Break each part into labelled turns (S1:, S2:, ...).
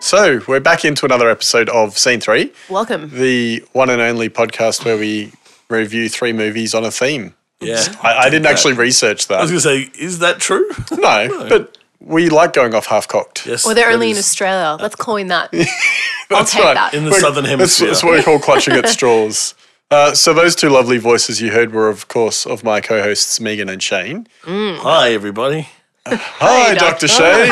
S1: So we're back into another episode of Scene Three,
S2: Welcome.
S1: the one and only podcast where we review three movies on a theme.
S3: Yeah.
S1: I, I didn't actually research
S3: I was
S1: that.
S3: going to say, is that true?
S1: No, but we like going off half cocked.
S3: Yes.
S2: Well, they're
S3: that
S2: only in
S3: is-
S2: Australia. Let's coin that. I'll
S1: That's
S2: take
S1: right.
S2: that.
S3: in the
S1: We're-
S3: southern
S1: That's,
S3: hemisphere.
S1: that's what we call clutching at straws. Uh, so those two lovely voices you heard were, of course, of my co-hosts Megan and Shane.
S3: Hi, everybody.
S1: Hi, Dr. Shane.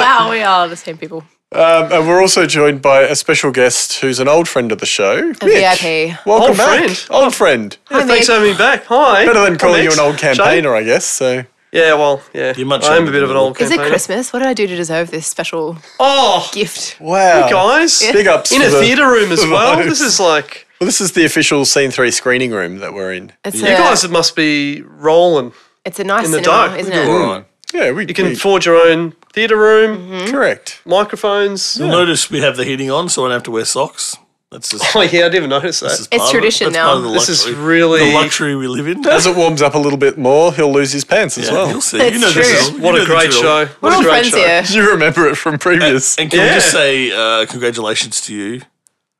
S2: wow, we are the same people.
S1: um, and we're also joined by a special guest who's an old friend of the show, Mick.
S2: VIP.
S1: Welcome
S4: Old
S1: back,
S4: friend.
S1: old friend.
S4: Yeah, thanks for having me back. Hi.
S1: Better than calling
S4: I'm
S1: you
S4: Max.
S1: an old
S4: Shane.
S1: campaigner, I guess. So
S4: Yeah, well, yeah.
S3: You're much
S4: I'm
S3: older
S4: a bit of
S3: than
S4: an old
S2: Is it
S4: campaigner.
S2: Christmas? What did I do to deserve this special
S4: Oh,
S2: gift?
S1: wow,
S4: guys.
S1: big ups
S4: In
S1: for
S4: a
S1: the-
S4: theatre room as
S1: the
S4: well.
S1: vibes.
S4: This is like,
S1: Well, this is the official scene three screening room that we're in.
S2: It's
S4: you
S2: a,
S4: guys must be rolling.
S2: it's a nice
S4: in the
S2: cinema,
S4: dark.
S2: isn't
S4: We
S2: it?
S3: All right.
S1: Yeah, we
S4: You can
S1: we-
S4: forge your own theatre room,
S1: Mm-hmm. correct.
S4: microphones.
S3: You'll notice we have the heating on, so I don't have to wear socks. That's just.
S4: Oh, yeah, I didn't even notice
S3: This
S4: that.
S3: is part of it.
S2: tradition
S3: That's
S2: now.
S3: part of the
S4: This is
S3: luxury-
S4: really-
S3: the luxury we live in.
S1: As it warms up a little bit more, he'll lose his pants as
S3: Yeah,
S1: well.
S3: you'll see.
S2: That's
S3: you know
S2: true.
S3: this is, you
S4: What
S3: know
S4: a
S3: the
S4: great
S3: drill.
S4: show. What
S2: We're
S4: a
S2: all
S4: great
S2: friends
S4: show.
S2: here.
S1: You remember it from previous.
S3: And can we just
S4: Yeah.
S3: say uh, congratulations to you?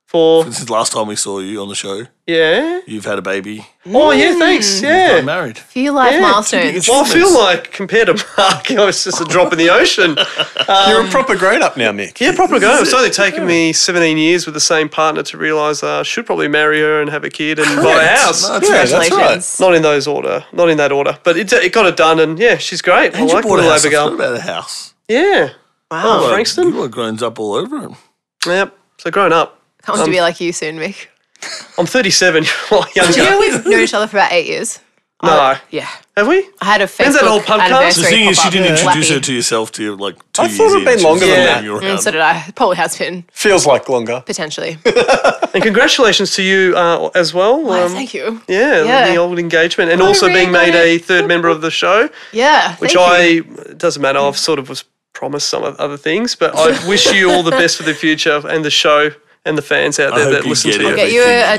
S4: For,
S3: This is the last time we saw you on the show.
S4: yeah.
S3: You've had a baby.
S4: Oh, yeah, thanks.
S3: Got
S4: Yeah.
S3: married.
S2: Few life
S4: Yeah,
S2: milestones.
S3: it's-
S4: Well, I feel like compared to Mark, I was just a drop in the ocean.
S1: You're a proper grown up now, Mick.
S4: Yeah, proper go. It's only taken me 17 years with the same partner to realise uh, I should probably marry her and have a kid and buy a house.
S3: No, it's
S1: Yeah, that's right.
S2: Congratulations.
S4: Not in those order. Not in that order. But it, it got it done, and yeah, she's great.
S3: And
S4: I
S3: you
S4: like
S3: bought a
S4: little
S3: house. I forgot
S4: Abigail.
S3: about a house.
S4: Yeah.
S2: Wow.
S4: Oh, Frankston?
S3: You were grown up all over him.
S4: Yep. So grown up.
S2: Can't wait to
S4: um,
S2: be like you soon, Mick.
S4: I'm 37. You're
S2: Do you know
S4: younger.
S2: we've known each other for about eight years?
S4: No.
S2: Yeah.
S4: Have we?
S2: I had a Facebook
S4: When's that old podcast?
S3: The
S2: anniversary
S3: thing is, you
S2: pop-up.
S3: didn't introduce
S2: Lappy.
S3: her to yourself to like two
S1: I
S3: years
S1: thought it'd
S3: in.
S1: been
S3: She was
S1: longer
S4: than
S3: dragging
S4: that.
S3: you
S2: Mm,
S3: around.
S2: so did I. Probably has been,
S1: Feels like longer.
S2: potentially.
S4: And congratulations to you uh, as well.
S2: Why,
S4: um,
S2: Oh, thank you.
S4: Yeah,
S2: Yeah.
S4: the old engagement and
S2: I
S4: also
S2: really
S4: being made
S2: got
S4: a
S2: it.
S4: third member of the show,
S2: Yeah.
S4: which I
S2: thank
S4: it doesn't matter. I've sort of was promised some other things, but I wish you all the best for the future and the show and the fans out
S3: I
S4: there
S3: hope
S4: that
S3: you
S4: listen
S3: get
S4: to
S3: it.
S4: it.
S2: Get you a- a-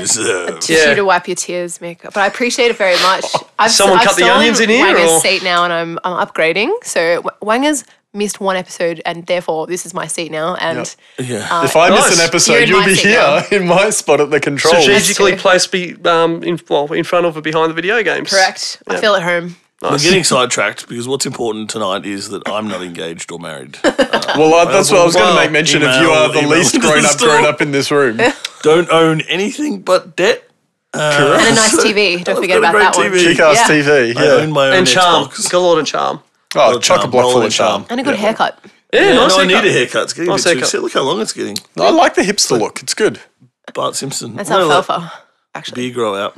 S3: deserve.
S2: tissue
S4: Yeah.
S2: to wipe your tears, Mick. But I appreciate it very much. I've
S4: Someone
S2: I've
S4: cut the
S2: stolen
S4: onions in here,
S2: Wanger's
S4: or-
S2: seat now, and I'm I'm upgrading. So Wa- Wanger's missed one episode, and therefore this is my seat now. And
S3: yeah.
S1: if I miss
S4: Nice.
S1: an
S2: You're
S1: episode,
S2: in
S1: you'll
S2: my
S1: be
S2: seat
S1: here
S2: now.
S1: in my spot at the controls.
S4: strategically
S2: That's
S4: placed be, um, in, well, in front of or behind the video games.
S2: correct, I feel at home.
S3: We're getting sidetracked because what's important tonight is that I'm not engaged or married. Uh,
S1: well, uh, that's what I was going
S3: Well,
S1: to make mention of. You
S3: email-
S1: are the
S3: email
S1: least
S3: to the
S1: grown up,
S3: store.
S1: grown up in this room.
S3: don't own anything but debt.
S2: And a nice TV. Don't
S3: I've
S2: forget
S3: got a
S2: about
S3: great
S2: that one.
S3: TV.
S1: Kick ass
S2: Yeah.
S1: TV.
S3: I
S1: Yeah.
S3: own my own
S4: And charm.
S3: Xbox.
S4: Got a lot of charm.
S1: Oh,
S3: Charm,
S1: chock a block full
S3: rolling
S1: of charm.
S2: And a good haircut.
S4: Yeah,
S3: Yeah,
S4: nice
S3: no, I need
S4: haircut.
S3: a haircut. It's getting
S4: Nice
S3: a bit too-
S4: haircut.
S3: see, Look how long it's getting.
S1: I like the hipster look. It's good.
S3: Bart Simpson.
S2: That's
S3: Well,
S2: alfalfa, actually.
S3: Beer grow out.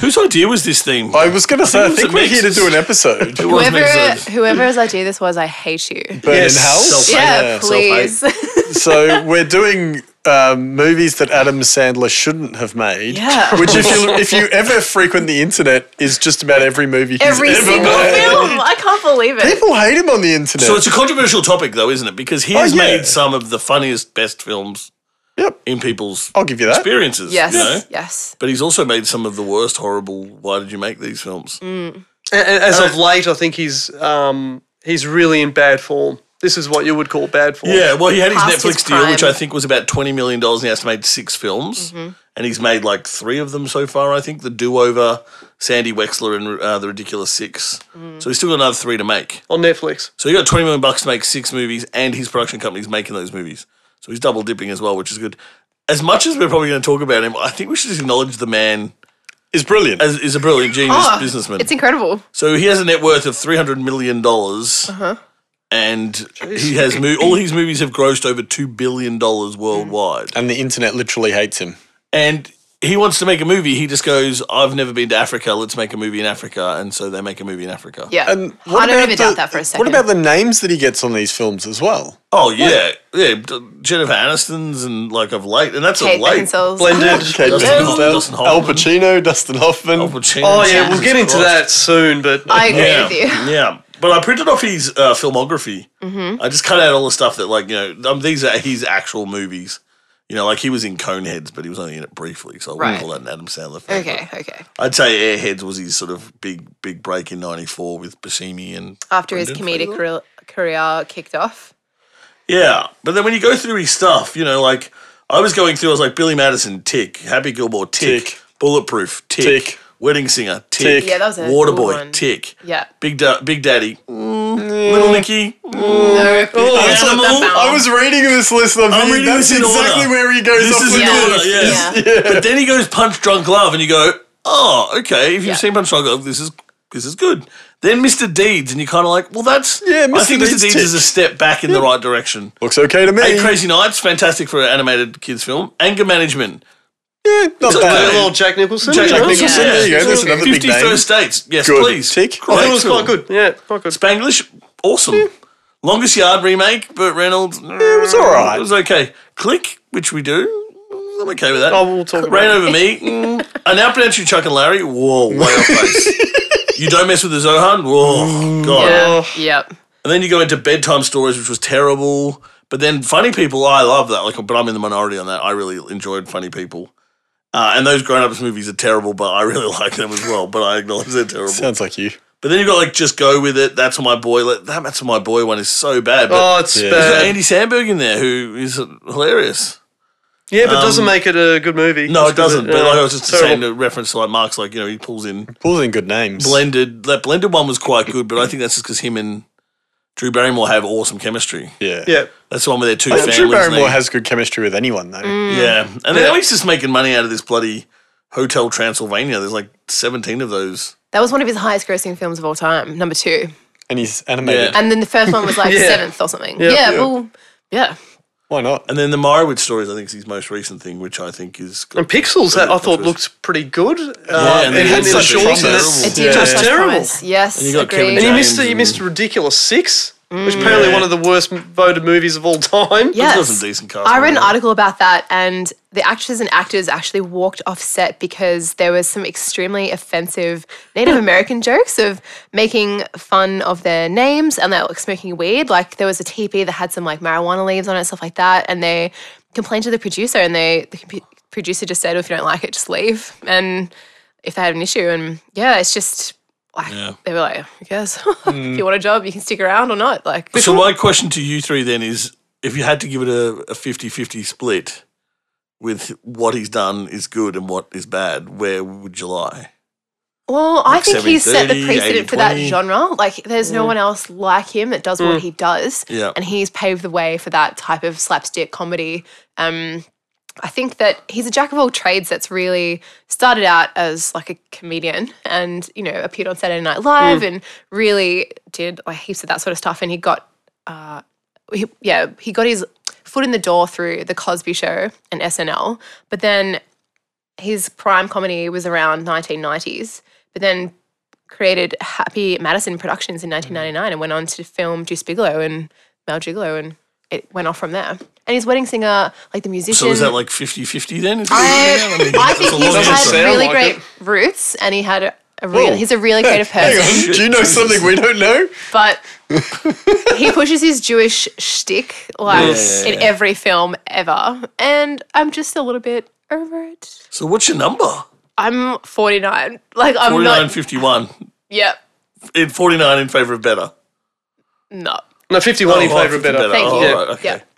S3: Whose idea was this theme?
S1: I was going to say, I
S3: think it
S1: think
S3: was
S1: we're
S3: a
S1: here to
S3: mix.
S1: do an episode.
S3: It was an
S2: Whoever
S3: episode.
S2: whoever's idea this was, I hate you.
S1: Burn
S4: Yes,
S1: in hell.
S3: self-
S2: Yeah,
S3: yeah,
S2: please.
S1: So we're doing um, movies that Adam Sandler shouldn't have made.
S2: Yeah.
S1: Which, if you if you ever frequent the internet, is just about every movie he's
S2: Every
S1: ever
S2: single
S1: made.
S2: film. I can't believe it.
S1: People hate him on the internet.
S3: So it's a controversial topic, though, isn't it? Because he has
S1: Oh, yeah.
S3: made some of the funniest, best films
S1: yep.
S3: in people's
S1: I'll give you that.
S3: experiences.
S2: yes,
S3: You know?
S2: yes.
S3: But he's also made some of the worst, horrible. Why did you make these films?
S2: Mm.
S4: A- a- As
S3: Uh,
S4: of late, I think he's um, he's really in bad form. This is what you would call bad form.
S3: Yeah, well, he had his
S2: Past
S3: Netflix
S2: his
S3: deal,
S2: prime.
S3: which
S2: Mm-hmm.
S3: I think was about twenty million dollars, and he has to make six films, and he's made like three of them so far. I think the Do Over, Sandy Wexler, and uh, the Ridiculous Six.
S2: Mm.
S3: So he's still got another three to make.
S4: on Netflix.
S3: So he got twenty million bucks to make six movies, and his production company's making those movies. So he's double dipping as well, which is good. As much as we're probably going to talk about him, I think we should just acknowledge the man
S1: It's brilliant.
S3: as is a brilliant genius
S2: Oh,
S3: businessman.
S2: It's incredible.
S3: So he has a net worth of three hundred million dollars,
S2: Uh-huh.
S3: and he has mo- all his movies have grossed over two billion dollars
S2: Mm-hmm.
S3: worldwide.
S1: and the internet literally hates him.
S3: And he wants to make a movie. He just goes, "I've never been to Africa. Let's make a movie in Africa." And so they make a movie in Africa.
S2: Yeah.
S1: And
S2: I don't even
S1: the,
S2: doubt that for a second.
S1: What about the names that he gets on these films as well?
S3: Oh yeah, yeah. d- Jennifer Aniston's and like of late, and that's
S2: Kate
S3: of late.
S2: Beckinsale?
S4: Blended.
S1: Kate
S3: Dustin
S1: Beckinsale,
S3: Hoffman, Dustin
S1: Al
S3: Hoffman.
S1: Pacino, Dustin Hoffman.
S3: Al Pacino.
S4: Oh yeah,
S2: Jesus
S4: we'll get into
S3: Christ.
S4: that soon. But
S2: I agree
S3: Yeah,
S2: with you.
S3: yeah. But I printed off his uh, filmography.
S2: Mm-hmm.
S3: I just cut out all the stuff that, like, you know, um, these are his actual movies. You know, like he was in Coneheads, but he was only in it briefly, so I wouldn't
S2: Right.
S3: call that an Adam Sandler film.
S2: Okay, okay.
S3: I'd say Airheads was his sort of big, big break in '94 with Buscemi and
S2: After his
S3: Brendan
S2: comedic
S3: Fraser.
S2: career, career kicked off.
S3: Yeah, but then when you go through his stuff, you know, like I was going through, I was like Billy Madison, tick, Happy Gilmore, tick,
S1: Tick.
S3: Bulletproof, tick,
S1: Tick.
S3: Wedding Singer, tick,
S1: Tick. Yeah,
S2: that was a good
S3: Waterboy,
S2: one.
S3: tick,
S2: Yeah.
S3: Big da- Big Daddy, mm, Little Nicky.
S2: No.
S3: I
S2: that's not
S3: was-
S2: that
S1: I was reading this list. I'm
S3: I'm
S1: thinking
S3: reading
S1: that's
S3: this in
S1: exactly
S3: order.
S1: where he goes
S3: This
S1: off
S3: is
S1: the
S3: in
S1: list.
S3: order. yes. But then he goes Punch Drunk Love, and you go, oh, okay. If you've
S2: Yeah.
S3: seen Punch Drunk Love, this is this is good. Then Mr. Deeds, and you're kind of like, well, that's
S1: Yeah,
S3: I
S1: Mr.
S3: think
S1: Deeds
S3: Mr. Deeds is a
S1: tick.
S3: step back in the right direction.
S1: Looks okay to me.
S3: Eight Crazy Nights, fantastic for an animated kids film. Anger management.
S1: Yeah, not
S3: okay.
S1: bad.
S4: A little Jack Nicholson.
S3: Jack
S4: you know?
S1: Nicholson,
S2: Yeah.
S1: there you go. There's another big
S3: Fifty
S1: name.
S3: First Dates. Yes,
S1: Good.
S3: please.
S1: Tick. I
S4: I
S3: Great
S4: thought it was
S3: film.
S4: quite good. Yeah, quite good.
S3: Spanglish, awesome. Longest Yard remake, Burt Reynolds. It
S1: was all right.
S3: It was okay. Click, which we do. I'm okay with that.
S4: Oh, we'll talk about
S3: Rain
S4: it.
S3: Over Me. Mm. I now pronounce you Chuck and Larry. Whoa, way off base. you Don't Mess With the Zohan.
S4: Mm.
S3: Whoa, God.
S2: Yeah. Yep.
S3: And then you go into Bedtime Stories, which was terrible. But then Funny People, I love that. Like, But I'm in the minority on that. I really enjoyed Funny People. Uh, and those grown ups movies are terrible, but I really like them as well. But I acknowledge they're terrible.
S1: Sounds like you.
S3: But then you've got like just go with it. That's my boy. Like, that that's my boy one is so bad. But
S4: Oh, it's
S1: Yeah.
S3: there's got
S4: bad.
S3: Andy Sandberg in there who is hilarious.
S4: Yeah, but it doesn't make it a good movie.
S3: Um, No,
S4: Just
S3: it
S4: 'cause
S3: doesn't. But
S4: uh,
S3: like I was just
S4: terrible.
S3: saying, the reference to like Mark's like you know he pulls in
S1: Pulls in good names.
S3: blended. That blended one was quite good, but I think that's just because him and Drew Barrymore have awesome chemistry.
S1: Yeah.
S4: Oh, Yeah.
S3: That's the one where they're two
S1: I think
S3: families.
S1: Drew
S3: and
S1: Barrymore
S3: they-
S1: has good chemistry with anyone, though.
S2: Mm.
S3: yeah, and then
S4: Yeah.
S3: he's just making money out of this bloody Hotel Transylvania. There's like seventeen of those.
S2: That was one of his highest grossing films of all time, number two.
S1: And he's animated.
S2: And then the first one was like
S4: Yeah.
S2: seventh or something.
S4: Yeah.
S2: yeah, well, yeah.
S1: Why not?
S3: And then the Meyerwood stories, I think, is his most recent thing, which I think is
S4: And Pixels, that I thought
S3: Pixels.
S4: looked pretty good. Uh,
S3: and it had
S4: in the
S3: such
S4: shorts, and
S1: promise.
S4: that's-
S2: It did
S1: Yeah.
S2: have
S4: It's
S2: such
S4: terrible.
S2: promise. Yes,
S3: And you got Kevin
S2: agreed.
S4: And you
S3: James
S4: missed the, you
S3: and-
S4: missed a ridiculous six, which
S2: Mm.
S4: apparently one of the worst m- voted movies of all time.
S2: Mm-hmm. Yes.
S3: got some decent cast
S2: I read an
S3: members.
S2: article about that, and the actresses and actors actually walked off set because there was some extremely offensive Native American jokes of making fun of their names and they were smoking weed. Like there was a teepee that had some like marijuana leaves on it, stuff like that, and they complained to the producer, and they the compu- producer just said, "If you don't like it, just leave." And if they had an issue, and yeah, it's just. Like, They were like, who cares? if you want a job, you can stick around or not. Like,
S3: So my question to you three then is if you had to give it a, a 50-50 split with what he's done is good and what is bad, where would you lie?
S2: Well, I think he's set
S3: 70,
S2: the precedent for that
S3: 80,
S2: genre. Like, there's no one else like him that does what he does,
S3: Yeah.
S2: and he's paved the way for that type of slapstick comedy. Um, I think that he's a jack of all trades. That's really started out as like a comedian, and you know, appeared on Saturday Night Live, and really did like heaps of that sort of stuff. And he got uh, he, yeah, he got his foot in the door through the Cosby Show and SNL, but then his prime comedy was around 1990s. But then created Happy Madison Productions in 1999 and went on to film Juice Bigelow and Mel Gigolo, and it went off from there. And his wedding singer, like the musician,
S3: So is that like 50-50 then? Is it-
S2: I,
S3: mean,
S2: I
S3: that's
S2: think he's
S3: a lot of Oh,
S4: doesn't
S2: had
S3: difference.
S4: sound
S2: really
S4: like
S2: great
S4: it.
S2: roots, and he had a, a real.
S1: Whoa.
S2: He's a really creative
S1: Hang
S2: person
S1: on. Do you know
S3: Jesus.
S1: something we don't know?
S2: but he pushes his Jewish shtick like in every film ever, and I'm just a little bit over it.
S3: So what's your number?
S2: I'm 49. Like I'm
S3: 49
S2: not.
S3: 51.
S2: Yep.
S3: In 49 in favor of better.
S2: No.
S4: No, 51 in
S3: oh,
S4: favour
S3: 50
S4: of better.
S2: Thank
S3: Oh,
S2: you.
S3: all right, okay.
S2: Yep.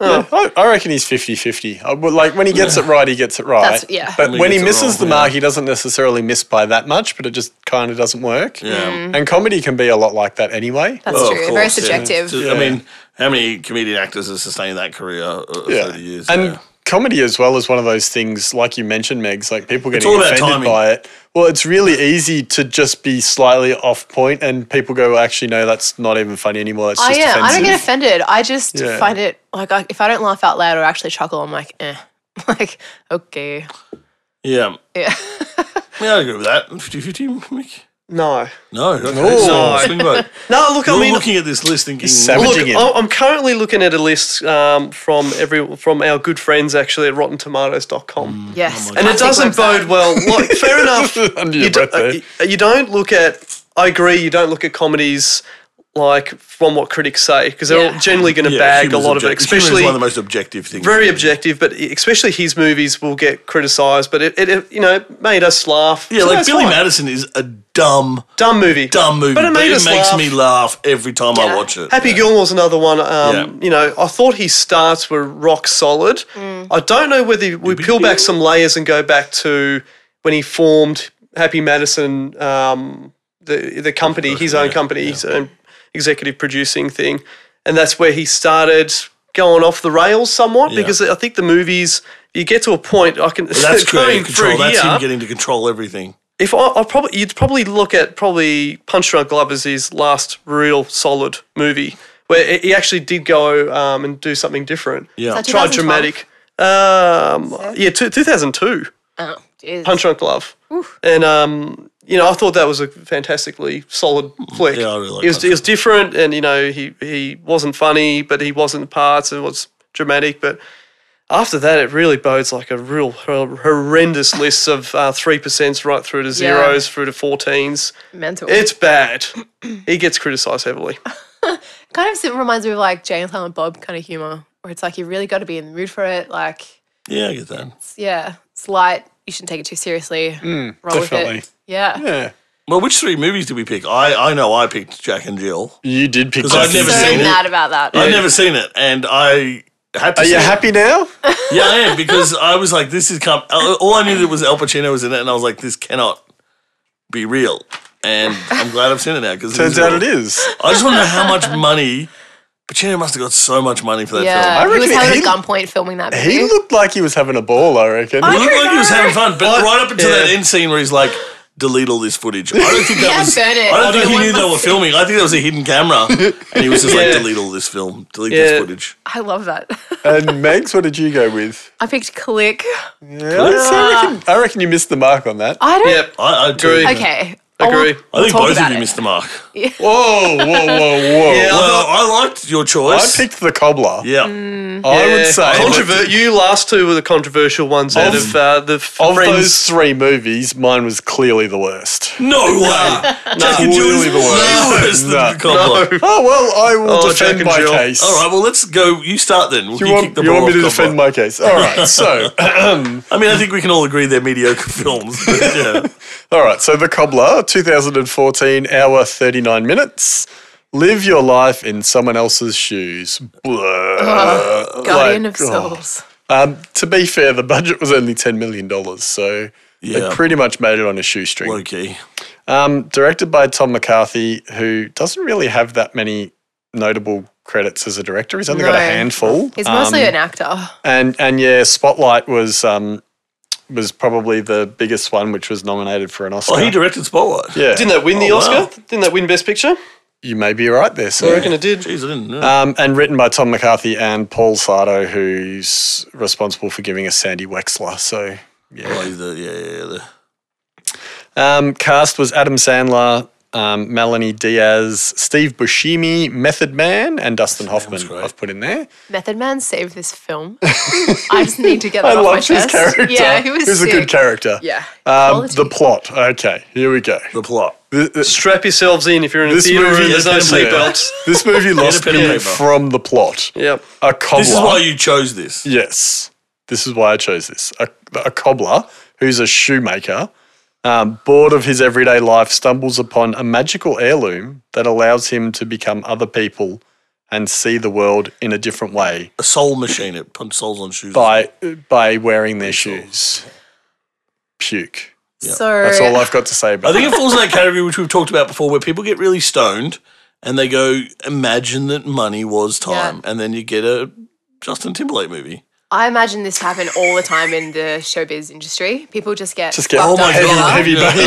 S1: I, I reckon he's 50 50. Like, when he gets it right, he gets it right.
S2: That's- yeah.
S1: But
S3: When he
S1: when he
S3: gets it
S1: misses
S3: wrong,
S1: the
S3: yeah.
S1: mark, he doesn't necessarily miss by that much, but it just kind of doesn't work.
S3: Yeah.
S1: And comedy can be a lot like that anyway.
S2: Mm, That's
S3: Oh, of
S2: true. Very
S3: course, yeah.
S2: subjective.
S3: So, I
S1: Yeah.
S3: mean, how many comedian actors have sustained that career uh, over 30 years?
S1: And
S3: yeah.
S1: comedy as well is one of those things, like you mentioned, Megs, like people getting
S3: all about
S1: offended
S3: timing.
S1: by it. Well, it's really easy to just be slightly off point and people go, well, actually, no, that's not even funny anymore. That's
S2: Oh, I
S1: just
S2: am.
S1: offensive.
S2: I don't get offended. I just
S1: Yeah.
S2: find it like I, if I don't laugh out loud or actually chuckle, I'm like, eh. Like okay.
S3: yeah.
S2: Yeah.
S3: Yeah, I agree with that. 50-50, Mick?
S4: No.
S3: No. Okay.
S1: No.
S3: So, swing vote.
S4: No, look,
S3: You're
S4: I mean,
S3: looking at this list thinking,
S1: savage.
S4: look,
S1: Averaging it.
S4: I- I'm currently looking at a list um, from every from our good friends actually at
S3: Mm.
S4: RottenTomatoes.com.
S2: Yes.
S4: And it
S2: classic
S4: doesn't
S2: website.
S4: bode well. Like, fair enough.
S1: Under your
S4: you, do,
S1: breath there.
S4: uh, you don't look at. I agree. You don't look at comedies like from what critics say because they're
S2: Yeah.
S4: all generally going to
S3: Yeah,
S4: bag a
S3: humor's
S4: lot of it,
S3: object- humor's
S4: especially
S3: one of the most objective things.
S4: very objective. But e, especially his movies will get criticised, but it, it, it you know it made us laugh.
S3: yeah,
S4: So
S3: like
S4: that's
S3: Billy
S4: fine.
S3: Madison is a dumb,
S4: dumb movie,
S3: dumb movie,
S4: but it, made us
S3: makes
S4: laugh.
S3: me laugh every time I
S2: Yeah.
S3: watch it.
S4: Happy Gilmore's another one. Um,
S3: Yeah.
S4: You know, I thought his starts were rock solid. I don't know whether we peel back some layers and go back to when he formed Happy Madison, um, the the company, his own company, his own executive producing thing, and that's where he started going off the rails somewhat because I think the movies. You get to a point. I can.
S3: That's
S4: going
S3: creative control.
S4: through
S3: That's
S4: here,
S3: him getting to control everything.
S4: if I, I probably you'd probably look at probably Punch Drunk Love as his last real solid movie where he- he actually did go um, and do something different.
S3: Yeah.
S2: Is that
S4: tried
S2: 2012?
S4: dramatic. Um, yeah, two, 2002
S2: Oh, jeez.
S4: Punch Drunk Love, and um, you know I thought that was a fantastically solid flick.
S3: Yeah, I really like
S4: it was
S3: Punch
S4: it was different, and you know he he wasn't funny, but he wasn't the parts, and it was dramatic, but. After that, it really bodes like a real hor- horrendous list of uh, three percents right through to
S2: Yeah.
S4: zeros, through to fourteens.
S2: Mental.
S4: It's bad. he gets criticised heavily.
S2: kind of reminds me of like Jane and Silent Bob kind of humor, where it's like you really got to be in the mood for it. Like,
S3: Yeah, I get that.
S2: it's, yeah, it's light. You shouldn't take it too seriously. Roll
S1: Mm, definitely.
S2: with it. Yeah.
S1: Yeah.
S3: Well, which three movies did we pick? I, I know I picked Jack and Jill.
S1: You did pick
S3: 'Cause I've
S1: Jack
S3: never
S2: So
S1: and Jill.
S3: seen it.
S2: mad about that.
S3: I've never seen it, and I had to.
S1: Are
S3: see
S1: Oh, you
S3: it.
S1: happy now?
S3: Yeah, I am because I was like, this is come. All I knew that was Al Pacino was in it, and I was like, this cannot be real. And I'm glad I've seen it now because
S1: Turns out it is.
S3: I just want to know how much money Pacino must have got. So much money for that
S2: Yeah,
S1: I
S2: he was
S1: reckon
S2: having
S1: he-
S2: a gunpoint filming that movie.
S1: He looked like he was having a ball, I reckon.
S3: film. It looked like he was having fun, but right up until
S4: Yeah.
S3: that end scene where he's like. Delete all this footage. I don't think that
S2: Yeah,
S3: was.
S2: burn it.
S3: I don't think he
S2: Everyone
S3: knew they
S2: must
S3: were
S2: see.
S3: filming. I think that was a hidden camera, and he was just like,
S4: Yeah.
S3: "Delete all this film. Delete
S4: Yeah.
S3: this footage."
S2: I love that.
S1: And Megs, what did you go with?
S2: I picked Click.
S1: Yeah, so I, reckon, I reckon you missed the mark on that.
S2: I don't.
S4: Yep.
S3: I, I agree. I
S2: Okay.
S4: Agree.
S3: think
S2: talk
S3: both of
S2: about
S3: you
S2: it.
S3: missed the mark.
S1: Whoa, whoa, whoa, whoa.
S4: Yeah,
S3: Well, I liked your
S1: I
S3: choice.
S1: picked the cobbler.
S3: Yeah.
S2: Mm.
S1: I
S4: Yeah.
S1: would say
S4: Controver- you last two were the controversial ones out
S1: Of-
S4: of uh, the f-
S1: of
S4: friends.
S1: those three movies, mine was clearly the worst.
S3: No way. Jack and Jill is
S1: Clearly the
S3: way
S1: worst.
S3: worse than
S1: No.
S3: the cobbler.
S1: Oh well, I will
S4: Oh, Jack
S1: defend
S4: and
S1: my
S4: Jill.
S1: case.
S3: All right, well, let's go. You start then. We'll
S1: You want,
S3: kick the
S1: you
S3: ball
S1: want me to
S3: off cobbler.
S1: defend my case? All right. So,
S3: I mean, I think we can all agree they're mediocre films. But yeah.
S1: all right. So, The Cobbler, 2014, hour 39 minutes. Live your life in someone else's shoes. Blah.
S2: Guardian
S1: Like,
S2: of
S1: oh.
S2: Souls.
S1: Um, to be fair, the budget was only $10 million. So,
S3: Yeah.
S1: they pretty much made it on a shoestring.
S3: Okay.
S1: Um, directed by Tom McCarthy, who doesn't really have that many notable credits as a director. He's only got a
S2: No.
S1: handful.
S2: He's
S1: Um,
S2: mostly an actor.
S1: and and yeah, Spotlight was um, was probably the biggest one, which was nominated for an Oscar.
S3: Oh, he directed Spotlight.
S1: yeah,
S4: Didn't that win the
S3: Oh,
S4: Oscar?
S3: wow.
S4: Didn't that win Best Picture?
S1: you may be right there,
S4: I
S1: sir.
S4: reckon it did.
S3: Jeez, I didn't know.
S1: Um, and written by Tom McCarthy and Paul Sardo, who's responsible for giving us Sandy Wexler. So
S3: Oh, he's the- yeah, yeah, yeah, the-
S1: Um, cast was Adam Sandler, um, Melanie Diaz, Steve Buscemi, Method Man, and Dustin Hoffman.
S3: great.
S1: I've put in there.
S2: Method Man saved this film. I just need to get that
S1: I
S2: off my
S1: loved his
S2: chest.
S1: character.
S2: Yeah, he was,
S1: He was a
S2: sick.
S1: good character.
S2: Yeah.
S1: Um,
S2: Quality.
S1: the plot. Okay, here we go.
S3: the plot.
S1: Th- th-
S4: Strap yourselves in if you're in a
S1: This
S4: theater
S1: movie
S4: room.
S1: is
S4: There's no
S1: gonna be-
S4: seatbelts.
S1: this movie lost
S3: pen and
S1: me
S3: paper.
S1: from the plot.
S4: yep.
S1: A cobbler.
S3: This is why you chose this.
S1: yes, this is why I chose this. A, a cobbler who's a shoemaker. Um, bored of his everyday life, stumbles upon a magical heirloom that allows him to become other people and see the world in a different way
S3: A soul machine. It puts souls on shoes.
S1: by by wearing their shoes. Puke.
S2: So
S1: That's all I've got to say
S3: I
S1: about it.
S3: think it falls in that category which we've talked about before, where people get really stoned and they go, "Imagine that money was time," and then you get a Justin Timberlake movie.
S2: I imagine this happen all the time in the showbiz industry. People just get
S1: Just get-
S2: fucked
S1: Oh
S2: up
S1: my
S2: together.
S1: God. heavy
S3: Yeah.
S1: bags.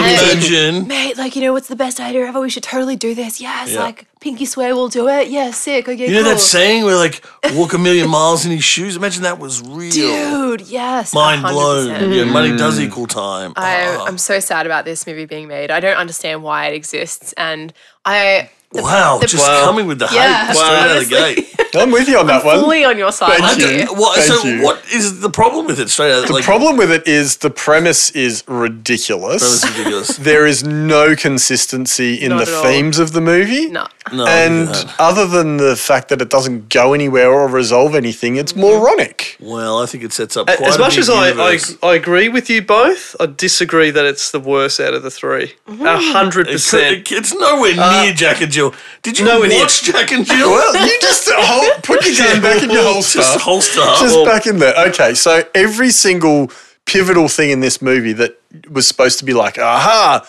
S3: Imagine.
S2: Mate, like you know, what's the best idea ever? We should totally do this. Yes,
S3: Yeah.
S2: like pinky swear we'll do it. Yeah, sick. Okay,
S3: You know
S2: cool.
S3: that saying where like walk a million miles in his shoes? Imagine that was real.
S2: dude. Yes,
S3: Mind
S2: 100%.
S3: blown. Yeah,
S1: Mm.
S3: money does equal time.
S2: I,
S3: Ah,
S2: I'm so sad about this movie being made. I don't understand why it exists, and I
S3: wow, just
S4: Wow.
S3: coming with the hate
S2: Yeah.
S3: straight out of the
S2: Honestly.
S3: gate.
S1: I'm with you on that one.
S2: fully on your side.
S1: Thank you.
S2: here.
S3: What,
S1: Thank
S3: so
S1: you.
S3: what is the problem with it? Straight out,
S1: The
S3: like,
S1: problem with it is the premise is ridiculous.
S3: That's ridiculous.
S1: There is no consistency in
S2: Not
S1: the
S2: at all.
S1: themes of the movie.
S2: No.
S3: No,
S1: and other than the fact that it doesn't go anywhere or resolve anything, it's moronic.
S3: well, I think it sets up
S4: A-
S3: quite
S4: as
S3: a
S4: much
S3: big
S4: as I, I,
S3: universe.
S4: I agree with you both, I disagree that it's the worst out of the three. A hundred
S3: Mm-hmm. It could- it-
S4: percent.
S3: it's nowhere near Jack and Jill. Did you
S4: nowhere near.
S3: watch Jack and Jill?
S1: Well, you just hol- put your gun back in your holster.
S3: Just holster.
S1: Just
S4: Well-
S1: back in there. Okay, so every single pivotal thing in this movie that was supposed to be like, aha,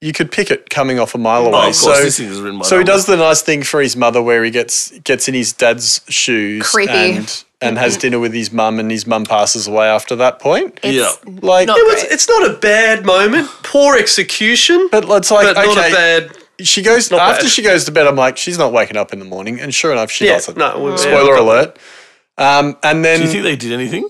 S1: you could pick it coming off a mile away.
S3: Oh, of course,
S1: so
S3: this thing is written by
S1: so he
S3: Nolan.
S1: does the nice thing for his mother where he gets gets in his dad's shoes
S2: Creepy. Mm-hmm.
S1: and and has dinner with his mum and his mum passes away after that point.
S3: Yeah.
S1: Like
S2: not
S4: It was,
S2: great.
S4: it's not a bad moment. Poor execution, but,
S1: but it's like okay,
S4: not a bad.
S1: she goes after
S4: bad.
S1: she goes to bed. I'm like, she's not waking up in the morning, and sure enough, she
S4: Yeah,
S1: doesn't.
S4: no. we- yeah.
S1: Spoiler alert. Um, and then
S3: Do you think they did anything?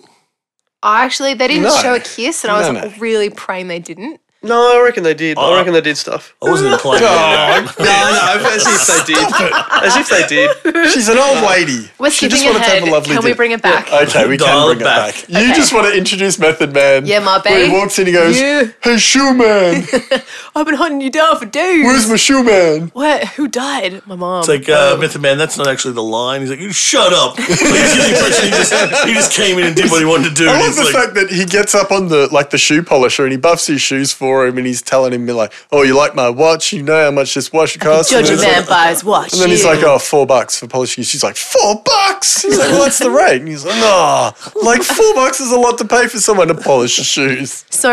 S2: I actually, they didn't
S1: No.
S2: show a kiss, and I was
S1: No, no.
S2: really praying they didn't.
S4: No, I reckon they did.
S3: Oh.
S4: I reckon they did stuff.
S3: I wasn't implying.
S1: Oh,
S3: that.
S4: No, no, as if they did. As if they did.
S1: she's an old lady.
S2: We're
S1: she
S2: skipping
S1: just wanted to
S2: ahead.
S1: have a lovely
S2: Can we
S1: dinner.
S2: bring it back?
S1: Okay, we can
S3: Dial
S1: bring
S3: it
S1: it
S3: back.
S1: back. You
S2: Okay.
S1: just want to introduce Method Man.
S2: Yeah, my
S1: Where
S2: babe.
S1: he walks in, he goes,
S2: You.
S1: "Hey, shoe man,
S2: I've been hunting you down for days.
S1: where's my shoe man?"
S2: What? Who died? My mom.
S3: It's like uh, Method Man. That's not actually the line. He's like, "You shut up." Like, he's the impression he, just, he just came in and did what he wanted to do.
S1: I
S3: and
S1: love
S3: he's
S1: the
S3: like,
S1: fact that he gets up on the like the shoe polisher and he buffs his shoes for him, and he's telling him like, "Oh, you like my watch? You know how much this watch costs?"
S2: Judge
S1: And
S2: a
S1: he's like,
S2: man by his watch.
S1: And then he's
S2: yeah.
S1: like, oh, four bucks for polishing. She's like, four bucks? He's like, well, that's the rate. And he's like, no, like four bucks is a lot to pay for someone to polish your shoes.
S2: So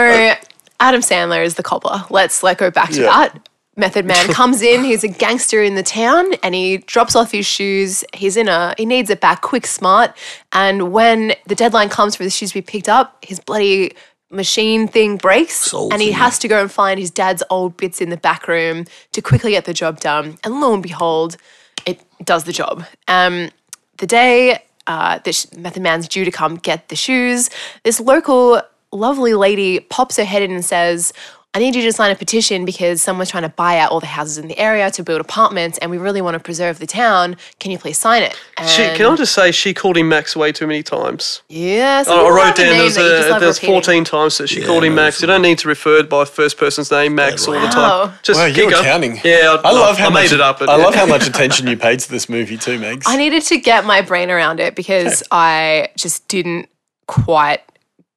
S2: Adam Sandler is the cobbler. Let's let go back to
S1: Yeah.
S2: that. Method Man comes in, he's a gangster in the town, and he drops off his shoes. He's in a he needs it back quick smart. And when the deadline comes for the shoes to be picked up, his bloody machine thing breaks
S3: Soul
S2: and he
S3: thing.
S2: has to go and find his dad's old bits in the back room to quickly get the job done. And lo and behold, it does the job. Um, the day uh, that sh- Method Man's due to come get the shoes, this local lovely lady pops her head in and says, I need you to sign a petition because someone's trying to buy out all the houses in the area to build apartments and we really want to preserve the town. Can you please sign it?
S4: She,
S2: And
S4: can I just say she called him Max way too many times.
S2: Yes.
S4: Oh, I, I
S2: you
S4: wrote
S2: have a
S4: down
S2: name
S4: there's,
S2: that you just
S4: a,
S2: love
S4: there's
S2: repeating.
S4: 14 times that she called him Max. You don't need to refer by first person's name Max all the
S2: Wow.
S4: time. Just
S1: Wow, you
S4: keep
S1: were
S4: going.
S1: counting.
S4: Yeah,
S1: I love how
S4: I
S1: much,
S4: made it up. but
S1: I love
S4: yeah.
S1: how much attention you paid to this movie too, Megs.
S2: I needed to get my brain around it because I just didn't quite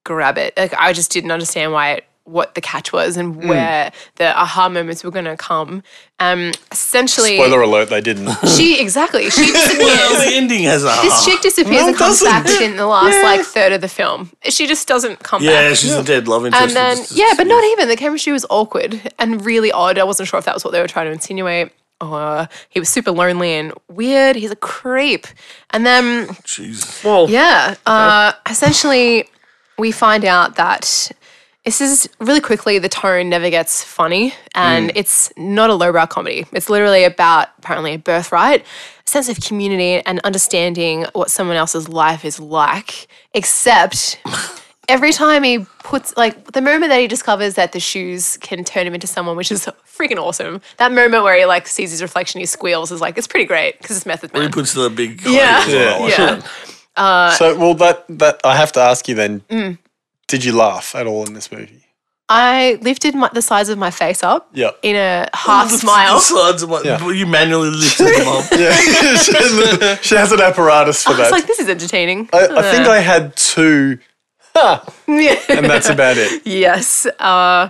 S2: grab it. Like I just didn't understand why it, what the catch was and where the aha moments were going to come. Um, essentially,
S1: Spoiler alert, they didn't.
S2: she exactly she
S3: well,
S2: disappears.
S3: the ending has a.
S2: This chick disappears
S1: No,
S2: and comes
S1: doesn't.
S2: back within the last like third of the film. She just doesn't come
S3: yeah,
S2: back.
S3: she's a dead love interest.
S2: And then,
S3: It's just-
S2: yeah, but not even. The chemistry was awkward and really odd. I wasn't sure if that was what they were trying to insinuate. Or he was super lonely and weird. He's a creep. And then
S3: Jesus.
S4: Well,
S2: yeah. Uh, essentially, we find out that this is really quickly the tone never gets funny, and
S3: Mm.
S2: it's not a lowbrow comedy. It's literally about apparently a birthright, a sense of community, and understanding what someone else's life is like. Except every time he puts like the moment that he discovers that the shoes can turn him into someone, which is freaking awesome. That moment where he like sees his reflection, he squeals is like it's pretty great because it's method man.
S3: He puts the big.
S2: Yeah.
S3: Yeah.
S1: Yeah.
S2: yeah. Uh,
S1: so, well, that, that I have to ask you then,
S2: mm.
S1: did you laugh at all in this movie?
S2: I lifted my, the sides of my face up
S1: Yeah.
S2: in a half smile.
S1: Yeah.
S3: You manually lifted them up.
S1: Yeah, she has an apparatus for
S2: I was
S1: that.
S2: like, this is entertaining.
S1: I, I think I had two, and that's about it.
S2: yes. Uh,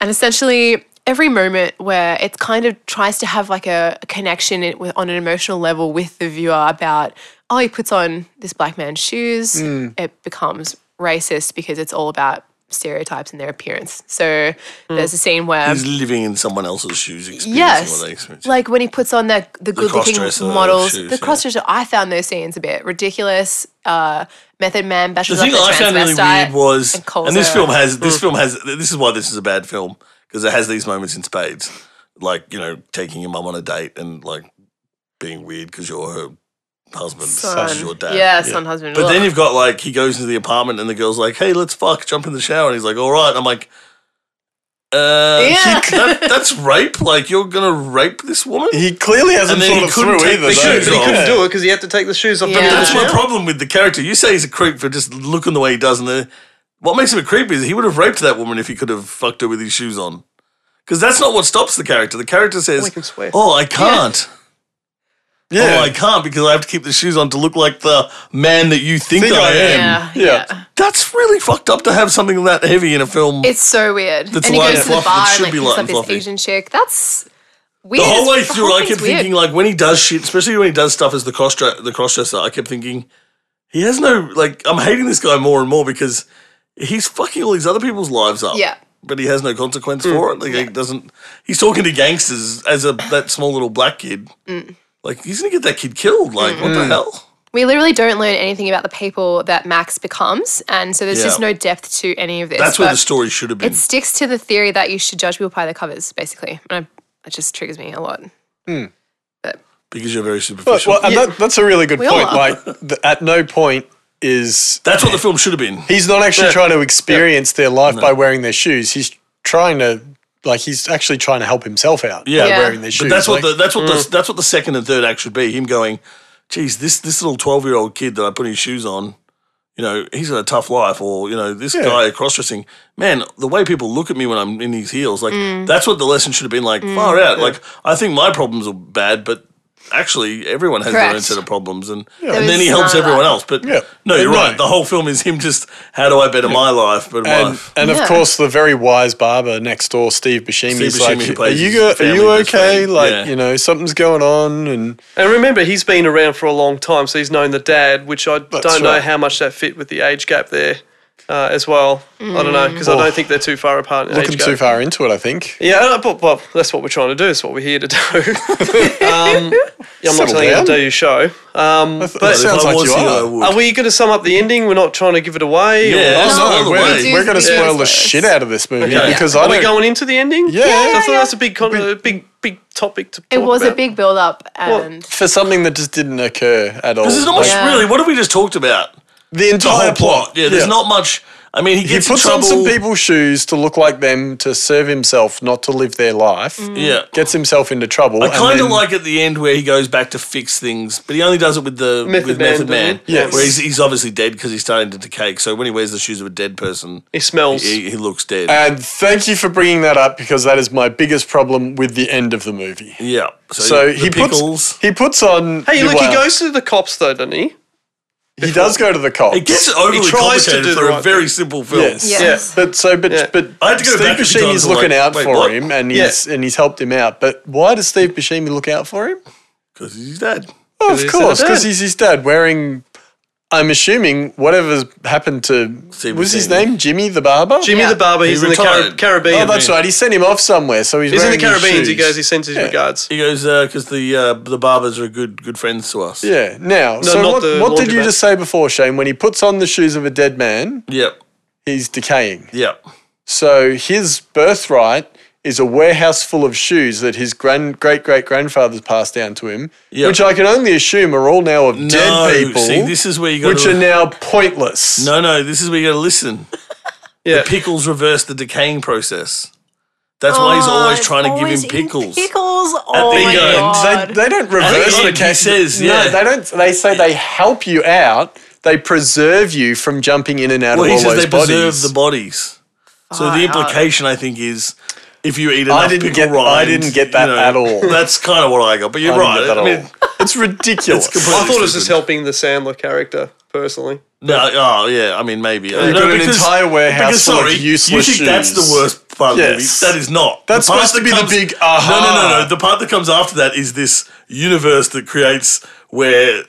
S2: and essentially, every moment where it kind of tries to have like a, a connection in- with, on an emotional level with the viewer about, oh, he puts on this black man's shoes, it becomes racist because it's all about stereotypes and their appearance. So there's a scene where.
S3: He's living in someone else's shoes. Experiencing
S2: Yes,
S3: What they experience.
S2: like when he puts on that the good-looking
S3: cross-dresser
S2: models,
S3: shoes,
S2: the
S3: yeah.
S2: cross-dresser. I found those scenes a bit ridiculous. Uh, Method Man bashes
S3: the thing
S2: up the
S3: I found really
S2: transvestite
S3: weird was,
S2: and,
S3: and,
S2: calls
S3: this
S2: her-
S3: film has this film has this is why this is a bad film because it has these moments in spades, like you know taking your mum on a date and like being weird because you're her husband,
S2: son,
S3: such as your dad.
S2: Yeah, son, husband.
S3: But then
S2: ugh.
S3: you've got like he goes into the apartment and the girl's like, "Hey, let's fuck." Jump in the shower and he's like, "All right." I'm like, uh,
S2: Yeah.
S3: he- that- that's rape. Like you're gonna rape this woman.
S1: He clearly hasn't
S3: And then
S1: thought
S3: he
S1: it through
S3: couldn't take
S1: either.
S3: the
S1: though.
S3: shoes
S4: But he
S3: off.
S4: couldn't do it because he had to take the shoes off.
S2: Yeah.
S3: That's my
S4: Yeah.
S3: problem with the character. You say he's a creep for just looking the way he does, and the, what makes him a creep is he would have raped that woman if he could have fucked her with his shoes on. Because that's not what stops the character. The character
S4: Oh, I
S3: says,
S4: can swear.
S3: "Oh, I can't.
S1: Yeah.
S3: Oh, I can't because I have to keep the shoes on to look like the man that you think,
S1: Think
S3: I,
S1: I
S3: am."
S1: am.
S2: Yeah,
S1: yeah.
S2: yeah.
S3: That's really fucked up to have something that heavy in a film.
S2: It's so weird.
S3: That's
S2: and he
S3: light
S2: goes
S3: and
S2: to the
S3: fluffy. It
S2: bar and
S3: should
S2: like
S3: be
S2: picks
S3: light
S2: up
S3: and
S2: this
S3: fluffy.
S2: Asian chick. That's
S3: the
S2: weird.
S3: whole way
S2: The
S3: through,
S2: whole
S3: I kept
S2: thing's weird.
S3: thinking like when he does shit, especially when he does stuff as the cross the crossdresser, I kept thinking he has no like. I'm hating this guy more and more because he's fucking all these other people's lives up.
S2: Yeah.
S3: but he has no consequence for it. Like he doesn't. He's talking to gangsters as a that small little black kid.
S2: Mm.
S3: Like he's gonna get that kid killed. Like what the hell?
S2: we literally don't learn anything about the people that Max becomes, and so there's
S3: Yeah.
S2: just no depth to any of this.
S3: That's where
S2: but
S3: the story should have been.
S2: It sticks to the theory that you should judge people by their covers, basically, and I, it just triggers me a lot.
S3: Hmm.
S2: But
S3: because you're very superficial.
S1: Well, and that, that's a really good
S2: We all
S1: point.
S2: are.
S1: Like, th- at no point is
S3: that's what the film should have been.
S1: he's not actually trying to experience their life by wearing their shoes. He's trying to like he's actually trying to help himself out.
S3: Yeah.
S1: by
S2: Yeah.
S1: wearing their shoes.
S3: But that's what
S1: Like, mm.
S3: the that's what the that's what the second and third act should be. Him going, geez, this this little twelve year old kid that I put his shoes on, you know, he's got a tough life. Or you know, this guy cross dressing, man, the way people look at me when I'm in these heels, like
S2: Mm.
S3: that's what the lesson should have been. Like far out. Like I think my problems are bad, but. Actually, everyone has their own
S2: Correct.
S3: set of problems, and,
S2: There
S3: and then
S2: was
S3: he helps
S2: none of
S3: everyone
S2: that.
S3: else. But
S1: Yeah.
S3: no, you're
S1: But no.
S3: right. The whole film is him just how do I better my life, better my
S1: and
S3: life.
S1: and
S2: Yeah.
S1: of course the very wise barber next door, Steve Buscemi,
S3: Steve
S1: is
S3: Buscemi, who
S1: like, "Are
S3: plays
S1: you
S3: his
S1: go, are
S3: family
S1: you
S3: best
S1: okay?
S3: friend.
S1: Like,
S3: Yeah.
S1: you know, something's going on." And
S4: And remember, he's been around for a long time, so he's known the dad, which I don't know
S1: right.
S4: how much that fit with the age gap there uh, as well. I don't know because I
S1: Mm.
S4: don't think they're too far apart. In
S1: looking
S4: age gap.
S1: too far into it, I think.
S4: Yeah, and I- but well, that's what we're trying to do. It's what we're here to do. um, yeah, I'm
S1: Settle
S4: not telling you to
S1: down.
S4: do your show. Um,
S1: That
S4: but
S1: sounds
S3: If I
S1: like you
S3: was you, I
S1: are.
S3: would.
S4: are we going to sum up the ending? We're not trying to give it away. or-
S3: Yeah.
S2: No,
S1: Oh,
S3: all the
S1: no, we're,
S3: way.
S2: do-
S1: we're going to
S2: we do
S1: spoil the
S2: this.
S1: shit out of this movie
S3: Okay.
S1: because
S4: Are
S1: I
S4: we
S1: don't.
S4: going into the ending?
S1: Yeah. Yeah,
S4: So I thought
S2: yeah,
S4: that's a big, con- uh, big, big topic to. Talk
S2: it was a
S4: about.
S2: big build up, and
S1: for something that just didn't occur at all.
S3: This is not much
S1: Like,
S2: Yeah.
S3: really. What have we just talked about?
S1: the
S3: the
S1: entire
S3: whole plot. Yeah, there's not much. I mean, he
S1: He
S3: gets in
S1: puts on
S3: trouble.
S1: some people's shoes to look like them to serve himself, not to live their life.
S3: Yeah.
S1: Gets himself into trouble.
S3: Mm. I kind
S1: then-
S3: of like at the end where he goes back to fix things, but he only does it with the
S4: Method
S3: with
S4: Man,
S3: Method Man,
S4: doesn't he? Yes.
S3: where he's, he's obviously dead because he's starting to decay. So when he wears the shoes of a dead person,
S4: He smells.
S3: he, he looks dead.
S1: And thank you for bringing that up because that is my biggest problem with the end of the movie.
S3: yeah, so,
S1: So
S3: the
S1: he
S3: pickles.
S1: puts he puts on.
S4: Hey, look,
S1: well,
S4: he goes to the cops though, doesn't he?
S1: He does go to the cops.
S3: it gets overly
S4: tries to
S3: complicated
S4: do the
S3: for a
S4: right
S3: very simple film.
S1: Yes.
S2: Yeah.
S4: Yeah.
S1: But so, but
S4: Yeah.
S1: but
S3: I had to go
S1: Steve
S3: back a few times
S1: Buscemi's
S3: and
S1: looking
S3: like,
S1: out
S3: wait,
S1: for
S3: what?
S1: him, and he's and he's helped him out. But why does Steve Buscemi look out for him?
S3: because he's dead.
S1: Oh,
S4: he's
S1: of
S4: their
S1: course, because
S4: dad.
S1: he's his dad wearing. I'm assuming whatever's happened to
S3: Steve
S1: was his
S3: Buscemi.
S1: name Jimmy the barber.
S4: Jimmy
S2: Yeah.
S4: the barber.
S3: He
S4: He's in the Car-
S3: retired.
S4: Caribbean.
S1: Oh, that's right. He sent him off somewhere, so he's,
S4: He's in
S1: wearing
S4: the
S1: his
S4: Caribbean. He
S1: shoes.
S4: goes. He sends his regards.
S3: He goes because the uh, the barbers are good good friends to us.
S1: Yeah. Now,
S4: not
S1: so what,
S4: the
S1: what did you
S4: laundromat.
S1: just say before, Shane? When he puts on the shoes of a dead man,
S3: Yep.
S1: he's decaying.
S3: Yep.
S1: So his birthright is a warehouse full of shoes that his grand great great grandfather's passed down to him,
S3: Yeah.
S1: which I can only assume are all now of
S3: No,
S1: dead people,
S3: see, this is where you
S1: which
S3: gotta-
S1: are now pointless.
S3: No, no. This is where you got to listen.
S4: Yeah.
S3: pickles reverse the decaying process. That's why he's Oh, always trying to give him pickles.
S2: Pickles. Oh
S3: the
S2: my
S3: end.
S2: god.
S1: They, they don't reverse
S3: he
S1: the case.
S3: says, yeah.
S1: No, they don't. They say they help you out. They preserve you from jumping in and out
S3: Well,
S1: of
S3: he
S1: all
S3: says
S1: those
S3: they preserve
S1: bodies.
S3: the bodies. So
S2: Far
S3: the
S2: out.
S3: implication, I think, is if you eat enough
S1: I didn't
S3: pickle
S1: get- I
S3: rind,
S1: didn't get that at all.
S3: That's kind of what I got. But you're
S1: I
S3: right.
S1: didn't get that
S3: I
S1: at
S3: mean,
S1: all. it's ridiculous.
S3: It's completely-
S4: I thought it was just
S3: stupid.
S4: helping the Sandler character personally.
S3: no, oh yeah. I mean, maybe. No,
S1: got an entire warehouse
S3: because,
S1: full of
S3: sorry,
S1: useless
S3: You think that's
S1: shoes.
S3: the worst part of the movie?
S1: Yes.
S3: That is not.
S1: That's
S3: part
S1: supposed to
S3: that
S1: be the big aha.
S3: No, no, no, no. The part that comes after that is this universe that creates where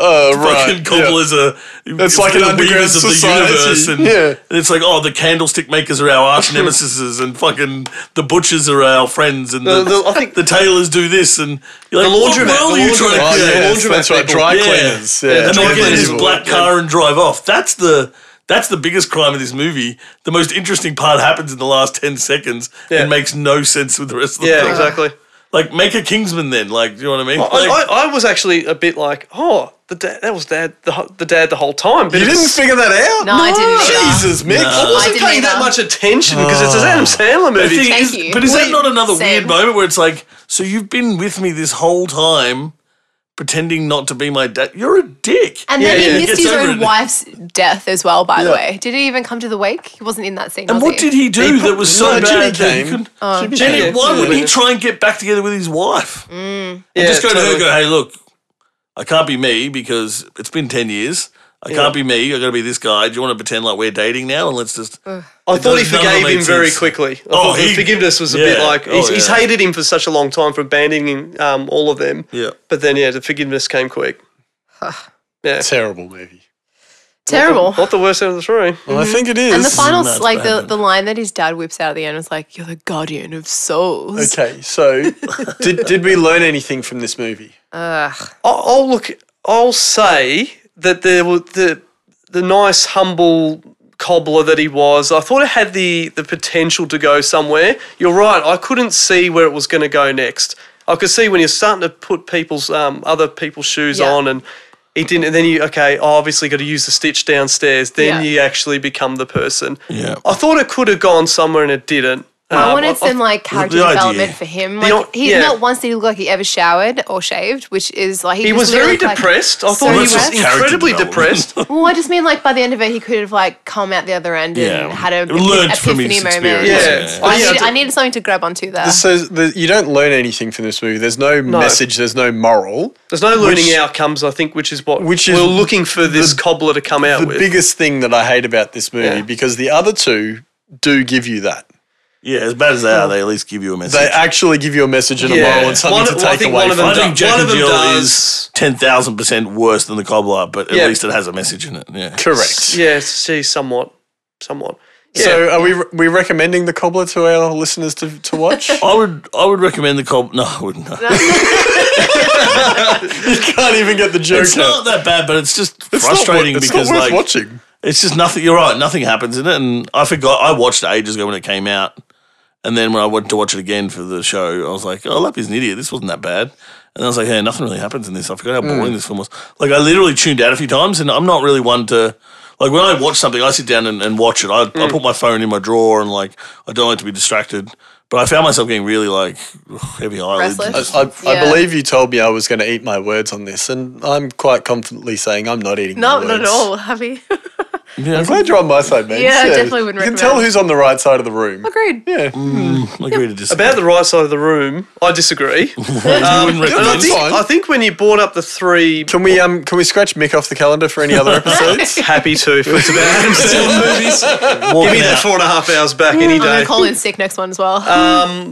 S1: Oh,
S3: fucking
S1: right. yeah.
S3: cobblers are.
S1: It's like an
S3: the
S1: underground
S3: weavers of the
S1: society.
S3: universe and,
S1: Yeah.
S3: and it's like, oh, the candlestick makers are our arch nemesis, and fucking the butchers are our friends, and the,
S4: The- the- I think-
S3: the tailors do this, and you're like,
S4: The
S3: what
S4: laundromat,
S3: world
S4: the
S3: are you trying
S1: Oh,
S3: to create?
S4: laundromat.
S1: yes,
S4: laundromat
S1: that's right.
S4: people.
S1: Dry
S3: Yeah.
S1: cleaners. Yeah,
S4: Yeah,
S3: And
S1: dry
S3: they get in
S1: cleaners
S3: his
S1: will-
S3: black car and drive off. That's the. That's the biggest crime of this movie. The most interesting part happens in the last ten seconds
S4: Yeah.
S3: and makes no sense with the rest of the
S4: Yeah,
S3: film.
S4: exactly.
S3: Like make a Kingsman then. Like, do you know what I mean?
S4: I,
S3: Like-
S4: I, I was actually a bit like, oh, the dad, that was dad, the, hu- the dad the whole time. But
S1: You
S4: it
S1: didn't
S4: was-
S1: figure that out?
S2: No, I didn't either.
S1: Jesus, Mick.
S4: I
S2: I
S4: wasn't
S2: didn't
S4: paying that
S2: either.
S4: much attention because it's an Adam Sandler
S3: But, the
S4: movie.
S3: thing
S2: Thank
S3: is-
S2: you.
S3: but is that
S2: Wait,
S3: not another
S2: Sam.
S3: weird moment where it's like, so you've been with me this whole time, pretending not to be my dad? You're a dick.
S2: And then
S4: Yeah, yeah,
S2: he missed
S3: gets
S2: his
S3: over
S2: own
S3: it.
S2: wife's death as well, by the
S3: Yeah.
S2: way. Did he even come to the wake? He wasn't in that scene.
S3: And
S2: was
S3: what did he do
S1: He
S3: that
S1: put-
S3: was so
S1: no, Jimmy
S3: bad that he
S1: came.
S3: couldn't?
S2: Oh,
S1: Jimmy
S3: Then
S1: came.
S4: Yeah.
S3: why wouldn't he
S4: Yeah.
S3: try and get back together with his wife?
S2: Mm.
S4: yeah,
S3: just go to her
S4: totally.
S3: and go, hey, look, I can't be me because it's been 10 years. I can't be me. I got to be this guy. Do you want to pretend like we're dating now? And let's just.
S4: I
S3: It
S4: thought he
S3: does- none of
S4: forgave
S3: it
S4: him
S3: makes
S4: very
S3: sense.
S4: quickly. I
S3: Oh,
S4: thought the
S3: he-
S4: forgiveness was a bit
S3: yeah.
S4: like
S3: Oh,
S4: he's, he's
S3: yeah.
S4: hated him for such a long time for abandoning um, all of them.
S3: Yeah.
S4: But then, yeah, the forgiveness came quick. Yeah,
S1: Terrible movie.
S2: Terrible.
S4: not the worst out of the three.
S1: Well, I think it is.
S2: Mm-hmm. And the final,
S3: That's
S2: like the,
S3: bad.
S2: the line that his dad whips out at the end is like, "You're the guardian of souls."
S1: Okay, so did, did we learn anything from this movie?
S2: Ugh.
S4: I'll, I'll look. I'll say that there were the the nice humble cobbler that he was. I thought it had the the potential to go somewhere. You're right. I couldn't see where it was going to go next. I could see when you're starting to put people's um, other people's shoes
S2: Yeah.
S4: on and. He didn't, and then you okay. Obviously, got to use the stitch downstairs. Then
S2: Yeah.
S4: you actually become the person.
S3: Yeah.
S4: I thought it could have gone somewhere, and it didn't.
S2: I
S4: Um,
S2: wanted some like character
S3: the idea.
S2: development for him.
S4: The
S2: Like
S4: o-
S2: he
S4: yeah.
S2: not once did he look like he ever showered or shaved, which is like he,
S4: He
S2: just
S4: was very
S2: literally, like-
S4: depressed.
S2: so
S4: I thought he
S2: depressed.
S4: was
S3: Character
S4: incredibly
S3: development.
S4: depressed.
S2: Well, I just mean like by the end of it, he could have like come out the other end
S3: Yeah.
S2: and had a
S3: Learned
S2: epiphany
S3: from his
S2: moment.
S3: experience.
S4: Yeah.
S2: I,
S4: Oh, yeah,
S2: needed,
S4: I
S2: I needed something to grab onto there.
S1: So the, you don't learn anything from this movie. There's no, message, there's no moral.
S4: There's no learning
S1: Which-
S4: outcomes, I think, which is what
S1: Which
S4: we're
S1: is
S4: looking for this cobbler to come out
S1: The
S4: with.
S1: biggest thing that I hate about this movie
S4: Yeah.
S1: because the other two do give you that.
S3: Yeah, as bad as they are, they at least give you a message.
S1: They actually give you a message and a
S4: Yeah.
S1: moral and something
S4: One-
S1: to
S4: well,
S1: take
S4: I think
S1: away
S4: one of
S1: from.
S3: I
S4: them-
S3: think Jack
S4: One
S3: and
S4: of them
S3: Jill
S4: does-
S3: is 10,000% worse than the cobbler, but at
S4: Yeah.
S3: least it has a message in it. Yeah.
S1: Correct.
S4: yeah, see, somewhat, somewhat. Yeah,
S1: So are we we recommending the cobbler to our listeners to, to watch?
S3: I would I would recommend the cobbler. No, I wouldn't. No.
S1: Can't even get the joke
S3: It's
S1: out.
S3: not that bad, but it's just
S1: It's not wor-
S3: frustrating
S1: it's
S3: because
S1: not worth
S3: like
S1: watching.
S3: it's just nothing. You're right, nothing happens in it, and I forgot. I watched it ages ago when it came out, and then when I went to watch it again for the show, I was like, "Oh, Lappy's an idiot. This wasn't that bad." And I was like, "Yeah, nothing really happens in this. I forgot how
S4: Mm.
S3: boring this film was." Like, I literally tuned out a few times, and I'm not really one to. Like when I watch something, I sit down and, and watch it. I,
S4: Mm.
S3: I put my phone in my drawer and like I don't like to be distracted. But I found myself getting really like heavy eyelids. and
S2: Restless?
S3: just-
S1: I, I
S2: Yeah.
S1: believe you told me I was going to eat my words on this, and I'm quite confidently saying I'm not eating.
S2: no,
S1: my
S2: not at
S1: words.
S2: all. Happy.
S3: Yeah,
S1: I'm glad you're on my side, man.
S2: Yeah, I definitely wouldn't
S1: You can
S2: recommend.
S1: tell who's on the right side of the room.
S2: Agreed.
S1: Yeah,
S3: I agree to disagree.
S4: about the right side of the room, I disagree.
S2: Um,
S3: wouldn't
S4: And I
S3: recommend.
S4: think,
S1: fine.
S4: I think when you brought up the three,
S1: Can we um can we scratch Mick off the calendar for any other episodes?
S4: happy to if it's about Adam Sandler movies. Give me
S3: Walking
S4: that
S3: out.
S4: four and a half hours back any
S2: I'm gonna
S4: day.
S2: call in sick next one as well.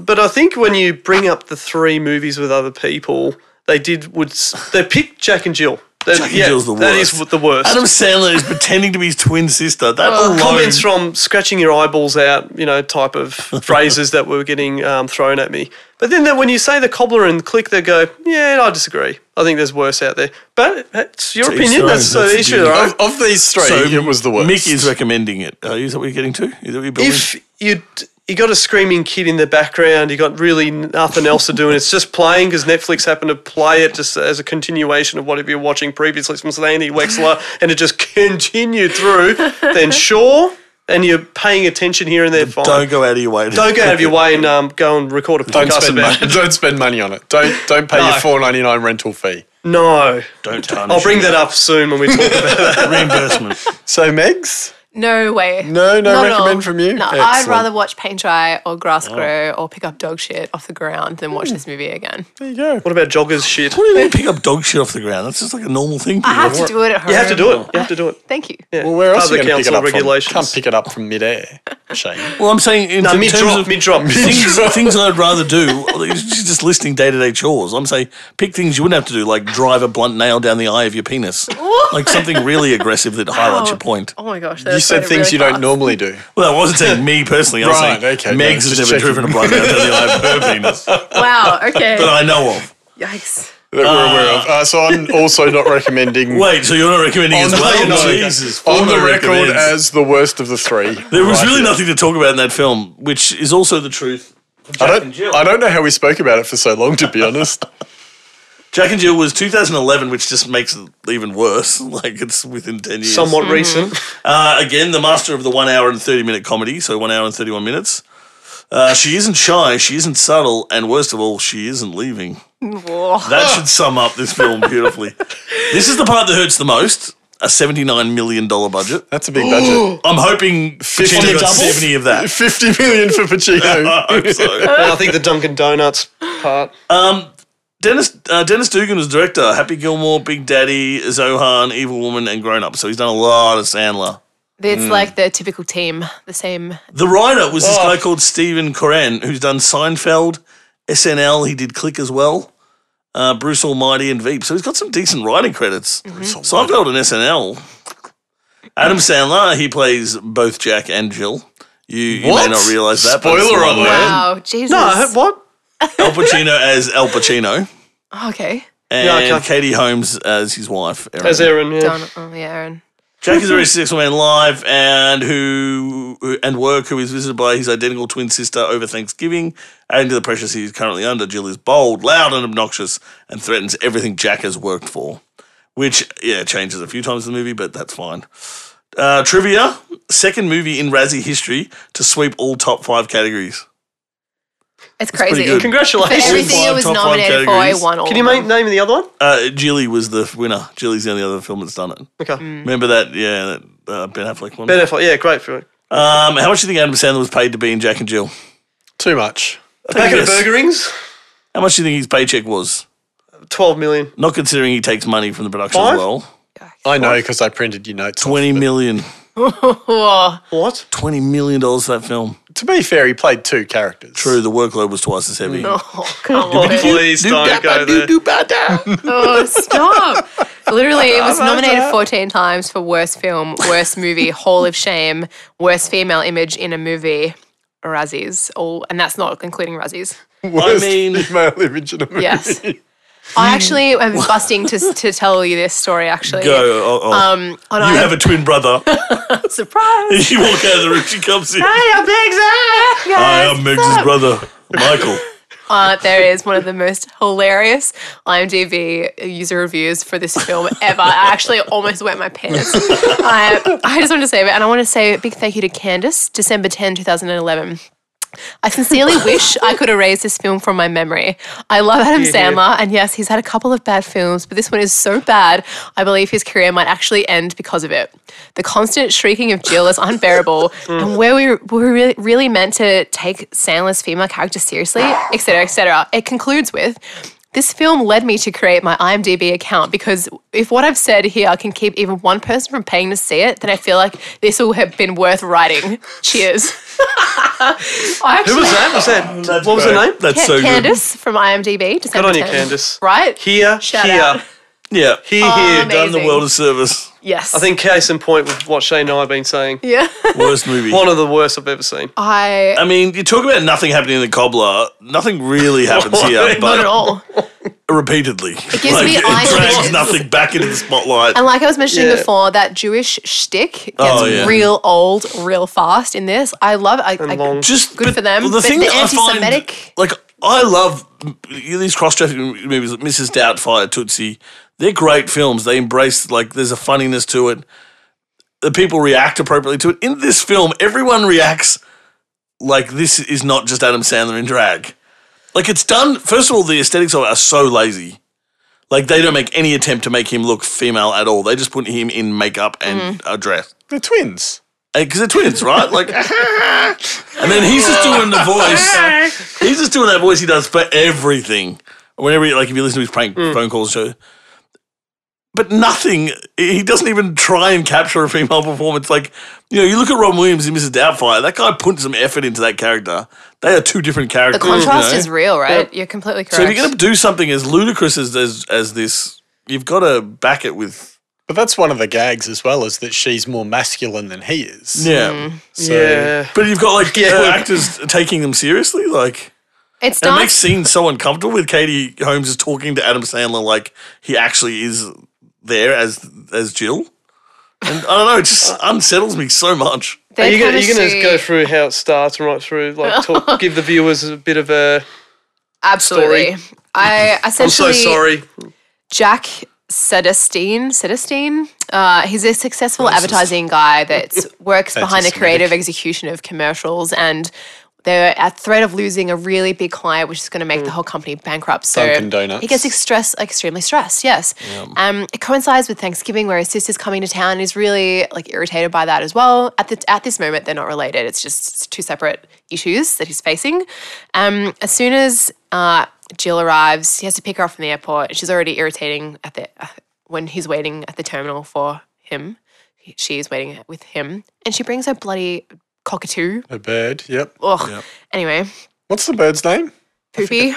S4: But I think when you bring up the three movies with other people, they did would s- they picked Jack and Jill. That,
S3: and
S4: yeah,
S3: Jill's the
S4: That is
S3: worst.
S4: the worst.
S3: Adam Sandler is pretending to be his twin sister. That
S2: Oh,
S3: alone.
S4: Uh, comments from scratching your eyeballs out, you know, type of phrases that were getting um, thrown at me. But then that when you say the cobbler and click, they go, yeah, I disagree. I think there's worse out there. But it's your
S3: each
S4: opinion.
S3: their
S4: That's
S3: own. That's
S4: the
S3: the
S4: issue,
S3: deal.
S4: right?
S1: of, of these three, it was the worst.
S3: Mick is recommending it. Uh, is that what you're getting to? Is that what you're building?
S4: If you you got a screaming kid in the background, you got really nothing else to do, and it's just playing because Netflix happened to play it just as a continuation of whatever you're watching previously from Andy Wexler, and it just continued through. Then sure, and you're paying attention here and there. Fine.
S3: don't go out of your way. To
S4: Don't go out of your way and um, go and record a
S1: don't
S4: podcast
S1: spend
S4: about
S1: money,
S4: it.
S1: don't spend money on it. Don't don't pay
S4: No.
S1: your four ninety nine rental fee.
S4: No.
S3: Don't
S4: I'll bring that up soon when we talk about it.
S3: up. Reimbursement.
S1: So Megs,
S2: no way.
S1: No, no
S2: Not at
S1: recommend
S2: all.
S1: from you?
S2: No,
S1: Excellent.
S2: I'd rather watch paint dry or grass grow or pick up dog shit off the ground than watch this movie again.
S1: there you go.
S4: What about joggers shit?
S3: What do you mean pick up dog shit off the ground? That's just like a normal thing.
S2: I have to do it at home.
S4: You have to do it. You have to do it.
S2: Thank you.
S4: Yeah.
S1: Well, where else are
S4: Part
S1: you
S4: of the
S1: going to pick it
S4: council
S1: up
S4: regulations.
S1: from? Can't pick it up from midair. Shame.
S3: Well, I'm saying in,
S4: No,
S3: in
S4: mid
S3: terms
S4: drop,
S3: of
S4: mid drop.
S3: things, things I'd rather do. It's just listing day to day chores. I'm saying pick things you wouldn't have to do, like drive a blunt nail down the eye of your penis, like something really aggressive that highlights your point.
S2: Oh my gosh.
S1: you said things you don't normally do.
S3: Well, I wasn't saying me personally. I was
S1: Right,
S3: saying
S1: okay, no,
S3: Megs has
S1: just
S3: never
S1: checking.
S3: driven a blind down to the eye of her penis that
S2: Wow. Okay.
S3: I know of.
S2: Yikes.
S1: That we're aware of. Uh, so I'm also not recommending.
S3: Wait, so you're not recommending as
S1: the-
S3: well?
S1: no,
S3: Jesus,
S1: on the
S3: Former
S1: record
S3: recommends.
S1: as the worst of the three.
S3: there was
S1: Right
S3: really
S1: here.
S3: nothing to talk about in that film, which is also the truth.
S1: I don't, I don't know how we spoke about it for so long, to be honest.
S3: Jack and Jill was 2011, which just makes it even worse. Like it's within 10 years.
S4: Somewhat
S1: Mm.
S4: recent.
S3: Uh, again, the master of the one hour and 30 minute comedy, so one hour and 31 minutes. Uh, she isn't shy, she isn't subtle, and worst of all, she isn't leaving.
S2: Whoa.
S3: That should sum up this film beautifully. this is the part that hurts the most a $79 million budget.
S1: That's a big budget.
S3: I'm hoping 50
S1: On the
S3: got
S1: double?
S3: 70 of that.
S1: Fifty million for Pacino.
S3: I hope so.
S4: And I think the Dunkin' Donuts part.
S3: Dennis uh, Dennis Dugan was director. Happy Gilmore, Big Daddy, Zohan, Evil Woman, and Grown Up. So he's done a lot of Sandler.
S2: It's like the typical team, the same.
S3: The writer was
S4: Oh.
S3: this guy called Steven Coran, who's done Seinfeld, SNL. He did Click as well. Uh, Bruce Almighty and Veep. So he's got some decent writing credits.
S4: Mhm.
S3: Seinfeld and SNL. Adam Sandler. He plays both Jack and Jill. You, you may
S1: What?
S3: not realize that. but it's
S1: Spoiler
S3: the one
S1: alert.
S3: where
S2: Wow, Jesus.
S4: No, I- what?
S3: Al Pacino as Al Pacino
S2: okay.
S3: and
S4: Yeah, okay.
S3: Katie Holmes as his wife. Erin.
S4: As Aaron, yeah.
S2: Don, oh, yeah, Aaron.
S3: Jack is a very successful man live and who who- and work who is visited by his identical twin sister over Thanksgiving, adding to the pressures he is currently under. Jill is bold, loud, and obnoxious, and threatens everything Jack has worked for. Which yeah changes a few times in the movie, but that's fine. Uh, trivia: second movie in Razzie history to sweep all top five categories.
S2: It's crazy.
S3: good.
S2: For
S4: Congratulations.
S2: everything
S3: five
S2: it was
S3: top five
S2: nominated for, I
S3: categories.
S2: won all.
S4: Can you
S2: of
S4: make,
S2: them.
S4: name the other one?
S3: Uh, Jilly was the winner. Jilly's the only other film that's done it.
S4: Okay.
S3: Remember that? Yeah, that, uh, Ben Affleck one.
S4: Ben Affleck, yeah, great film.
S3: Um, how much do you think Adam Sandler was paid to be in Jack and Jill?
S1: Too much.
S4: Back at
S3: Yes.
S4: the Burger Rings,
S3: How much do you think his paycheck was?
S4: 12 million.
S3: Not considering he takes money from the production
S4: Five?
S3: as well.
S1: I know because I printed your notes. off.
S3: 20 million.
S2: Whoa.
S4: What?
S3: 20 million dollars for that film.
S1: To be fair, he played two characters.
S3: True, the workload was twice as heavy.
S2: Oh, come on.
S4: Please don't go there.
S2: Oh, stop. Literally, it was nominated 14 times for Worst Film, Worst Movie, Hall of Shame, Worst Female Image in a Movie, Razzies. All, and that's not including Razzies.
S1: Worst
S3: I mean-
S1: female image in a movie.
S2: Yes. I actually am busting to, to tell you this story, actually.
S3: Go. Oh, oh.
S2: Um, on
S3: you
S2: I-
S3: have a twin brother.
S2: surprise.
S3: you walk out of the room, she comes in. Hi,
S2: I'm Meg's
S3: I'm Meg's brother, Michael.
S2: Uh, there is one of the most hilarious IMDb user reviews for this film ever. I actually almost wet my pants. I, I just want to say it, and I want to say a big thank you to Candace, December 10, 2011. I sincerely wish I could erase this film from my memory. I love Adam Sandler, and yes, he's had a couple of bad films, but this one is so bad, I believe his career might actually end because of it. The constant shrieking of Jill is unbearable,
S4: Mm.
S2: and where we were really, really meant to take Sandler's female character seriously, etc., etc. It concludes with. This film led me to create my IMDb account because if what I've said here can keep even one person from paying to see it, then I feel like this will have been worth writing. Cheers. I
S4: Who
S2: actually-
S4: was that? Was that what was her name?
S3: That's
S2: Ca-
S3: so good.
S2: Candace from IMDb.
S4: Good
S2: December
S4: on you,
S2: 10th.
S4: Candace.
S2: Right?
S4: Here,
S2: Shout
S4: here,
S2: out.
S3: Yeah.
S4: here,
S2: Oh,
S4: here.
S2: man.
S3: Done the
S2: Amazing.
S3: world a service.
S2: Yes.
S4: I think case in point with what Shane and I have been saying.
S2: Yeah.
S3: Worst movie.
S4: One of the worst I've ever seen.
S2: I.
S3: I mean, you talk about nothing happening in the cobbler. Nothing really happens here,
S2: Not
S3: but
S2: at all.
S3: repeatedly. It
S2: gives me
S3: it
S2: eye
S3: drags
S2: twitches.
S3: nothing back into the spotlight.
S2: And like I was mentioning
S4: Yeah.
S2: before, that Jewish shtick gets
S3: Oh, yeah.
S2: real old, real fast in this. I love it. I, I,
S4: long.
S3: just
S2: Good for them,
S3: well,
S2: but the
S3: I find-
S2: anti-Semitic-
S3: like I love m- these cross-dressing m- movies, like Mrs. Doubtfire, Tootsie. They're great films. They embrace like there's a funniness to it. The people react appropriately to it. In this film, everyone reacts like this is not just Adam Sandler in drag. Like it's done. First of all, the aesthetics of it are so lazy. Like they don't make any attempt to make him look female at all. They just put him in makeup and
S2: Mm-hmm.
S3: a dress
S1: They're twins.
S3: because they're twins, right? Like, and then he's just doing the voice. He's just doing that voice he does for everything. Whenever, he, like, if you listen to his prank phone calls, show, but nothing. He doesn't even try and capture a female performance. Like, you know, you look at Ron Williams and Mrs. Doubtfire. That guy put some effort into that character. They are two different
S2: the
S3: characters. you
S2: contrast
S4: Mm-hmm.
S3: know?
S2: is real, right? You're completely correct.
S3: So if you're going to do something as ludicrous as as, as this, you've got to back it with
S1: But that's one of the gags as well, is that she's more masculine than he is.
S3: yeah.
S2: Hmm.
S1: So
S4: yeah.
S3: But you've got like
S4: Yeah.
S3: uh, actors taking them seriously, like.
S2: it's
S3: And it
S2: not.
S3: makes scenes so uncomfortable with Katie Holmes is talking to Adam Sandler like he actually is there as as Jill. And I don't know, it just unsettles me so much.
S4: Are
S2: their
S4: you gonna, you gonna
S2: chemistry-
S4: go through how it starts and right through, like, talk, give the viewers a bit of a
S2: Absolutely. I
S4: I'm so
S2: essentially
S4: sorry.
S2: Jack Sedestein. Sedestein. Uh, he's a successful advertising guy that works behind the creative execution of commercials, and they're at threat of losing a really big client, which is going to make the whole company bankrupt. So
S1: Dunkin' Donuts.
S2: he gets ex- stress, extremely stressed. Yes. Um, it coincides with Thanksgiving, where his sister's coming to town. And he's really like irritated by that as well. At the at this moment, they're not related. It's just two separate issues that he's facing. Um, as soon as uh, Jill arrives, he has to pick her up from the airport. She's already irritating at the uh, when he's waiting at the terminal for him. He- She is waiting with him, and she brings her bloody cockatoo.
S1: A bird. Yep.
S2: Ugh. Anyway,
S1: What's the bird's name?
S2: poopy.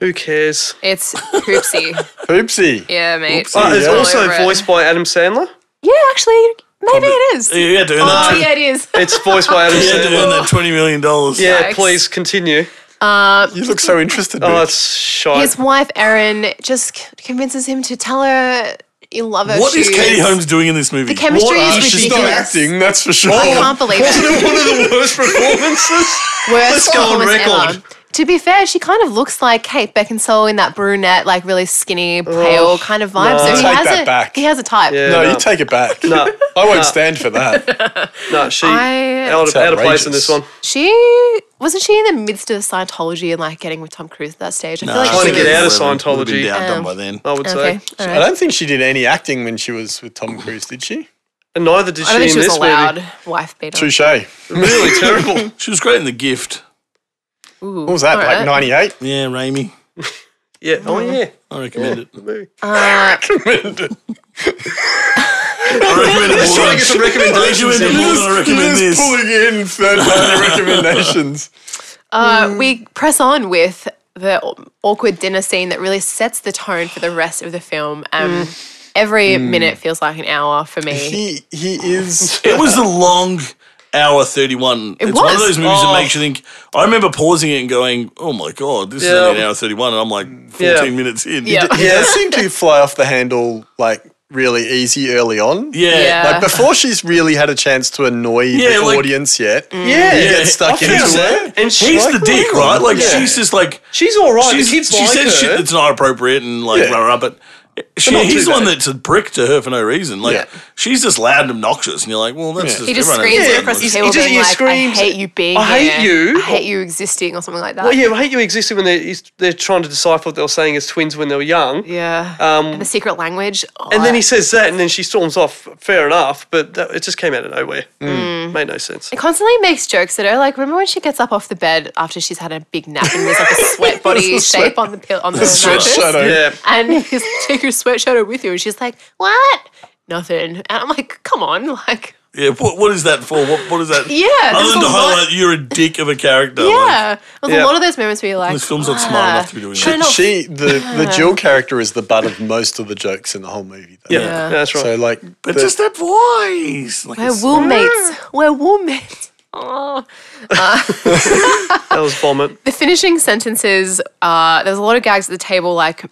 S4: Who cares?
S2: It's poopsie.
S1: Oopsie.
S2: yeah, mate.
S4: Uh, it's
S1: yeah.
S4: also
S2: Over it.
S4: voiced by Adam Sandler.
S2: Yeah, actually, maybe it is.
S3: You had to earn that.
S2: Oh
S3: tw-
S2: yeah, it is.
S4: It's voiced by Adam
S3: You had to
S4: Sandler.
S3: earn that twenty million dollars.
S4: Yeah,
S2: Yikes.
S4: please continue.
S1: You look so interested.
S4: Oh,
S1: Mitch.
S4: it's shite.
S2: Uh, His wife Erin just c- convinces him to tell her you love her.
S3: What is
S2: shoes.
S3: Katie Holmes doing in this movie?
S2: The chemistry
S4: What?
S2: is
S1: She's not
S2: ridiculous.
S1: acting, that's for sure.
S4: Oh,
S2: I can't believe it.
S4: One of the worst performances.
S2: Worst
S4: go on
S2: performance ever.
S4: record.
S2: To be fair, she kind of looks like Kate Beckinsale in that brunette, like really skinny, pale kind of vibe. so he
S1: Take
S2: has
S1: that
S2: a
S1: back.
S2: he has a type.
S4: Yeah.
S1: No, you
S4: No.
S1: take it back.
S4: No,
S1: I won't stand for that.
S4: no, she
S2: I-
S4: out, of, out of place
S1: outrageous.
S4: in this one.
S2: She wasn't she in the midst of Scientology and like getting with Tom Cruise at that stage. I feel like
S4: Trying
S2: she
S4: to get
S2: was-
S4: out of
S3: Would have
S4: Scientology.
S3: been outdone
S2: Um,
S3: by then.
S4: I would
S2: Okay,
S4: say,
S2: all
S1: I
S2: right.
S1: don't think she did any acting when she was with Tom Cruise, did she?
S4: and neither did
S2: I
S4: she
S2: don't think
S4: in
S2: she was
S4: this
S2: allowed.
S4: movie.
S2: Wife beater.
S1: Touche. What
S4: Really terrible.
S3: She was great in The Gift.
S2: Ooh,
S1: was that,
S2: all
S1: like
S2: right.
S1: 98?
S3: Yeah, Raimi.
S4: Yeah. Oh yeah.
S3: I recommend it.
S4: Movie.
S2: Uh,
S3: I recommend it. more than-
S4: trying to get some recommendations
S3: I recommend
S4: in.
S1: Just
S3: it more than I recommend this.
S1: pulling in third party recommendations.
S2: Uh,
S4: Mm.
S2: We press on with the aw- awkward dinner scene that really sets the tone for the rest of the film. Um,
S4: Mm.
S2: Every minute feels like an hour for me.
S1: He he is.
S3: It was the long hour 31.
S2: It
S3: it's one of
S2: was.
S3: those movies
S4: Oh.
S3: that makes you think. I remember pausing it and going, oh my God, this
S4: Yeah.
S3: is only an hour 31. And I'm like 14
S4: Yeah.
S3: minutes in.
S2: Yeah.
S1: He does seem to fly off the handle like really easy early on.
S3: Yeah.
S2: Yeah.
S1: Like before she's really had a chance to annoy
S3: Yeah,
S1: the
S3: like-
S1: audience yet.
S4: Mm. Yeah.
S1: He
S3: Yeah.
S1: gets stuck
S3: I
S1: into
S3: found
S1: it.
S3: that.
S4: And she,
S3: He's the dick, right? Like
S4: Yeah.
S3: she's just like
S4: she's all right.
S3: she's,
S4: the kids
S3: she
S4: like
S3: says shit
S4: her.
S3: that's not appropriate and like
S1: Yeah.
S3: rah rah, but she,
S4: not
S3: he's
S4: too
S3: the one
S4: bad.
S3: that's a prick to her for no reason. Like
S1: Yeah.
S3: she's just loud and obnoxious, and you're like, well, that's
S1: Yeah.
S3: just
S2: He just
S3: everyone
S2: screams
S3: has
S2: it
S3: that
S2: across the
S3: much-
S4: he's- he
S2: table,
S4: just-
S2: being
S4: he
S2: like,
S4: screams,
S2: "I hate you being
S4: "I hate
S2: here.
S4: you."
S2: I hate you existing," or something like that.
S4: Well, Oh, yeah, I hate you existed when they're, he's- they're trying to decipher what they were saying as twins when they were young.
S2: yeah.
S4: Um,
S2: the secret language.
S4: and then
S2: Oh.
S4: he says that, and then she storms off. Fair enough, but that, it just came out of nowhere.
S3: Hmm.
S4: Mm. Made no sense.
S2: It constantly makes jokes at her. Like, remember when she gets up off the bed after she's had a big nap and there's like a sweat body shape on the pill on the
S1: Sweat
S2: mattress?
S1: shadow.
S4: Yeah,
S2: and he's take your sweatshirt with you. And she's like, What? Nothing. And I'm like, come on, like
S3: Yeah, what, what is that for? What, what is that?
S2: Yeah,
S3: other
S2: there's
S3: than
S2: a
S3: to
S2: lot-
S3: highlight you're a dick of a character. like,
S2: Yeah. There's a
S4: Yeah.
S2: lot of those moments where you're like
S3: this film's not smart
S2: "Ah,
S3: enough to be doing
S2: try
S3: that."
S2: not-
S1: She the the Jill character is the butt of most of the jokes in the whole movie. Though.
S4: yeah,
S2: Yeah.
S4: that's right.
S1: So like,
S3: but
S1: the-
S3: just that voice. Like,
S2: "Oh, We're
S3: it's-
S2: woolmates. We're woolmates. Oh.
S4: that was vomit.
S2: The finishing sentences, uh, there's a lot of gags at the table, like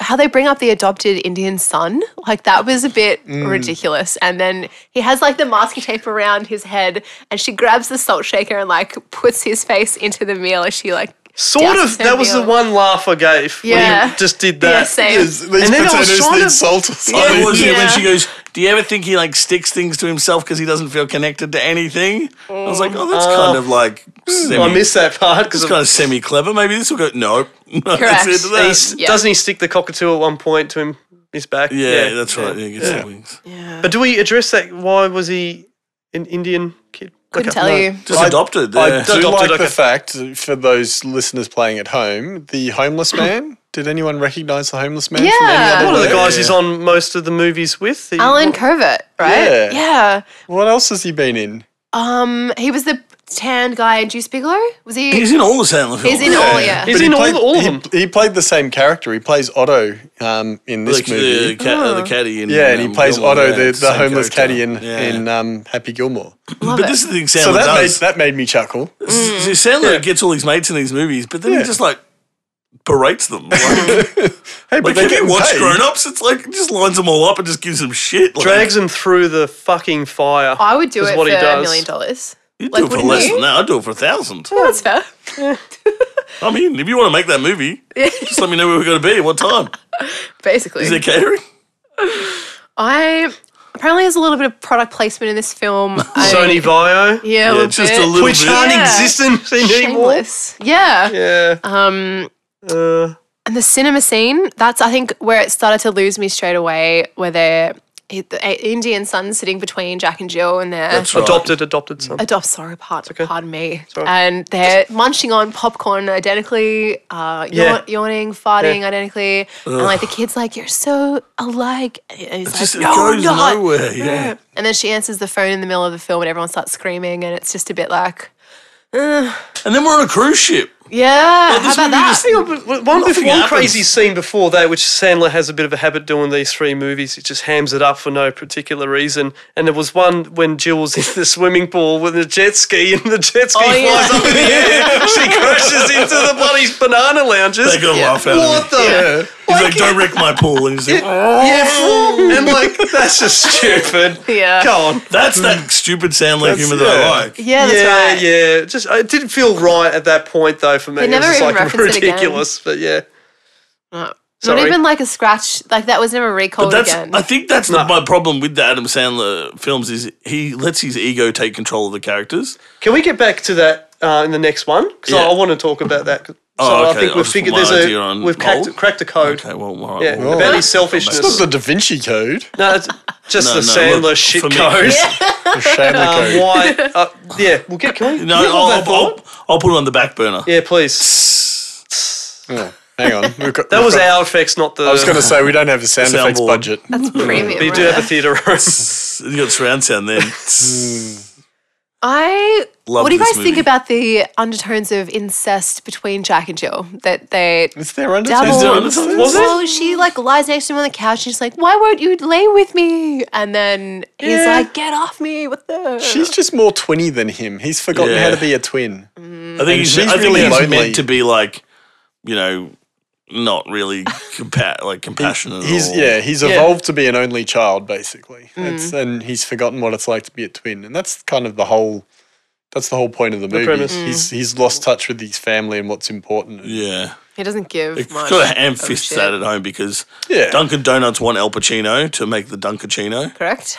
S2: how they bring up the adopted Indian son. Like that was a bit
S4: Mm.
S2: ridiculous. And then he has like the masking tape around his head and she grabs the salt shaker and like puts his face into the meal as she like
S4: Sort
S2: douses
S4: of.
S2: her
S4: That was the
S2: meal.
S4: one laugh I gave. when
S2: Yeah.
S4: he just did
S2: Yeah,
S4: that.
S2: same.
S1: these these
S4: And then I was
S1: potatoes
S4: trying
S1: need
S4: to-
S1: salt or
S3: Yeah,
S1: something.
S3: it was it when
S2: Yeah.
S3: she goes, "Do you ever think he like sticks things to himself because he doesn't feel connected to anything?" I was like, "Oh, that's
S2: Mm.
S3: kind of
S2: Uh,
S3: like
S2: hmm,
S3: semi,
S4: I missed that part because
S3: it's kind of semi clever. Maybe this will go." No, that's
S2: Correct.
S3: it to that.
S2: Yeah.
S4: doesn't he stick the cockatoo at one point to him his back?
S3: Yeah, that's right. Yeah, he gets
S1: Yeah.
S3: the wings.
S2: Yeah.
S4: But do we address that? Why was he an Indian kid?
S2: Couldn't
S4: Okay.
S2: tell
S4: No.
S2: you.
S3: Just
S1: I-
S3: adopted.
S1: I
S3: Yeah.
S1: do like
S4: Adopted, okay.
S1: the fact for those listeners playing at home, the homeless man. Did anyone recognise the homeless man? From any
S2: Yeah.
S1: other
S4: One of the
S1: work?
S4: guys he's on most of the movies with. He-
S2: Alan Covert, right?
S1: Yeah.
S2: Yeah.
S1: What else has he been in?
S2: Um, he was the tanned guy in Juice Bigelow. Was he?
S3: He's in all the Sandler films.
S2: He's in all, yeah.
S4: He's
S1: But he
S4: in all-
S1: played-
S4: all of
S1: he-
S4: them.
S1: He played the same character. He plays Otto um, in this
S3: Like
S1: movie.
S3: the, cat,
S2: Uh-huh.
S3: uh, the caddy. In,
S1: yeah, and he
S3: um,
S1: plays
S3: Gilmore,
S1: Otto,
S3: yeah,
S1: the,
S3: it's
S1: the
S3: same
S1: homeless
S3: character.
S1: caddy in,
S3: Yeah.
S1: in um, Happy Gilmore.
S2: Love
S3: but
S2: it.
S3: this is the thing Sandler
S1: so that made,
S3: does.
S1: that made me chuckle.
S2: Mm.
S3: So Sandler
S4: Yeah.
S3: gets all his mates in these movies, but then
S1: Yeah.
S3: he just like berates them. Like,
S1: Hey, but
S3: Like,
S1: they
S3: if you
S1: get
S3: watch
S1: paid.
S3: Grown Ups, it's like, it just lines them all up and just gives them shit. Like,
S4: drags him through the fucking fire.
S2: I would do
S4: is
S2: it
S4: what
S2: for
S4: he
S2: a
S4: does.
S2: million dollars.
S3: You'd
S2: Like,
S3: do it for
S2: wouldn't
S3: less
S2: you?
S3: than that. I'd do it for a thousand.
S2: Well, that's fair.
S3: I'm in. If you want to make that movie, just let me know where we're going to be, what time.
S2: basically.
S3: Is there catering?
S2: I apparently there's a little bit of product placement in this film. I-
S4: Sony Vio,
S2: yeah,
S3: Yeah,
S2: little
S3: just
S2: bit.
S3: a little
S4: which
S3: bit.
S4: aren't
S2: Yeah.
S4: existent anymore. Uh-huh.
S2: Shameless. Yeah.
S4: Yeah.
S2: Um,
S4: Uh,
S2: and the cinema scene. That's I think where it started to lose me straight away. Where they're the Indian son sitting between Jack and Jill, and they're
S3: That's right.
S4: adopted, adopted son.
S2: Adopt, sorry, pardon, pardon me.
S4: all right.
S2: And they're munching on popcorn identically, uh, yawn-
S4: Yeah.
S2: yawning, farting identically. And like the kid's like, You're so alike. And he's like,
S3: Just, it
S2: No, I'm
S3: goes
S2: not.
S3: nowhere. Yeah.
S2: And then she answers the phone in the middle of the film and everyone starts screaming. And it's just a bit like,
S3: And then we're on a cruise ship.
S2: Yeah, how
S3: Oh, this
S2: about
S3: movie
S2: that?
S3: just-
S4: Hang on, but one, one
S3: Nothing happens.
S4: crazy scene before that, which Sandler has a bit of a habit doing these three movies, it just hams it up for no particular reason. And there was one when Jill was in the swimming pool with the jet ski, and the jet ski
S2: Oh, yeah.
S4: flies up in the air. She crashes into the bloody banana lounges.
S3: They got to laugh out of
S4: what
S3: me.
S4: the?
S3: He's like, don't wreck my pool. And he's like,
S4: Yeah, and like that's just stupid.
S2: Um, Yeah.
S4: Go on.
S3: that's that stupid Sandler
S4: That's-
S3: humor that
S4: yeah.
S3: I like.
S2: yeah, that's
S4: yeah,
S2: right.
S4: yeah. Just it didn't feel right at that point though for me.
S2: They
S4: it
S2: never
S4: was just,
S2: even
S4: like
S2: reference it again.
S4: ridiculous, but yeah.
S2: No,
S4: Sorry.
S2: Not even like a scratch, like that was never recalled
S3: That's,
S2: again.
S3: I think that's
S4: No.
S3: my problem with the Adam Sandler films is he lets his ego take control of the characters.
S4: Can we get back to that uh, in the next one? Because
S3: Yeah.
S4: I, want to talk about that. 'Cause- So
S3: Oh,
S4: I
S3: okay.
S4: think
S3: I'll
S4: we've
S3: just
S4: figured
S3: put
S4: there's
S3: my idea
S4: a
S3: on
S4: we've cracked,
S3: hold.
S4: cracked a code.
S3: Okay, well, all right.
S4: Yeah,
S3: well,
S4: about
S1: Well,
S4: his
S1: It's not
S4: selfishness.
S1: the Da Vinci Code,
S4: no, it's just
S3: No,
S4: the
S3: no,
S4: Sandler
S3: look,
S4: shit
S3: for me-
S4: code.
S1: the Chandler
S4: Um,
S1: Code.
S4: why? Uh, yeah, we'll get. Can
S3: no,
S4: we? can we
S3: I'll,
S4: hold that
S3: I'll,
S4: thought?
S3: I'll, I'll put it on the back burner.
S4: Yeah, please.
S1: Oh, hang on. We've got,
S4: That
S1: we've
S4: was
S1: got-
S4: our effects, not the.
S1: I was going to say, we don't have a sound effects
S3: Soundboard.
S1: budget.
S2: that's premium.
S4: But you do
S2: right
S4: have a
S2: there.
S4: theater room.
S3: You got surround sound then.
S4: Mm.
S2: I
S3: Love
S2: What do you
S3: this
S2: guys think
S3: movie.
S2: about the undertones of incest between Jack and Jill? That they
S1: Is there undertones?
S2: double.
S3: there undertones?
S4: Was it?
S2: Well, she like lies next to him on the couch. And she's like, "Why won't you lay with me?" And then he's
S4: Yeah.
S2: like, "Get off me!" What the?
S1: She's just more twinny than him. He's forgotten
S3: Yeah.
S1: how to be a twin.
S3: I think he's,
S1: she's
S3: I think
S1: really
S3: he's
S1: lonely.
S3: meant to be like, you know, not really compa- like compassionate.
S1: He's
S3: or,
S1: yeah, he's
S4: Yeah. Mm.
S1: evolved to be an only child basically. It's, and he's forgotten what it's like to be a twin. And that's kind of the whole that's the whole point of the movie.
S4: premise. Mm.
S1: He's he's lost touch with his family and what's important.
S3: Yeah.
S2: he doesn't give much.
S3: Got to ham
S2: of a
S3: fist
S2: shit.
S3: that at home because
S1: Yeah.
S3: Dunkin' Donuts want El Pacino to make the Dunkachino,
S2: Correct.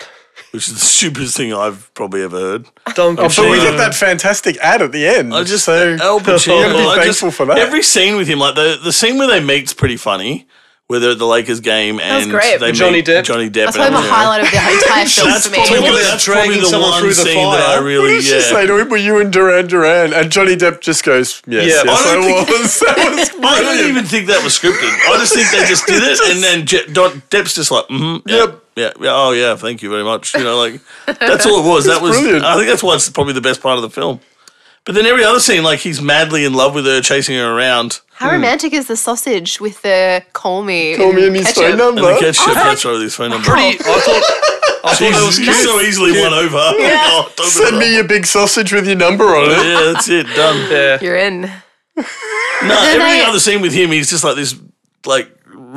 S3: which is the stupidest thing I've probably ever heard.
S4: Don't
S3: I'm
S4: go
S3: sure
S1: But we
S3: Yeah.
S1: get that fantastic ad at the end.
S3: I just
S1: so
S3: El Pacino.
S1: gotta be
S3: I just-
S1: thankful for that.
S3: Every scene with him, like the the scene where they meet's pretty funny, where they're at the Lakers game
S2: was
S3: and
S2: great.
S3: they
S4: With Johnny
S3: meet
S4: Depp.
S3: Johnny Depp.
S2: That's
S3: and
S2: probably my
S3: everything.
S2: highlight of the entire film
S3: That's
S2: for
S3: probably,
S2: me.
S4: about
S3: that's
S4: dragging
S3: probably the
S4: someone
S3: one
S4: through the
S3: scene that I
S4: fire.
S1: What
S3: really
S1: did she
S3: yeah.
S1: say to him? Were you and Duran Duran? And Johnny Depp just goes, Yes,
S4: Yeah,
S1: yes,
S3: I
S1: I,
S3: don't
S1: was. that was
S3: I don't
S1: brilliant.
S3: even think that was scripted. I just think they just did it, and then Je- Don- Depp's just like, mm-hmm, yeah,
S1: Yep.
S3: yeah, yeah, oh yeah, thank you very much. You know, like that's all it was. that was,
S1: brilliant.
S3: I think that's why it's probably the best part of the film. But then every other scene, like he's madly in love with her, chasing her around,
S2: How romantic is the sausage with the call me?
S1: Call me in his
S2: ketchup?
S1: phone number.
S3: and the ketchup.
S2: Oh,
S3: That's right, with his phone number.
S4: Pretty. I thought. I thought that was
S3: He's, he's so easily won over. Oh, don't
S1: Send me your big sausage with your number on it.
S3: yeah, that's it. Done.
S4: Yeah.
S2: You're in.
S3: No,
S2: then
S3: every
S2: they-
S3: other scene with him, he's just like this, like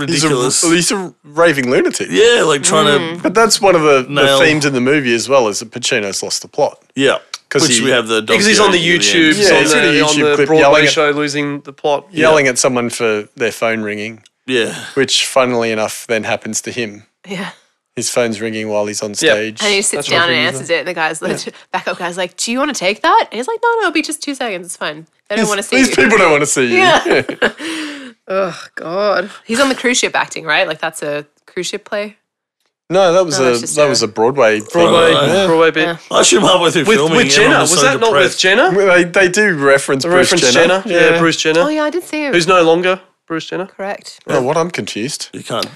S1: He's a,
S3: ridiculous.
S1: he's a raving lunatic.
S3: yeah, like trying to.
S1: But that's one of the, the
S3: Nail.
S1: themes in the movie as well, is that Pacino's lost the plot.
S3: Yeah,
S1: 'Cause
S3: because
S1: he-
S3: we have the
S4: Because he's on the
S3: documentary at
S4: YouTube,
S3: end.
S1: Yeah,
S4: on,
S1: he's in a
S4: the, on
S1: YouTube
S4: the
S1: clip
S4: Broadway
S1: yelling at-
S4: show, losing the plot.
S1: Yelling at someone for their phone ringing,
S3: yeah.
S1: which funnily enough then happens to him.
S2: Yeah.
S1: His phone's ringing while he's on stage.
S2: And he sits down and answers it. And the guy's, the backup guy's like, "Do you want to take that?" And he's like, "No, no, it'll be just two seconds. It's fine. They don't want to see
S1: These
S2: you."
S1: people don't want to see you.
S2: Yeah. oh God. He's on the cruise ship acting, right? Like that's a cruise ship play.
S1: No, that was
S2: No,
S1: a
S2: that's just
S1: that
S2: a-
S1: was a Broadway. thing.
S4: Broadway,
S3: Yeah.
S4: Broadway bit.
S2: Yeah.
S3: I assume halfway through
S4: With,
S3: filming,
S4: with Jenna,
S3: everyone
S4: was
S3: so
S4: that not with
S3: depressed.
S4: Jenna?
S1: They, they do reference Bruce
S4: Reference
S1: Jenner.
S4: Jenner, yeah, Bruce Jenner,
S2: Oh yeah, I did see him.
S4: who's no longer Bruce Jenner.
S2: correct?
S1: Oh, what? I'm confused.
S3: You can't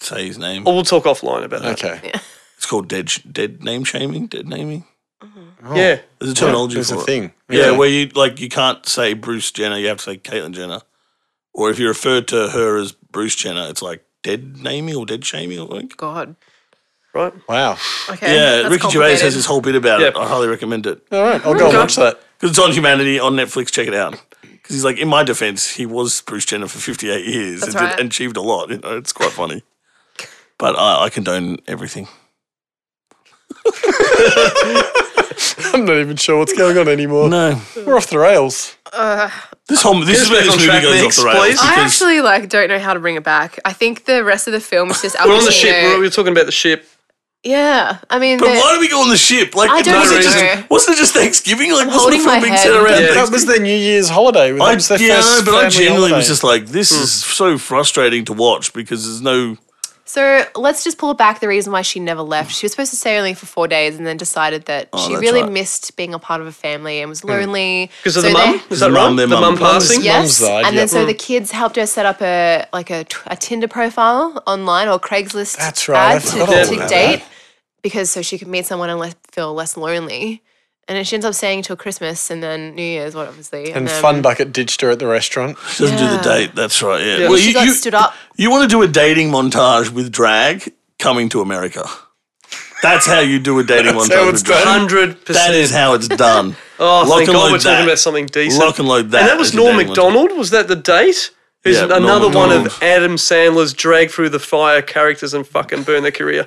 S3: say his name.
S4: Oh, we'll talk offline about that.
S1: Okay.
S3: It's called dead, sh- dead name shaming. Dead naming.
S4: Yeah,
S3: There's a terminology
S1: There's
S3: for
S1: a
S3: it.
S1: thing. Yeah.
S3: Yeah, where you like you can't say Bruce Jenner. You have to say Caitlyn Jenner. Or if you refer to her as Bruce Jenner, it's like dead naming or dead shaming. I think.
S2: God.
S4: right.
S1: Wow.
S2: Okay.
S3: yeah,
S2: that's
S3: Ricky Gervais has
S2: complicated.
S3: this whole bit about it.
S4: Yeah.
S3: I highly recommend it.
S1: All right. I'll go and watch that.
S3: Because it's on Humanity on Netflix. Check it out. Because he's like, in my defense, he was Bruce Jenner for 58 years
S2: That's
S3: and, did-
S2: right.
S3: and achieved a lot. You know, it's quite funny. But I, I condone everything.
S1: I'm not even sure what's going on anymore.
S3: No.
S1: We're off the rails.
S3: This whole this is where this
S4: back on
S3: movie
S4: track,
S3: goes
S4: Nix,
S3: off the rails.
S4: please.
S2: I
S3: because-
S2: actually like don't know how to bring it back. I think the rest of the film is just Al
S4: We're on the
S2: Pacino.
S4: ship. We're, we're talking about the ship.
S2: Yeah, I mean,
S3: but
S2: the-
S3: why do we go on the ship? Like,
S2: I don't
S3: wasn't, it
S2: know.
S3: just, wasn't it just Thanksgiving? Like, wasn't
S2: holding
S3: the film
S2: my
S3: being
S2: head.
S3: set around
S4: Yeah.
S1: That
S3: Thanksgiving?
S1: was their New Year's holiday. That was their
S3: yeah,
S1: first
S3: no, but I
S1: family
S3: generally
S1: holiday.
S3: was just like, this is so frustrating to watch because there's no.
S2: so let's just pull back the reason why she never left. She was supposed to stay only for four days, and then decided that she
S4: Oh,
S3: that's
S2: really
S3: right.
S2: missed being a part of a family and was lonely
S4: Because Hmm.
S2: So
S4: of the
S2: they-
S4: mum? Is that
S3: The
S4: right?
S3: mum,
S4: The
S3: their
S4: mum
S3: mum passed.
S4: passing?
S1: Yeah.
S2: Yes,
S1: Mum's side,
S2: and
S1: yeah.
S2: then so the kids helped her set up a like a, t- a Tinder profile online or Craigslist.
S1: That's right, I
S2: Ad
S1: forgot all
S2: to, to
S1: about
S2: date
S1: that.
S2: because so she could meet someone and le- feel less lonely. And then she ends up staying till Christmas and then New Year's, what obviously.
S1: And
S2: then,
S1: Fun Bucket ditched her at the restaurant.
S3: She doesn't do the
S2: Yeah.
S3: date. That's right. Yeah.
S4: Yeah.
S3: Well,
S2: She
S3: you,
S2: got
S3: you,
S2: stood up.
S3: you want to do a dating montage with drag coming to America. That's how you do a dating
S1: That's
S3: montage.
S1: how
S3: with
S1: it's
S3: drag.
S1: done.
S4: Hundred
S3: That is
S4: percent.
S3: how it's done.
S4: Oh,
S3: Lock
S4: thank
S3: and
S4: God
S3: load
S4: we're
S3: that.
S4: talking about something decent.
S3: Lock and load that.
S4: and that was
S3: as your
S4: Norm
S3: dating
S4: Macdonald. Was that the date? Who's
S3: Yeah, Norm
S4: another one
S3: Macdonald.
S4: of Adam Sandler's drag through the fire characters and fucking burn their career?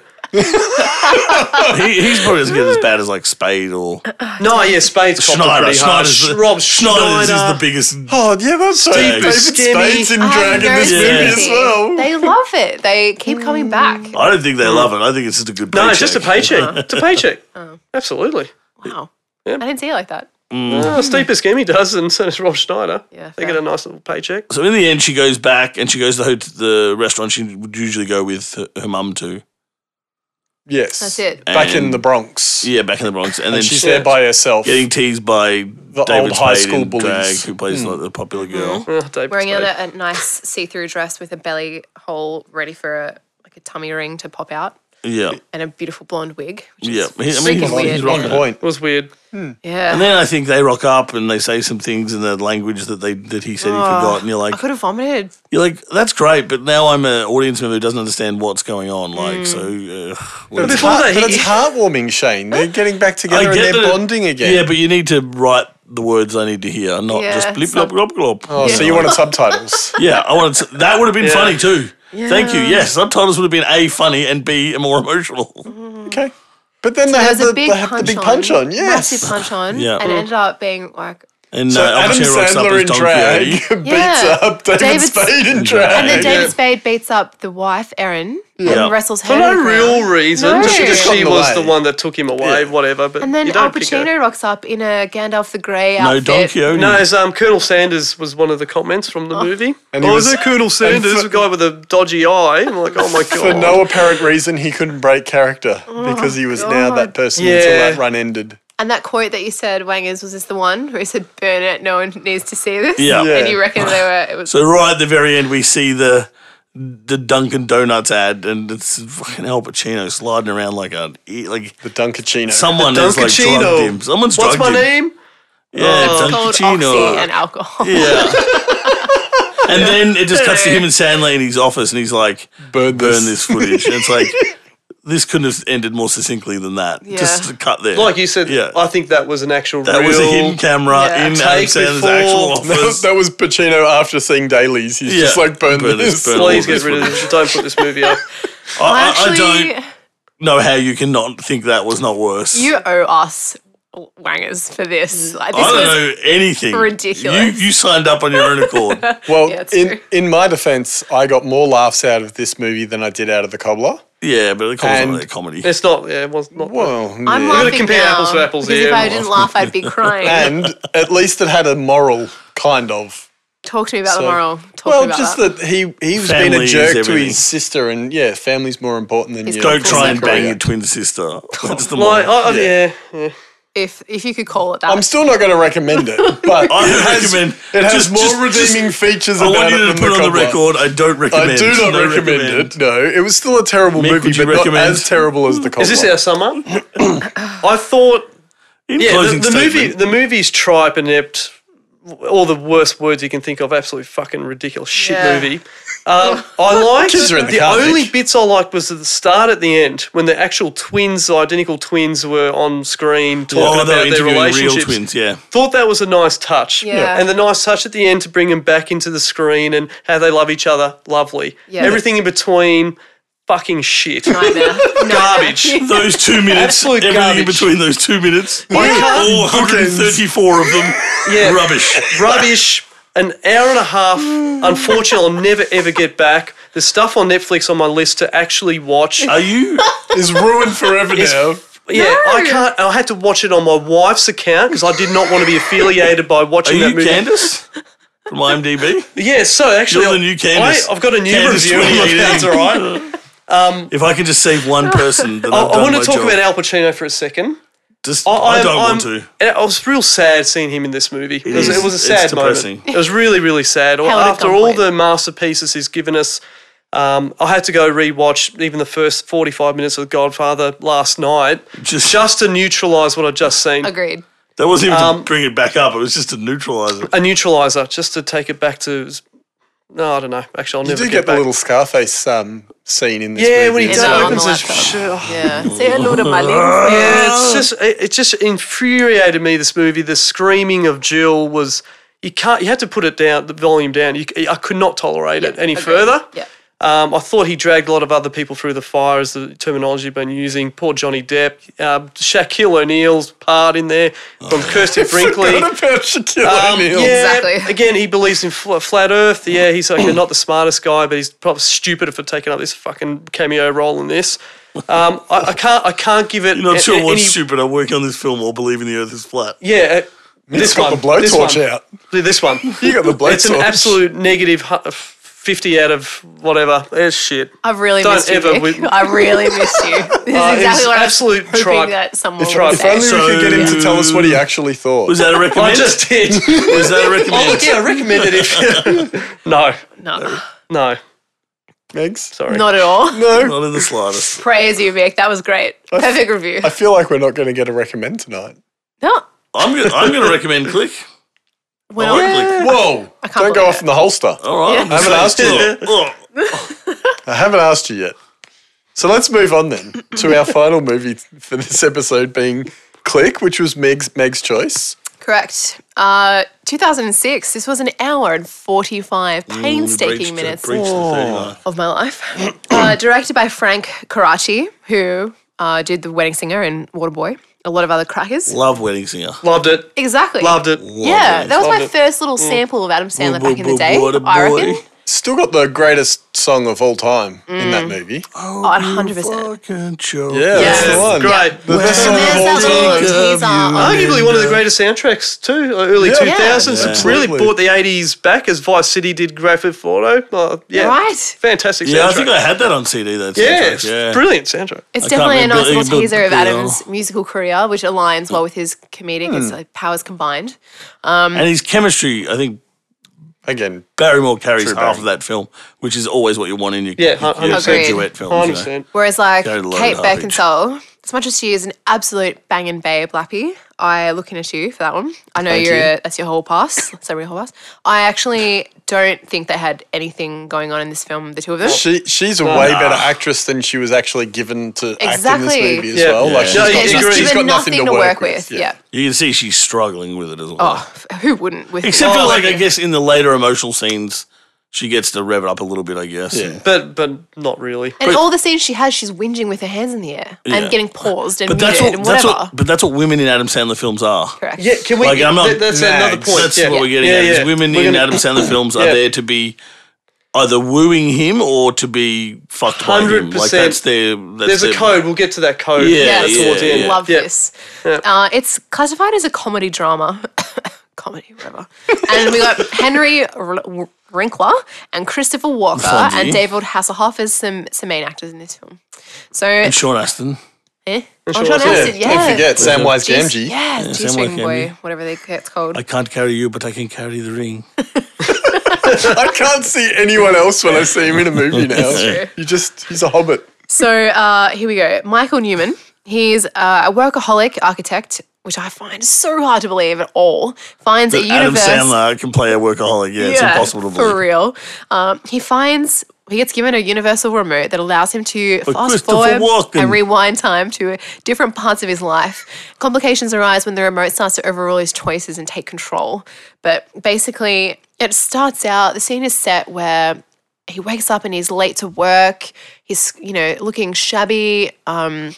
S3: montage. he, he's probably doesn't get as bad as like Spade or
S4: No, yeah, Spade's copped it
S3: Schneider.
S4: pretty hard.
S3: Schneider's the-
S4: Rob
S3: Schneider's is
S4: Schneider.
S3: the biggest.
S1: Oh, yeah, that's
S3: Steve
S1: right. David
S4: Buscemi.
S1: Spade's in
S2: I have
S1: drag in
S2: no
S1: this movie as
S2: sympathy.
S1: well.
S2: They love it. They keep coming back.
S3: I don't think they love it. I think it's just a good.
S4: No, it's just a
S3: paycheck.
S4: paycheck. It's a paycheck.
S2: Oh.
S4: Absolutely.
S2: Wow.
S4: Yeah.
S2: I didn't see it like that.
S3: Mm.
S4: Oh, Steve Buscemi does, and so does Rob Schneider.
S2: Yeah,
S4: they get
S2: fair.
S4: a nice little paycheck.
S3: So in the end, she goes back and she goes to the, hot- the restaurant she would usually go with her, her mum to.
S1: Yes.
S2: That's it.
S1: Back in
S3: And-
S1: the Bronx.
S3: Yeah, back in the Bronx, and,
S1: And
S3: then
S1: she's
S3: she's
S1: there by herself.
S3: getting teased by the
S1: old high school bullies. Hmm.
S3: who plays like the popular
S2: Mm-hmm.
S3: girl.
S4: Oh, David
S2: Wearing
S4: Spade.
S2: out a, a nice see-through dress with a belly hole ready for a like a tummy ring to pop out
S3: Yeah,
S2: and a beautiful blonde wig. Which
S3: yeah.
S2: is
S3: He- I mean,
S2: freaking
S3: he's,
S2: weird.
S3: he's
S2: yeah.
S3: rocking
S1: Good
S3: it.
S1: point.
S4: It was weird.
S2: Yeah.
S3: And then I think they rock up and they say some things in the language that they that he said he forgot, and you're like,
S2: Ah, I could have vomited.
S3: you're like, that's great, but now I'm an audience member who doesn't understand what's going on. Like,
S2: Mm.
S3: so uh,
S1: But
S3: what-
S1: it's,
S4: Before
S1: heart-
S4: that,
S1: but
S4: he-
S1: it's heartwarming, Shane. They're getting back together and
S3: get
S1: they're
S3: that it-
S1: bonding again.
S3: Yeah, but you need to write the words I need to hear, not
S2: Yeah,
S3: just blip
S2: sub-
S3: blop blop blop.
S1: Oh, so you wanted subtitles.
S3: Yeah, I wanted to, that would have been funny too. Thank you. Yes, subtitles would have been a funny and b more emotional.
S1: okay. But then they
S2: There
S1: had
S2: was
S1: the,
S2: a big
S1: they had the
S2: punch
S1: big
S2: on.
S1: punch on. Yes.
S2: Massive punch on.
S3: Yeah.
S2: And ended up being like
S3: And
S1: So
S3: uh,
S1: Adam
S3: Alpacino rocks up
S1: Sandler
S3: as
S1: in
S3: Don
S1: drag
S3: Quixote.
S1: beats
S2: Yeah.
S1: up David
S2: David's-
S1: Spade in drag.
S2: And then David
S4: Yeah.
S2: Spade beats up the wife, Erin,
S3: Yeah.
S2: and wrestles her.
S4: For
S2: to
S4: no
S2: the ground.
S4: real reason.
S2: No.
S4: Just
S2: She
S4: because
S2: just
S1: got
S4: she
S1: in the
S4: was
S1: way.
S4: the one that took him away, whatever. But
S2: And then
S4: you
S2: Al
S4: don't pick her.
S2: Pacino rocks up in a Gandalf the Grey
S3: No,
S2: outfit.
S3: Don Quixote.
S4: No, as um, Colonel Sanders was one of the comments from the movie.
S1: And he
S4: oh, is
S1: was-
S4: it Colonel Sanders,
S1: for-
S4: the guy with the dodgy eye? I'm like, oh my god.
S1: For no apparent reason, he couldn't break character because he was now that
S2: Oh, God.
S1: person
S4: Yeah.
S1: until that run ended.
S2: And that quote that you said, Wangers, was this the one where he said, "Burn it, no one needs to see this."
S3: Yeah. Yeah.
S2: And you reckon they were? It was
S3: So right at the very end, we see the the Dunkin' Donuts ad, and it's fucking Al Pacino sliding around like a e, like
S1: The Dunkachino.
S3: someone
S4: Don
S3: has like drugged him. Someone's
S4: Uh, What's
S3: drugged
S4: my
S3: him.
S4: name?
S3: Yeah,
S4: Oh.
S3: Don
S2: cold oxy
S3: Pacino. uh,
S2: and alcohol.
S3: Yeah. and then it just cuts to him and Sandler in his office, and he's like,
S1: Burn
S3: burn this footage. And it's like, this couldn't have ended more succinctly than that. Just
S2: Yeah.
S3: a cut there.
S4: Like you said,
S3: Yeah.
S4: I think that was an actual
S3: that
S4: real.
S3: was a hidden camera
S2: Yeah.
S3: in Adam
S4: Take
S3: Sandler's
S4: before-
S3: actual
S1: That was,
S3: office.
S1: that was Pacino after seeing dailies. He's
S3: Yeah.
S1: just like, burn,
S3: Burn
S1: this.
S3: this, burn
S4: Please
S3: all
S4: get
S3: this
S4: rid of this. Don't put this movie up.
S3: I, I- I
S2: Actually,
S3: don't know how you cannot think that was not worse.
S2: you owe us Wangers for this. Like, this
S3: Mm. I don't
S2: was
S3: know anything.
S2: ridiculous.
S3: You, you signed up on your own accord.
S1: Well,
S2: Yeah, it's
S1: in,
S2: true.
S1: in my defense, I got more laughs out of this movie than I did out of The Cobbler.
S3: yeah, but it
S1: And-
S3: comes like a comedy.
S4: It's not. Yeah, it was not.
S1: Well,
S2: I'm
S1: yeah.
S2: laughing
S4: compare
S2: now,
S4: apples to apples
S2: because
S4: here.
S2: if I didn't laugh, I'd be crying.
S1: and at least it had a moral, kind of.
S2: Talk to me about
S1: So-
S2: the moral. Talk to me
S1: Well,
S2: about
S1: just
S2: that.
S1: that he he was being
S3: Family
S1: a
S3: is
S1: jerk to
S3: everything.
S1: his sister, and yeah, family's more important than
S2: He's
S1: you.
S3: Don't
S2: Full
S3: try and
S2: circle.
S3: bang your twin sister. That's the
S4: Like,
S3: moral.
S4: I, I, yeah. yeah.
S2: if if you could call it that.
S1: I'm still not going to recommend it, but
S3: I
S1: it has,
S3: recommend-
S1: it has
S3: just-
S1: more
S3: just-
S1: redeeming features
S3: I
S1: about
S3: want you
S1: it
S3: to
S1: than
S3: put
S1: the
S3: on the
S1: Cobbler.
S3: record. I don't recommend.
S1: I do not
S3: No
S1: recommend, it. No, it was still a terrible
S3: Mick,
S1: movie,
S3: would you
S1: but not
S3: recommend-
S1: as terrible as the Cobbler.
S4: Is this our sum up? I thought.
S3: In
S4: Yeah,
S3: closing
S4: the, the
S3: statement,
S4: movie. The movie's tripe, inept, all the worst words you can think of. Absolutely fucking ridiculous shit
S2: Yeah.
S4: movie. Um, I liked
S1: Kids are in the
S4: the,
S1: car,
S4: only
S1: Nick.
S4: bits I liked was at the start, at the end, when the actual twins, identical twins, were on screen talking
S3: oh, they were
S4: about their
S3: interviewing real
S4: relationships.
S3: twins. Yeah.
S4: Thought that was a nice touch.
S2: Yeah.
S4: And the nice touch at the end to bring them back into the screen and how they love each other. Lovely.
S2: Yeah.
S4: Everything in between. fucking shit.
S2: Nightmare. Nightmare.
S4: Garbage.
S3: Those two minutes,
S4: Absolute
S3: everything in
S4: garbage.
S3: between those two minutes, all 134 of them,
S4: Yeah.
S3: rubbish.
S4: rubbish. An hour and a half. Unfortunately, I'll never ever get back. There's stuff on Netflix on my list to actually watch.
S3: Are you?
S1: It's ruined forever now.
S4: yeah, I can't. I had to watch it on my wife's account because I did not want to be affiliated by
S3: Are
S4: watching that
S3: you
S4: movie.
S3: Candace from IMDb?
S4: Yeah, so actually,
S3: You're the
S4: I-
S3: new Candace.
S4: I, have got a new
S3: Candace
S4: review. on my
S3: 2018.
S4: account, That's all right. Um,
S3: If I could just save one person, then
S4: I,
S3: I've done
S4: want
S3: my
S4: to talk
S3: job.
S4: about Al Pacino for a second.
S3: Just,
S4: I,
S3: I,
S4: I'm-
S3: don't want
S4: I'm-
S3: to.
S4: and I was real sad seeing him in this movie. It, was,
S3: is.
S4: it was a
S3: It's
S4: sad
S3: depressing.
S4: moment. It was really, really sad.
S2: Held at
S4: After all
S2: gunpoint.
S4: the masterpieces he's given us, um, I had to go rewatch even the first 45 minutes of Godfather last night
S3: Just-
S4: just, to neutralize what I'd just seen.
S2: Agreed.
S3: That wasn't even
S4: um,
S3: to bring it back up. It was just to neutralize it.
S4: A neutralizer, just to take it back to. No, I don't know. Actually, I'll
S1: You
S4: never
S1: do
S4: get,
S1: get the
S4: back.
S1: little Scarface um, scene in this
S4: yeah,
S1: movie.
S4: when he
S2: In
S4: does,
S2: the- on the
S4: opens his
S2: laptop.
S4: shirt. oh,
S2: Yeah. Say hello to my limbs.
S4: Yeah, it's just it, it just infuriated me. This movie, the screaming of Jill was you can't you had to put it down, the volume down. You, c- I could not tolerate it any further.
S2: Yeah.
S4: Um, I thought he dragged a lot of other people through the fire, as the terminology been using. Poor Johnny Depp, um, Shaquille O'Neal's part in there from Kirsty Brinkley.
S1: What about Shaquille
S4: Um,
S1: O'Neal?
S4: yeah,
S2: Exactly.
S4: Again, he believes in fl- flat Earth. Yeah, he's like not the smartest guy, but he's probably stupider for taking up this fucking cameo role in this. Um, I, I can't. I can't give it.
S3: You're not
S4: a-
S3: sure
S4: a-
S3: what's
S4: any-
S3: stupid. I'm working on this film or believing the earth is flat.
S4: Yeah, uh,
S1: He's
S4: this
S1: got
S4: one.
S1: the
S4: this one.
S1: blowtorch out.
S4: This one.
S1: You got the blowtorch.
S4: it's an absolute negative hu- fifty out of whatever. It's shit.
S2: I really
S4: Don't
S2: missed you.
S4: ever
S2: Vic.
S4: win.
S2: I really missed you. This
S4: Uh,
S2: is
S4: it's
S2: exactly what I was
S4: absolute
S2: hoping
S4: tribe.
S2: that someone would
S4: tribe.
S1: If
S2: say.
S1: only we could get him to tell us what he actually thought.
S3: Was that a recommend?
S4: I just did.
S3: was that a
S4: oh, look,
S3: recommend?
S4: yeah, I recommend it if. no,
S2: No,
S4: no,
S1: Megs?
S4: sorry.
S2: not at all.
S1: No.
S3: Not in the slightest.
S2: Praise you, Vic. That was great. Perfect review.
S1: I feel like we're not going to get a recommend tonight.
S2: No,
S3: I'm gonna, I'm going to recommend Click.
S2: we're
S3: I like
S2: not.
S3: Click.
S1: Whoa! Don't go
S2: believe
S1: off
S2: it.
S1: in the holster.
S3: All right.
S1: I haven't asked you yet. I haven't asked you yet. So let's move on then to our final movie for this episode being Click, which was Meg's Meg's choice.
S2: Correct. Uh, 2006. This was an hour and 45
S4: Mm,
S2: painstaking minutes of my life. uh, directed by Frank Karachi, who uh, did The Wedding Singer and Waterboy, a lot of other crackers.
S3: Love Wedding Singer.
S4: Loved it.
S2: Exactly.
S4: Loved it.
S2: Yeah, that was
S4: Loved
S2: my
S4: it. Mm.
S2: first little sample of Adam Sandler
S3: Wa-
S2: back in the
S3: wa-
S2: day. I
S3: Waterboy.
S2: reckon.
S1: Still got the greatest song of all time in that movie.
S2: Oh, at 100%.
S3: Fucking joke.
S1: Yeah, that's
S2: Yes.
S1: the one.
S4: Great.
S1: The best
S2: And
S1: song
S2: there's that
S1: of all
S2: little
S1: time.
S2: teaser on
S4: Arguably one of the greatest soundtracks too, uh, early
S1: Yeah.
S4: two thousands.
S1: Yeah.
S4: It's really
S1: Absolutely.
S4: brought the eighties back, as Vice City did Graphic Photo. Uh, yeah,
S2: Right.
S4: Fantastic soundtrack.
S3: Yeah, I think I had that on CD. That
S4: yeah,
S3: soundtrack,
S4: it's
S3: yeah.
S4: brilliant soundtrack.
S2: It's
S3: I can't
S2: definitely a
S3: remember-
S2: nice
S3: it
S2: little
S3: built-
S2: teaser of
S3: yeah.
S2: Adam's musical career, which aligns well with his
S4: Hmm.
S2: comedic his like, powers combined.
S3: And his chemistry, I think
S1: Again,
S3: Barrymore carries
S1: True
S3: half
S1: Barry.
S3: of that film, which is always what you want in your,
S4: Yeah,
S3: your,
S4: hun-
S3: your
S2: Agreed.
S3: duet
S4: I
S3: films. You know?
S4: understand.
S2: Whereas, like
S3: Go to Lord
S2: Kate
S3: Harvey.
S2: Beckinsale, as much as she is an absolute banging babe, Lappy, I looking at you for that one. I know
S3: Thank
S2: you're
S3: you.
S2: A, that's your whole pass, celebrity whole pass. I actually don't think they had anything going on in this film, the two of them.
S1: she she's a way better actress than she was actually given to act in this
S2: Exactly.
S1: movie as
S4: Yeah.
S1: well. Like
S3: Yeah.
S1: she's
S4: No,
S1: got,
S4: yeah,
S2: She's
S1: nothing,
S4: agree.
S2: given
S1: she's got
S2: nothing to work with. Yeah.
S3: You can see she's struggling with it as well.
S2: Oh, f- who wouldn't with
S3: Except for
S2: Oh,
S3: like, I
S2: yeah.
S3: guess in the later emotional scenes, she gets to rev it up a little bit. I guess.
S1: Yeah.
S4: But but not really.
S2: And all the scenes she has, she's whinging with her hands in the air
S3: Yeah.
S2: and getting paused and
S3: But that's
S2: muted
S3: what,
S2: and
S3: that's
S2: whatever.
S3: what. But that's what women in Adam Sandler films are.
S2: Correct.
S4: Yeah, can we?
S3: Like, I'm not
S4: that- that's another
S1: nagged.
S4: point.
S3: That's
S4: yeah.
S3: what we're getting
S4: yeah,
S3: at. Is
S4: yeah.
S3: women
S4: We're
S3: in
S4: gonna-
S3: Adam Sandler films are
S4: Yeah.
S3: there to be either wooing him or to be fucked by him. Like
S4: 100%.
S3: that's their. That's
S4: There's
S3: their,
S4: a code. We'll get to that code.
S3: Yeah,
S2: Yes.
S4: that's towards the end.
S2: Love
S4: Yeah.
S2: this. Uh, it's classified as a comedy drama. comedy, whatever. and we got Henry R- R- Winkler and Christopher Walker
S3: Fonzie.
S2: and David Hasselhoff as some, some main actors in this film. So, eh?
S3: And Sean Astin.
S2: Oh,
S4: sure,
S2: John
S4: that's it.
S2: Astin, yeah.
S1: Don't forget Samwise
S2: Jeez,
S1: Gamgee.
S2: Yeah,
S3: Yeah,
S2: G-string
S3: Samwise
S2: boy,
S3: Gamgee.
S2: whatever they, it's called.
S3: I can't carry you, but I can carry the ring.
S1: I can't see anyone else when I see him in a movie now. you just he's a hobbit.
S2: So uh, here we go. Michael Newman. He's uh, a workaholic architect, which I find so hard to believe at all. Finds a
S3: But Adam
S2: universe.
S3: Sandler can play a workaholic. Yeah, it's impossible to believe.
S2: For real. Um, he finds he gets given a universal remote that allows him to fast
S3: Christopher
S2: forward
S3: Walken.
S2: and rewind time to different parts of his life. Complications arise when the remote starts to overrule his choices and take control. But basically, it starts out the scene is set where he wakes up and he's late to work. He's you know looking shabby. Um,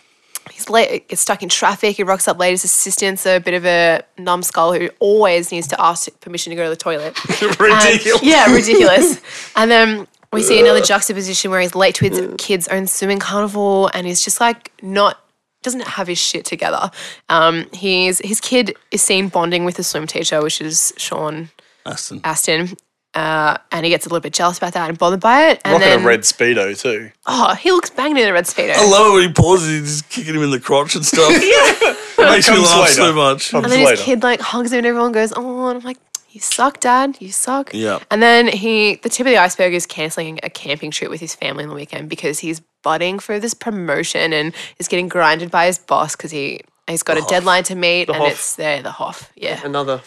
S2: he's late, gets stuck in traffic. He rocks up late as assistant, so a bit of a numbskull who always needs to ask permission to go to the toilet.
S3: Ridiculous.
S2: And- yeah, ridiculous. and then we see another juxtaposition where he's late to
S1: Mm.
S2: his kid's own swimming carnival and he's just like not doesn't have his shit together. Um, he's his kid is seen bonding with a swim teacher, which is Sean
S3: Aston.
S2: Aston. Uh, and he gets a little bit jealous about that and bothered by it. And
S1: Rocking
S2: then,
S1: a red Oh, speedo too.
S2: oh, he looks banging in a red speedo.
S3: I love it when he pauses, he's just kicking him in the crotch and stuff. It makes me
S1: Comes
S3: laugh
S1: later.
S3: so much.
S1: Comes
S2: And then his
S1: later.
S2: kid like hugs him and everyone goes, Oh, and I'm like, You suck, Dad, you suck.
S3: Yeah.
S2: And then he the tip of the iceberg is cancelling a camping trip with his family on the weekend because he's budding for this promotion and is getting grinded by his boss because he he's got a deadline to meet and
S4: Hoff.
S2: it's there, the Hoff. Yeah.
S4: Another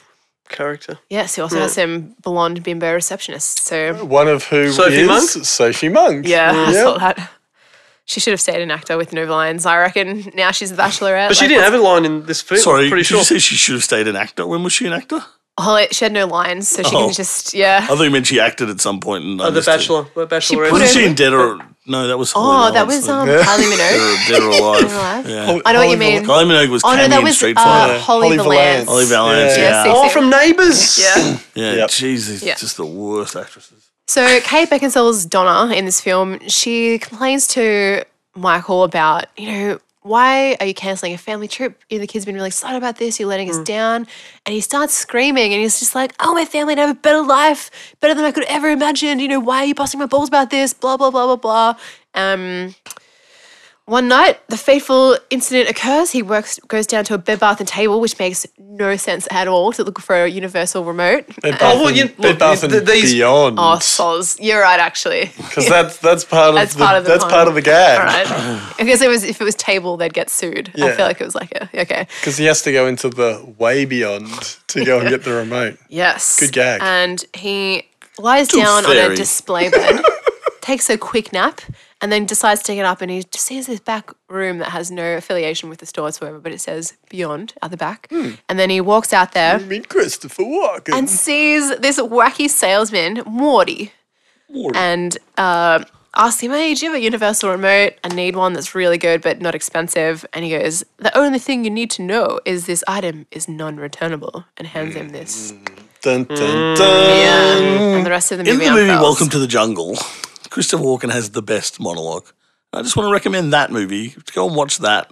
S4: character.
S2: Yes, he also has some blonde bimbo receptionist. So
S1: One of who
S4: Sophie
S1: is
S4: Monk?
S1: Sophie Monk.
S2: yeah, I
S1: Yep.
S2: saw that. She should have stayed an actor with no lines, I reckon. Now she's a bachelorette.
S4: But she
S2: like,
S4: didn't
S2: what's-
S4: have a line in this film.
S3: Sorry,
S4: pretty
S3: did
S4: sure.
S3: you say she should have stayed an actor? When was she an actor?
S2: Oh, it- she had no lines, so she
S3: Oh.
S2: can just yeah.
S3: I thought you meant she acted at some point. And I
S4: Oh, the
S3: missed it.
S4: Bachelor, the Bachelorette.
S2: put
S3: Wasn't
S2: it-
S3: she in Dead or No? That was
S2: Oh,
S3: Helena
S2: that
S3: Hunt's
S2: was
S3: thing.
S2: um,
S1: Yeah.
S2: Kylie Minogue.
S3: Dead or Alive.
S2: Alive?
S1: Oh,
S3: Yeah.
S2: I know what you mean.
S3: Kylie Minogue was
S2: Oh
S3: Cammy
S2: no, that
S3: in
S2: was
S3: Street
S2: uh,
S3: Fighter.
S1: Holly
S2: Holly, Valance.
S1: Valance.
S3: Holly Valance.
S1: Yeah.
S3: Yeah,
S2: Yeah,
S3: yeah.
S4: Oh, from Neighbours.
S2: Yeah.
S1: Yep.
S3: Jesus,
S2: Yeah.
S3: just the worst actresses.
S2: So Kate Beckinsale's Donna in this film, she complains to Michael about, you know, why are you cancelling a family trip? You know, the kid's been really excited about this. You're letting us down. And he starts screaming and he's just like, oh, my family would have a better life, better than I could ever imagine. You know, why are you busting my balls about this? Blah, blah, blah, blah, blah. Um, one night, the fateful incident occurs. He works, goes down to a bed, bath, and table, which makes no sense at all to look for a universal remote.
S1: Bed
S4: Oh,
S1: Bath
S4: well,
S1: and-
S4: you-
S1: Bed Bath
S4: look,
S1: and
S4: th- these-
S1: Beyond.
S2: Oh, soz. You're right, actually.
S1: Because that's that's part of
S2: That's
S1: the,
S2: part of the
S1: that's
S2: pun.
S1: part of the gag.
S2: All right. I guess it was if it was table, they'd get sued. I
S1: Yeah.
S2: feel like it was like a okay.
S1: Because he has to go into the way beyond to go and get the remote.
S2: Yes.
S1: Good gag.
S2: And he lies down on a
S3: fairy.
S2: display bed, takes a quick nap, and then decides to get up and he just sees this back room that has no affiliation with the store whatsoever, but it says beyond at the back.
S1: Hmm.
S2: And then he walks out there
S1: I mean, Christopher Walken.
S2: and sees this wacky salesman, Morty. And uh, asks him, hey, do you have a universal remote? I need one that's really good but not expensive. And he goes, the only thing you need to know is this item is non returnable and hands him this.
S1: dun, dun, dun.
S2: Yeah. And the rest of the
S3: In
S2: movie
S3: the movie
S2: unfurls.
S3: Welcome to the Jungle, Christopher Walken has the best monologue. I just want to recommend that movie. Go and watch that.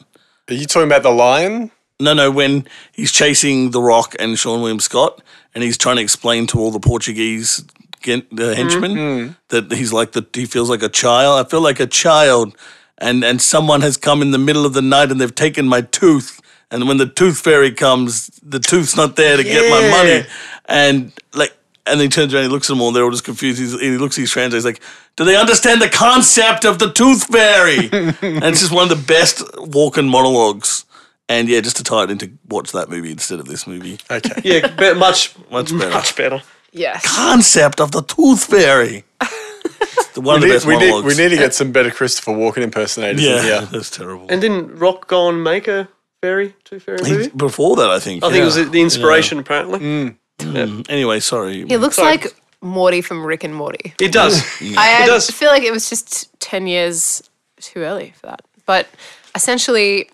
S1: Are you talking about the lion?
S3: No, no, when he's chasing The Rock and Sean William Scott, and he's trying to explain to all the Portuguese gen- the henchmen that he's like the he feels like a child. I feel like a child, and and someone has come in the middle of the night and they've taken my tooth. And when the tooth fairy comes, the tooth's not there to get my money. And like, and he turns around, he looks at them all, they're all just confused. He's, he looks at his translator, he's like, "Do they understand the concept of the tooth fairy?" and it's just one of the best walking monologues. And yeah, just to tie it into watch that movie instead of this movie.
S1: Okay.
S4: Yeah, but much,
S3: Much better.
S4: much better.
S2: Yes.
S3: Concept of the tooth fairy. It's the
S1: We
S3: one of the
S1: need,
S3: best
S1: we, need,
S3: monologues.
S1: we need to get some better Christopher Walken impersonators
S3: yeah,
S1: in here.
S3: that's terrible.
S4: And didn't Rock Go and make a fairy, two fairy
S3: He-
S4: movie?
S3: before that, I think.
S4: I think it
S3: yeah.
S4: was the inspiration, apparently.
S3: Anyway, sorry.
S2: He looks
S4: Sorry.
S2: like Morty from Rick and Morty.
S4: It does.
S2: I, I
S4: does.
S2: feel like it was just 10 years too early for that. But essentially,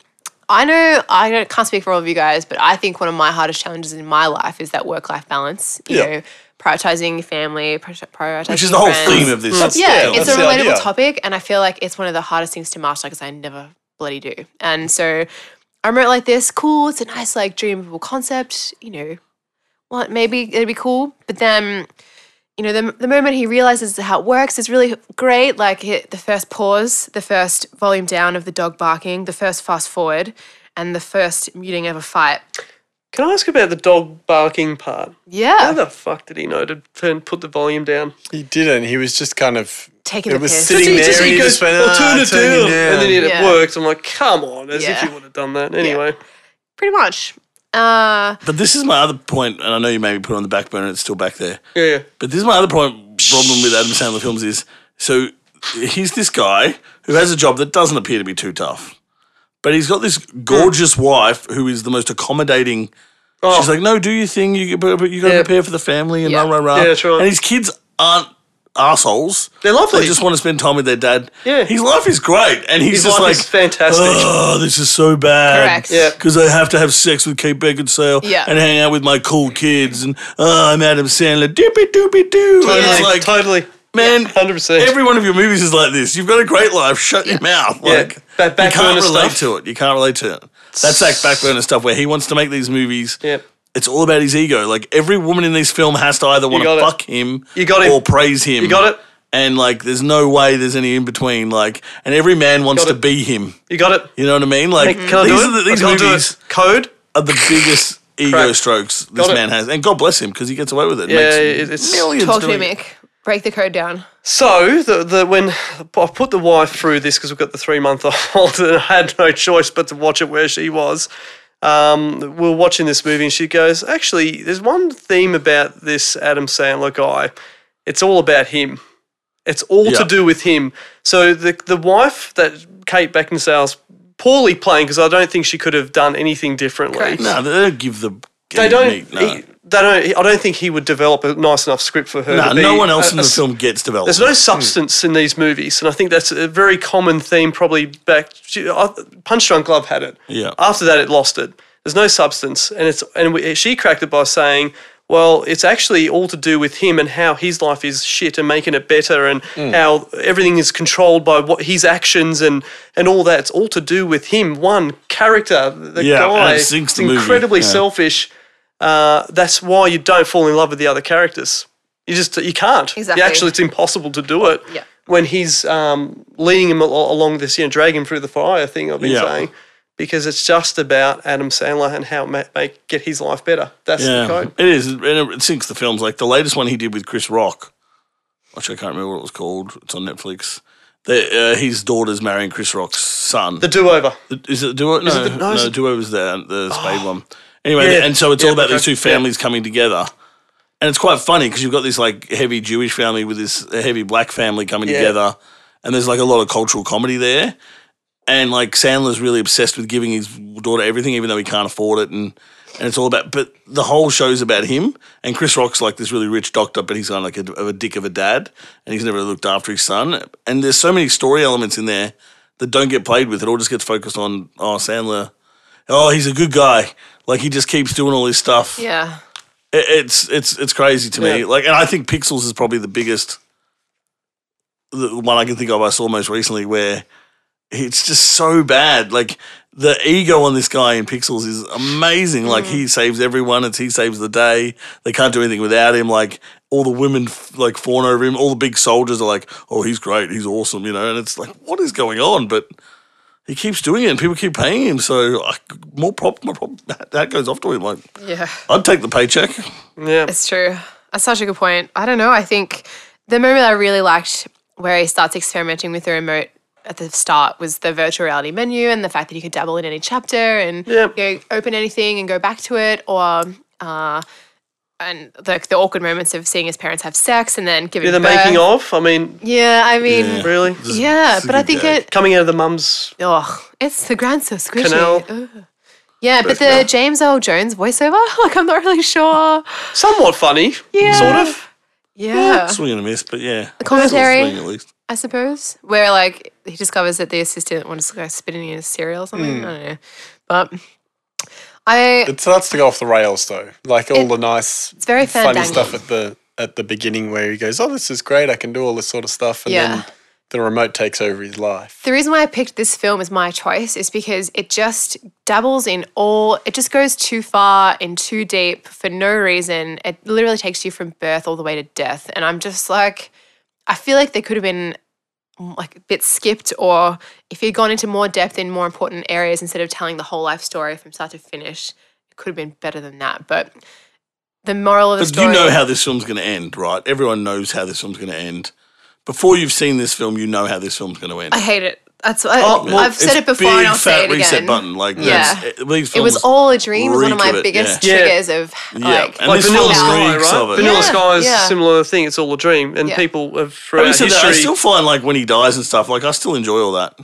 S2: I know I don't, can't speak for all of you guys, but I think one of my hardest challenges in my life is that work life balance. You
S1: Yeah.
S2: know, prioritizing your family, pri- prioritizing
S3: Which is the whole
S2: friends.
S3: theme of this.
S2: Yeah,
S1: Yeah,
S2: it's a
S1: that's the
S2: relatable
S1: idea.
S2: topic, and I feel like it's one of the hardest things to master because I never bloody do. And so I remote like this, cool. It's a nice like dreamable concept, you know. What maybe it'd be cool, but then you know the the moment he realizes how it works is really great. Like hit the first pause, the first volume down of the dog barking, the first fast forward, and the first muting of a fight.
S4: Can I ask about the dog barking part? How
S2: Yeah,
S4: the fuck did he know to turn put the volume down?
S1: He didn't. He was just kind of.
S2: taking
S1: It
S2: the
S1: was
S2: piss.
S1: sitting there. and he just went,
S4: "I'll
S1: "Ah,
S4: turn it
S1: turn it
S4: down," and then it
S2: down. Yeah.
S4: worked. I'm like, come on, as if
S2: Yeah.
S4: you would have done that anyway.
S2: pretty much. Uh,
S3: But this is my other point, and I know you maybe put it on the back burner, it's still back there.
S4: Yeah, yeah.
S3: But this is my other point problem with Adam Sandler films is so he's this guy who has a job that doesn't appear to be too tough. But he's got this gorgeous wife who is the most accommodating.
S4: Hmm. Oh,
S3: She's like, no, do your thing. You but but you got to
S4: Yeah.
S3: prepare for the family and
S2: Yeah.
S3: rah rah rah.
S4: Yeah, that's right.
S3: And his kids aren't assholes.
S4: They're lovely.
S3: They just want to spend time with their dad.
S4: Yeah.
S3: his life is great, and he's
S4: His
S3: just
S4: life
S3: like
S4: is fantastic.
S3: Oh, this is so bad.
S2: Correct.
S4: Yeah.
S3: Because I have to have sex with Kate Beckinsale
S2: Yeah.
S3: and hang out with my cool kids, and oh, I'm Adam Sandler. Dippy doopy doo. And it's
S4: Totally,
S3: like,
S4: totally.
S3: man,
S4: 100%.
S3: Every one of your movies is like this. You've got a great life. Shut your mouth.
S4: Yeah.
S3: Like
S4: That back
S3: you can't
S4: burner
S3: relate
S4: stuff.
S3: to it. You can't relate to it. That's that back burner stuff where he wants to make these movies.
S4: Yep.
S3: It's all about his ego. Like every woman in this film has to either want
S4: got
S3: to
S4: it.
S3: fuck him,
S4: You got him.
S3: or praise him.
S4: You got it.
S3: And like, there's no way there's any in between. Like, and every man wants
S4: Got
S3: to
S4: it.
S3: be him.
S4: You got it.
S3: You know what I mean? Like,
S2: Mm-hmm.
S4: Can I
S3: these
S4: do it?
S3: are the, these
S4: I can't do
S3: movies
S4: it. Code.
S3: are the biggest ego
S4: Correct.
S3: strokes this
S4: Got it.
S3: man has, and God bless him because he gets away with it.
S4: Yeah,
S3: Makes
S4: it- it's-
S3: millions
S2: Talk to me,
S3: doing it.
S2: Mick. Break the code down.
S4: So the, the when I put the wife through this because we've got the three month old and I had no choice but to watch it where she was. Um, we we're watching this movie and she goes, actually, there's one theme about this Adam Sandler guy. It's all about him. It's all
S3: Yeah.
S4: to do with him. So the the wife that Kate Beckinsale's poorly playing because I don't think she could have done anything differently.
S2: Correct.
S3: No, they don't give the.
S4: They
S3: any
S4: don't.
S3: meat, no.
S4: he- they don't. I don't think he would develop a nice enough script for her.
S3: No,
S4: to be
S3: no one else
S4: a-
S3: in
S4: a
S3: the
S4: s-
S3: film gets developed.
S4: there's no substance in these movies, and I think that's a very common theme. Probably back, I- Punch Drunk Love had it.
S3: Yeah.
S4: After that, it lost it. There's no substance, and it's and we, she cracked it by saying, "Well, it's actually all to do with him and how his life is shit and making it better, and
S3: Mm.
S4: how everything is controlled by what his actions and and all that. It's all to do with him. One character, the
S3: Yeah, and
S4: guy,
S3: it sinks the movie.
S4: incredibly
S3: Yeah.
S4: selfish. Uh, that's why you don't fall in love with the other characters. You just you can't. You
S2: Exactly.
S4: actually, it's impossible to do it
S2: Yeah.
S4: when he's um, leading him al- along this, you know, dragging him through the fire thing I've been
S3: Yeah.
S4: saying, because it's just about Adam Sandler and how make, make get his life better. That's the
S3: Yeah,
S4: code.
S3: it is, and it sinks the films. Like the latest one he did with Chris Rock, which I can't remember what it was called. It's on Netflix. The, uh, his daughter's marrying Chris Rock's son.
S4: The do over.
S3: is it Duo? No,
S4: it the- no,
S3: no,
S4: is it- Oh.
S3: Duo was there, the Spade one. Anyway,
S4: Yeah,
S3: and so it's all
S4: yeah,
S3: about
S4: okay,
S3: these two
S4: yeah.
S3: families coming together. And it's quite funny because you've got this like heavy Jewish family with this heavy black family coming together, and there's like a lot of cultural comedy there. And like Sandler's really obsessed with giving his daughter everything, even though he can't afford it, and and it's all about. But the whole show's about him. And Chris Rock's like this really rich doctor, but he's kind of like a, of a dick of a dad, and he's never looked after his son. And there's so many story elements in there that don't get played with. It all just gets focused on oh Sandler, oh he's a good guy. Like he just keeps doing all this stuff
S2: Yeah.
S3: it- it's it's it's crazy to me.
S4: Yeah.
S3: Like, and I think Pixels is probably the biggest the one I can think of. I saw most recently where it's just so bad. Like the ego on this guy in Pixels is amazing. Like he saves everyone. It's he saves the day. They can't do anything without him. Like all the women f- like fawn over him. All the big soldiers are like, oh, he's great. He's awesome. You know. And it's like, what is going on? But he keeps doing it, and people keep paying him. So I, more prop, more prop, that goes off to him. Like
S2: Yeah.
S3: I'd take the paycheck.
S4: Yeah.
S2: It's true. That's such a good point. I don't know. I think the moment I really liked where he starts experimenting with the remote at the start was the virtual reality menu and the fact that you could dabble in any chapter and
S4: Yep.
S2: you know, open anything and go back to it or uh, and like the awkward moments of seeing his parents have sex and then giving
S4: Yeah, the
S2: birth.
S4: making of. I mean,
S2: Yeah, I mean, yeah,
S4: really,
S2: but I think it
S4: coming out of the mum's.
S2: oh, it's the grand so squishy.
S4: Canal.
S2: Ugh. Yeah, but the James Earl Jones voiceover, like I'm not really sure.
S4: Somewhat funny,
S2: Yeah.
S4: sort of.
S2: Yeah.
S3: Swing and a miss, but yeah. The
S2: commentary?
S3: Swing at least.
S2: I suppose, where like he discovers that the assistant wants to go spitting in his cereal or something. I don't know. But I,
S1: It starts to go off Hmm. the rails though. Like all
S2: It-
S1: the nice,
S2: it's very
S1: funny
S2: fandangled.
S1: stuff at the at the beginning where he goes, "Oh, this is great. I can do all this sort of stuff," and
S2: Yeah.
S1: then the remote takes over his life.
S2: the reason why I picked this film as my choice is because it just dabbles in all, it just goes too far and too deep for no reason. It literally takes you from birth all the way to death. And I'm just like, I feel like they could have been mm, like a bit skipped or if he'd gone into more depth in more important areas instead of telling the whole life story from start to finish it could have been better than that but the moral of the
S3: But
S2: story
S3: you know how this film's going to end, right? Everyone knows how this film's going to end. Before you've seen this film, you know how this film's going to end.
S2: i hate it that's I,
S4: Oh, well,
S2: i've said
S3: It's
S2: it before
S3: big,
S2: and i'll say
S3: fat
S2: it
S3: reset
S2: again
S3: button. Like,
S2: Yeah.
S3: yeah. It, these
S2: it was
S3: films-
S2: all a dream was one of
S3: reek
S2: my
S3: of it,
S2: biggest
S4: yeah. Yeah.
S2: triggers of
S3: Yeah.
S2: like
S3: And
S4: Like
S3: this
S4: Vanilla
S3: film's
S4: Sky,
S3: reeks of
S4: right?
S3: it.
S4: Vanilla
S2: Yeah,
S4: Sky is
S2: yeah.
S4: a similar thing. It's all a dream, and
S2: Yeah.
S4: people have
S3: Having
S4: throughout
S3: said
S4: history.
S3: that, I still find like when he dies and stuff, like I still enjoy all that.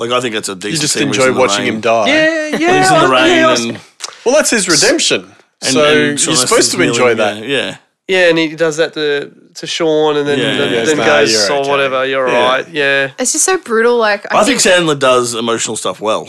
S3: Like I think that's a decent.
S1: You just
S3: scene where he's
S1: enjoy
S3: in the
S1: watching
S3: rain.
S1: him die.
S4: yeah, yeah.
S3: He's in the
S4: I-
S3: rain
S4: yeah, I-
S3: and,
S1: Well, that's his redemption.
S3: and-
S1: so
S3: and
S1: you're
S3: Sylvester's
S1: supposed to enjoy
S3: kneeling,
S1: that.
S3: Yeah, yeah.
S4: Yeah, and he does that to to Sean, and then
S3: Yeah,
S4: then,
S3: yeah,
S4: then
S1: it's, "Nah,
S4: goes,
S1: you're
S4: "Oh,
S1: okay."
S4: whatever, you're
S3: Yeah.
S4: right." Yeah,
S2: It's just so brutal. Like
S3: I think Sandler does emotional stuff well.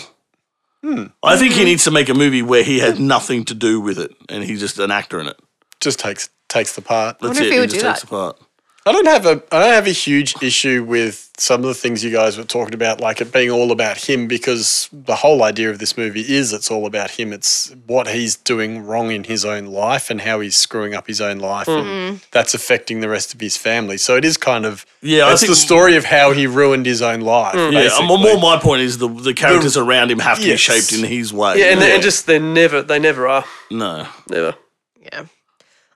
S4: Hmm.
S3: I think he needs to make a movie where he had nothing to do with it and he's just an actor in it.
S1: Just takes takes the part.
S3: That's
S2: wonder if
S3: it.
S2: he would
S3: just
S2: do
S3: takes
S2: that.
S3: the part.
S1: I don't have a I don't have a huge issue with some of the things you guys were talking about, like it being all about him, because the whole idea of this movie is it's all about him. It's what he's doing wrong in his own life and how he's screwing up his own life, and that's affecting the rest of his family. So it is kind of
S3: Yeah, I
S1: it's the
S3: think- Mm,
S1: story of how he ruined his own life.
S3: Yeah,
S1: basically.
S3: more, more my point is the, the characters around him have to
S1: Yes.
S3: be shaped in his way.
S4: yeah, and, and just they never they never are
S3: no.
S4: never.
S2: Yeah.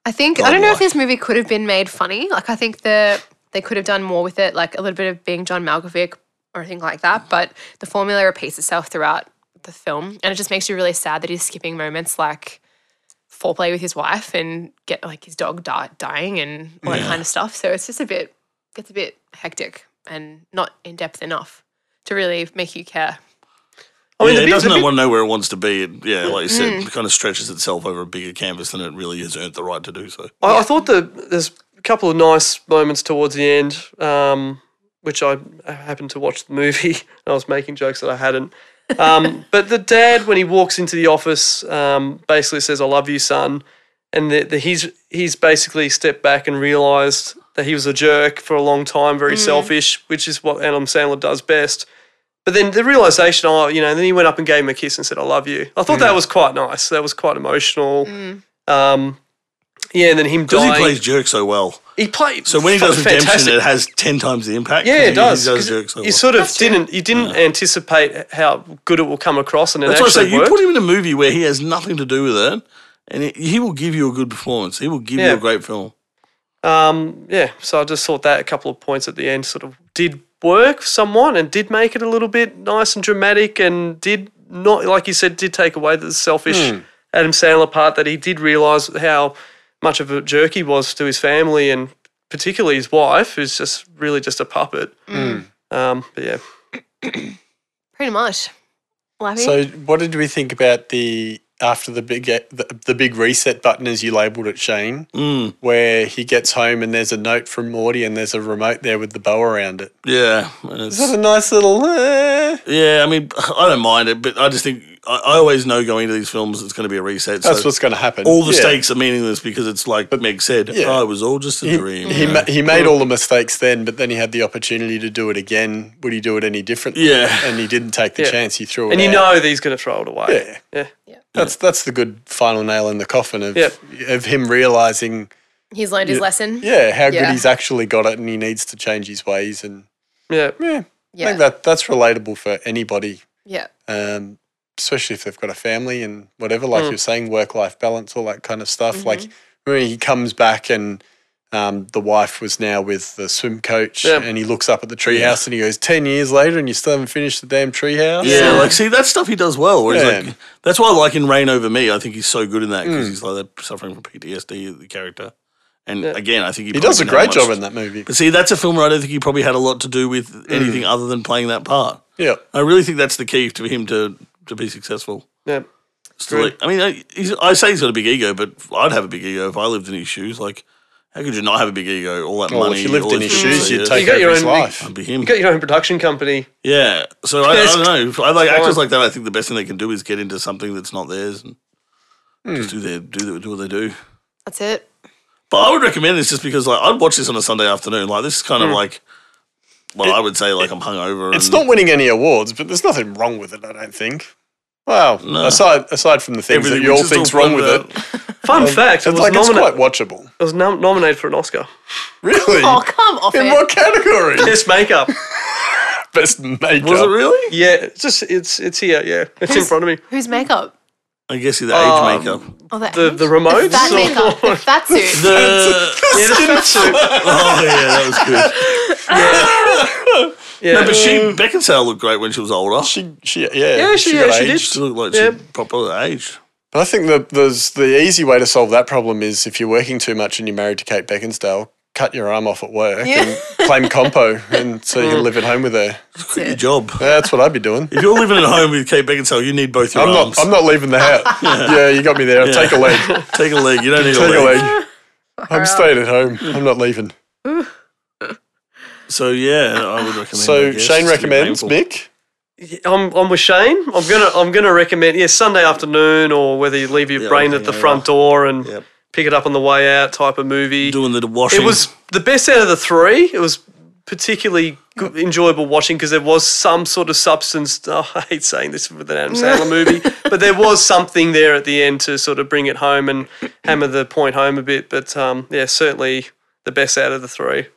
S2: I think I don't know if
S3: Godlike.
S2: this movie could have been made funny. Like I think the they could have done more with it, like a little bit of being John Malkovich or anything like that. But the formula repeats itself throughout the film, and it just makes you really sad that he's skipping moments like foreplay with his wife and get like his dog di- dying and all that kind of stuff. So it's just a bit gets a bit hectic and not in depth enough to really make you care.
S4: I mean,
S3: yeah,
S4: the
S3: it
S4: bit-
S3: doesn't
S4: the bit- Mm.
S3: want to know where it wants to be. It, yeah, like you said, it kind of stretches itself over a bigger canvas than it really has earned the right to do so.
S4: I, I thought that there's a couple of nice moments towards the end, um, which I happened to watch the movie. And I was making jokes that I hadn't. Um, but the dad, when he walks into the office, um, basically says, "I love you, son," and the, the, he's he's basically stepped back and realised that he was a jerk for a long time,
S3: Mm.
S4: very selfish, which is what Adam Sandler does best. But then the realization, oh, you know, then he went up and gave him a kiss and said, "I love you." I thought that
S3: Mm.
S4: was quite nice. That was quite emotional. Um, yeah, and then him
S3: Because
S4: dying.
S3: he plays jerk so well.
S4: He played.
S3: So when he does redemption,
S4: fantastic.
S3: it has 10 times the impact.
S4: yeah,
S3: 'cause
S4: it does.
S3: He, he
S4: 'cause
S3: does jerk so
S4: you
S3: well.
S4: sort of didn't. You didn't anticipate how good it will come across, and it
S3: That's why I
S4: actually
S3: say you
S4: worked.
S3: put him in a movie where he has nothing to do with it, and he- he will give you a good performance. He will give you
S4: Yeah.
S3: a great film.
S4: um, yeah. So I just thought that a couple of points at the end sort of did work somewhat, and did make it a little bit nice and dramatic, and did not, like you said, did take away the selfish
S3: Hmm.
S4: Adam Sandler part that he did realize how much of a jerk he was to his family, and particularly his wife, who's just really just a puppet.
S3: Hmm.
S4: Um, but yeah.
S2: Pretty much. Lappy?
S1: So what did we think about the after the big the, the big reset button as you labeled it, Shane?
S3: Mm,
S1: where he gets home and there's a note from Morty and there's a remote there with the bow around it.
S3: yeah. and it's-
S1: Is that a nice little? eh?
S3: yeah, I mean, I don't mind it, but I just think I, I always know going into these films it's going to be a reset.
S1: That's
S3: so
S1: what's going to happen.
S3: all the
S1: Yeah.
S3: stakes are meaningless because it's like Meg said,
S1: yeah.
S3: oh, it was all just a
S1: He,
S3: dream.
S1: he,
S3: you know?
S1: ma- he made all the mistakes then, but then he had the opportunity to do it again. Would he do it any differently?
S3: Yeah.
S1: And he didn't take the
S4: Yeah.
S1: chance. He threw it.
S4: And you
S1: out.
S4: know that he's going to throw it away.
S1: Yeah.
S4: Yeah.
S1: that's that's the good final nail in the coffin of
S4: Yep.
S1: of him realizing,
S2: he's learned his lesson.
S1: yeah, how good
S2: Yeah.
S1: he's actually got it, and he needs to change his ways. And
S4: Yeah.
S1: yeah, I
S2: Yeah.
S1: think that that's relatable for anybody
S2: yeah.
S1: um, especially if they've got a family and whatever,
S3: Hmm.
S1: like you're saying, work life balance, all that kind of stuff. Like
S3: Mm-hmm.
S1: when he comes back and um, the wife was now with the swim coach
S4: Yeah.
S1: and he looks up at the treehouse and he goes, 10 years later and you still haven't finished the damn treehouse?
S3: Yeah, like see that stuff he does well. Where he's
S1: Yeah.
S3: like, that's why I like in Rain Over Me. I think he's so good in that
S1: Mm.
S3: because he's like that suffering from PTSD the character. And again, I think he,
S1: He does a
S3: probably
S1: great
S3: didn't have
S1: job
S3: much-
S1: in that movie.
S3: But see, that's a film where I don't think he probably had a lot to do with
S1: Mm.
S3: anything other than playing that part.
S1: Yeah.
S3: I really think that's the key to him to to be successful.
S4: Yeah.
S3: It's like- I mean, I, he's, I say he's got a big ego, but I'd have a big ego if I lived in his shoes. Like, how could you not have a big ego? All that
S1: Well,
S3: money.
S1: Oh, if you lived
S3: all
S1: in his
S3: this
S1: shoes,
S3: business,
S1: you'd
S3: yeah,
S1: take
S4: You got
S1: over
S4: your
S1: his
S4: own
S1: life.
S3: I'd be him.
S4: You got your own production company.
S3: Yeah, so I, I
S4: It's-
S3: don't know. I like actors
S4: fine.
S3: like that. I think the best thing they can do is get into something that's not theirs and just
S1: Hmm.
S3: do their do their, do what they do.
S2: That's it.
S3: But I would recommend this just because like I'd watch this on a Sunday afternoon. Like this is kind of like, well, I would say like I'm hungover.
S1: Hmm. It's
S3: and,
S1: not winning any awards, but there's nothing wrong with it, I don't think. Well,
S3: No.
S1: aside aside from the things
S3: Everything
S1: that you all
S3: which is
S1: think's
S3: all
S1: wrong with
S3: about-
S1: it,
S4: Fun fact:
S1: Um, it's
S4: it was,
S1: like it's
S4: nomina-
S1: quite watchable.
S4: it was nom- nominated for an Oscar.
S1: Really?
S2: Oh, come off
S1: E. In
S2: it.
S1: what category?
S4: Best makeup.
S1: Best makeup.
S3: Was it really?
S4: yeah, it's just it's it's here. Yeah, it's in front of me.
S2: Whose makeup?
S3: I guess the
S4: Um,
S3: age makeup.
S2: Oh, that
S4: The
S2: age?
S4: the remote.
S2: The fat makeup. The fat suit.
S3: The
S4: yeah, the fat suit.
S3: oh yeah, that was good.
S4: Yeah.
S3: No, but she Beckinsale looked great when she was older. She
S1: She, she, yeah,
S4: Yeah, she- yeah, she did.
S1: aged.
S3: looked like she
S4: Yep.
S3: properly aged.
S1: But I think the there's the easy way to solve that problem is if you're working too much and you're married to Kate Beckinsdale, cut your arm off at work and claim compo, and so
S3: Mm.
S1: you can live at home with her.
S3: Quit your job.
S1: That's what I'd be doing.
S3: If you're living at home with Kate Beckinsale, you need both your
S1: I'm
S3: arms.
S1: not. I'm not leaving the house. yeah. you got me there. Take a leg.
S3: Take a leg. You don't need
S1: Take a leg. I'm staying at home. I'm not leaving.
S3: So yeah, I would recommend. I
S1: So
S3: guess.
S1: Shane
S3: It's pretty
S1: recommends
S3: painful.
S1: Mick.
S4: Yeah, I'm, I'm with Shane. I'm gonna I'm gonna recommend yeah Sunday afternoon or whether you leave your
S3: Yeah,
S4: brain
S3: or
S4: at the
S3: hangover.
S4: front door and
S3: Yep.
S4: pick it up on the way out type of movie.
S3: doing the washing.
S4: It was the best out of the three. It was particularly good, enjoyable watching because there was some sort of substance. Oh, I hate saying this with an Adam Sandler movie, but there was something there at the end to sort of bring it home and hammer the point home a bit. But um, yeah, certainly the best out of the three.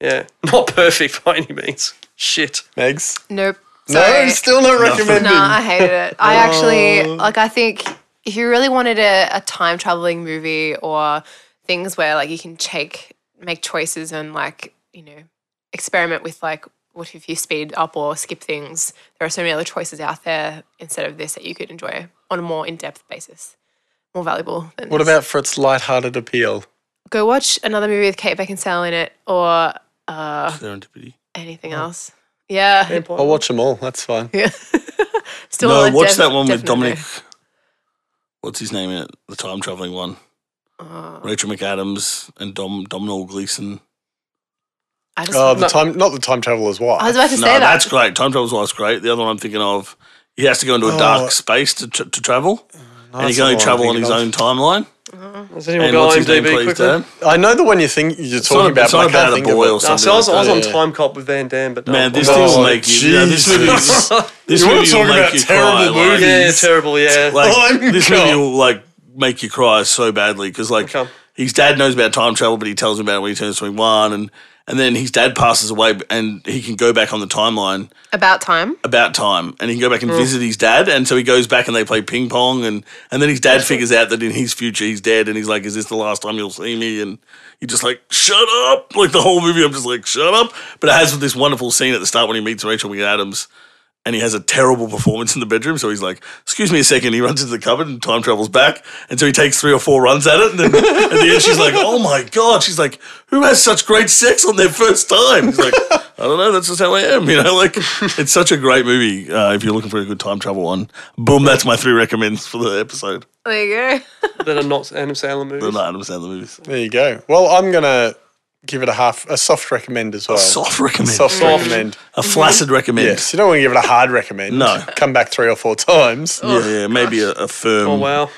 S4: Yeah, not perfect by any means. Shit.
S1: Megs.
S2: Nope.
S1: No,
S2: Sorry.
S1: still not recommending. Oh.
S2: No, I hated it. I actually like. I think if you really wanted a, a time traveling movie or things where like you can take make choices and like you know experiment with like what if you speed up or skip things. There are so many other choices out there instead of this that you could enjoy on a more in depth basis, more valuable. Than
S1: What
S2: this.
S1: about for its light-hearted appeal?
S2: go watch another movie with Kate Beckinsale in it or uh,
S3: serendipity.
S2: anything else? Yeah,
S1: I'll watch them all. That's fine.
S2: yeah. Still
S3: No,
S2: a
S3: watch
S2: def-
S3: that one with
S2: definite
S3: Dominic.
S2: no.
S3: What's his name in it? The time traveling one.
S2: Oh.
S3: Rachel McAdams and Dom Domhnall Gleeson.
S2: I just
S1: Oh, the
S4: No.
S1: time, not the time traveler's wife.
S2: I was about to
S3: No,
S2: say that.
S3: that's great. Time travel's wife's great. The other one I'm thinking of, he has to go into a
S1: Oh.
S3: dark space to, tra- to travel,
S1: No,
S3: and he
S1: that's
S3: can only
S1: not what I'm
S3: travel on
S1: thinking
S3: his
S1: of.
S3: own timeline.
S4: Has anyone
S3: And
S4: got
S3: what's his
S4: IMDb
S3: name, please,
S4: quickly?
S3: Dan?
S1: I know the one you think you're
S3: not-
S1: talking about,
S3: it's
S1: but
S3: not
S1: I can't
S3: about a
S1: think
S3: boy or
S1: of it.
S4: No,
S3: something.
S4: see, I was, I was on
S1: Yeah.
S4: Time Cop with Van Damme, but no,
S3: Man,
S4: I'm
S3: this
S4: not-
S3: thing will
S1: Oh,
S3: make you. yeah, this movie,
S1: Jesus.
S3: this
S1: You wanna
S3: movie will
S1: talk
S3: make
S1: about
S3: you
S1: terrible Oh,
S3: cry, like-
S4: yeah, terrible. Yeah,
S3: Like,
S1: I'm
S3: this movie
S1: gone.
S3: will like make you cry so badly because like
S4: Okay.
S3: his dad knows about time travel, but he tells him about it when he turns twenty one, and and then his dad passes away, and he can go back on the timeline
S2: About time.
S3: about time, and he can go back and visit his dad, and so he goes back and they play ping pong, and and then his dad figures out that in his future he's dead, and he's like, "Is this the last time you'll see me?" And you're just like, "Shut up!" Like the whole movie, I'm just like, "Shut up!" But it has this wonderful scene at the start when he meets Rachel McAdams. And he has a terrible performance in the bedroom, so he's like, "Excuse me a second. He runs into the cupboard and time travels back, and so he takes three or four runs at it. And then at the end, she's like, "Oh my god!" She's like, "Who has such great sex on their first time?" He's like, "I don't know. That's just how I am." You know, like it's such a great movie. Uh, if you're looking for a good time travel one, boom, that's my three recommends for the episode.
S2: There you go.
S4: that are not Adam Sandler
S3: The
S4: movies.
S3: Adam Sandler movies.
S1: There you go. Well, I'm gonna give it a half, a soft recommend as well.
S3: Soft recommend.
S1: Soft recommend.
S3: A flaccid recommend.
S1: Yes, you don't want to give it a hard recommend.
S3: No.
S1: come back three or four times.
S3: Yeah, yeah, maybe a, a firm,
S4: Oh wow.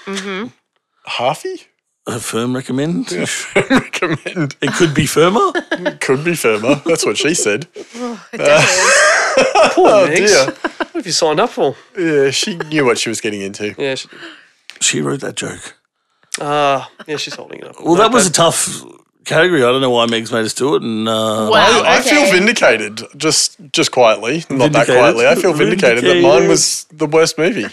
S1: Halfy
S3: a firm recommend.
S1: recommend.
S3: It could be firmer.
S1: It could be firmer. That's what she said.
S2: It definitely is.
S4: Poor
S1: Oh
S4: Megs.
S1: dear.
S4: What have you signed up for?
S1: Yeah, she knew what she was getting into.
S4: Yeah, she,
S3: she wrote that joke.
S4: uh, yeah, she's holding it up.
S3: Well, that was a tough category. I don't know why Megs made us do it, and uh,
S2: Wow.
S1: I, I feel
S2: Oh, okay.
S1: vindicated, just just quietly, not that
S3: Vindicated?
S1: quietly. I feel vindicated that mine
S3: Vindicated.
S1: was the worst movie,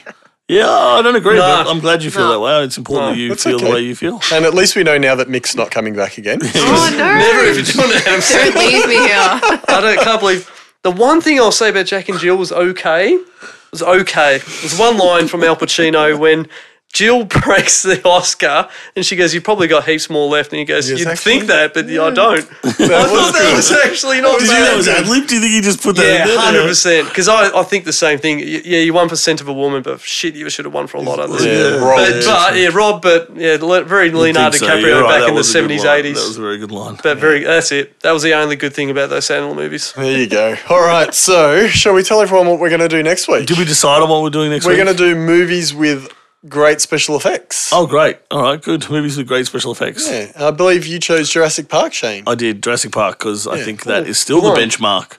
S3: yeah, I don't agree.
S4: Nah.
S3: But I'm glad you feel
S2: Nah.
S3: that way. It's important that you
S1: that's
S3: feel
S1: okay.
S3: the way you feel.
S1: and at least we know now that Mick's not coming back again.
S2: Oh no.
S4: Never if you're doing Adam
S2: Don't
S4: Sandler.
S2: leave me here.
S4: I don't, can't believe. The one thing I'll say about Jack and Jill was okay. It was okay. There's one line from Al Pacino when Jill breaks the Oscar and she goes, You've probably got heaps more left. And he goes,
S1: Yes,
S4: You'd
S1: actually.
S4: think that, but I don't. I thought that was actually not
S3: Did you think that
S4: bad.
S3: was ad lib? Do you think he just put that?
S4: Yeah,
S3: in there?
S4: hundred percent. Because I, I think the same thing. Y- Yeah, you won percent of a woman, but shit, you should have won for a lot of this.
S1: Yeah,
S4: But,
S1: Rob.
S4: but yeah, Rob, but yeah, le- very
S3: I think
S4: Leonardo
S3: so.
S4: DiCaprio
S3: You're right,
S4: back
S3: that
S4: in the
S3: was a good
S4: seventies,
S3: line. That was
S4: eighties.
S3: a very good line.
S4: But very, that's it. That was the only good thing about those Sandler movies.
S1: There you go. All right, so shall we tell everyone what we're going to do next week?
S3: Did we decide on what we're doing next
S1: We're
S3: week?
S1: going to do movies with great special effects.
S3: Oh, great! All right, good movies with great special effects.
S1: Yeah, I believe you chose Jurassic Park, Shane.
S3: I did Jurassic Park because I think that is still
S4: Good
S3: the
S4: one.
S3: benchmark,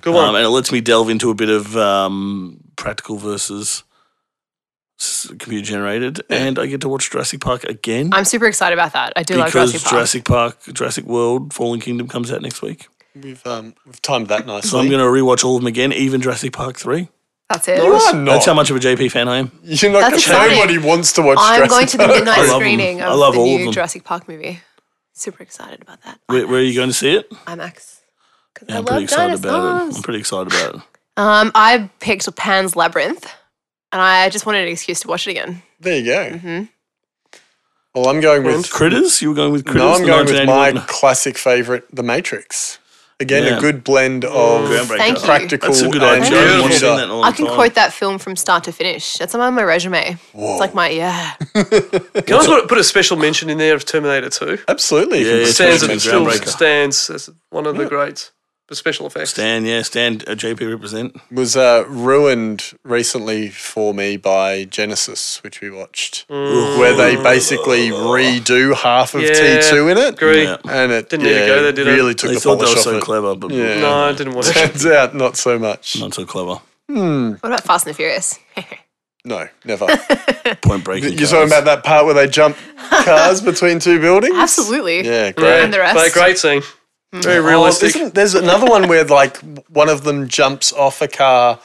S4: Good one.
S3: um, and it lets me delve into a bit of um, practical versus s- computer generated, and I get to watch Jurassic Park again.
S2: I'm super excited about that. I do like
S3: because
S2: Jurassic
S3: Jurassic
S2: Park.
S3: Park. Jurassic World, Fallen Kingdom comes out next week.
S1: We've um, we've timed that nicely.
S3: So I'm going to rewatch all of them again, even Jurassic Park 3.
S2: That's it.
S1: You are not.
S3: That's how much of a JP fan I am.
S1: You're not
S2: That's
S1: gonna-
S2: exciting.
S1: Nobody wants to watch.
S2: I'm
S1: Jurassic
S2: going to
S1: Park.
S2: the midnight
S3: I love
S2: screening
S3: them. I
S2: of
S3: love
S2: the
S3: all of
S2: new
S3: them.
S2: Jurassic Park movie. Super excited about that.
S3: Where, where are you going to see it?
S2: IMAX. 'Cause
S3: Yeah,
S2: I
S3: I'm pretty
S2: love
S3: excited about it.
S2: dinosaurs.
S3: I'm pretty excited about it.
S2: Um, I picked Pan's Labyrinth, and I just wanted an excuse to watch it again.
S1: There you go.
S2: Mm-hmm.
S1: Well, I'm going with
S3: Critters? You were going with Critters?
S1: no. I'm
S3: the
S1: going with my
S3: 1981?
S1: classic favorite, The Matrix. Again,
S3: Yeah.
S1: a good blend of
S3: Groundbreaker.
S2: Thank you.
S1: practical
S3: That's a good
S1: and
S3: idea. I haven't
S1: computer.
S3: seen that in a long
S2: I can
S3: time.
S2: quote that film from start to finish. That's on my resume. It's like my yeah.
S4: Can I put, put a special mention in there of Terminator 2?
S1: Absolutely.
S3: Yeah, yeah,
S1: It's
S4: Stands
S3: Terminator
S1: Benjamin
S4: it still
S3: Groundbreaker.
S4: stands as one of the greats for special effects.
S3: Stan, yeah, Stan, uh, JP represent.
S1: was uh, ruined recently for me by Genesis, which we watched, where they basically redo half of
S4: Yeah,
S1: T2 in it.
S4: Agree.
S3: Yeah.
S1: And it
S4: Didn't
S1: yeah,
S4: need to go there, did it?
S1: really took
S3: They
S1: the
S3: thought they
S1: polish
S3: were
S1: off
S3: so
S1: it.
S3: clever, but
S1: Yeah.
S4: No, I didn't want to.
S1: Turns out, not so much.
S3: not so clever.
S2: What about Fast and the Furious?
S1: No, never.
S3: Point breaking.
S1: You're talking
S3: cars.
S1: about that part where they jump cars between two buildings?
S2: Absolutely.
S1: Yeah,
S4: Yeah,
S1: great.
S2: And the rest.
S4: But a great scene.
S3: Hmm.
S4: Very realistic.
S1: Oh, isn't- there's another one where like one of them jumps off a car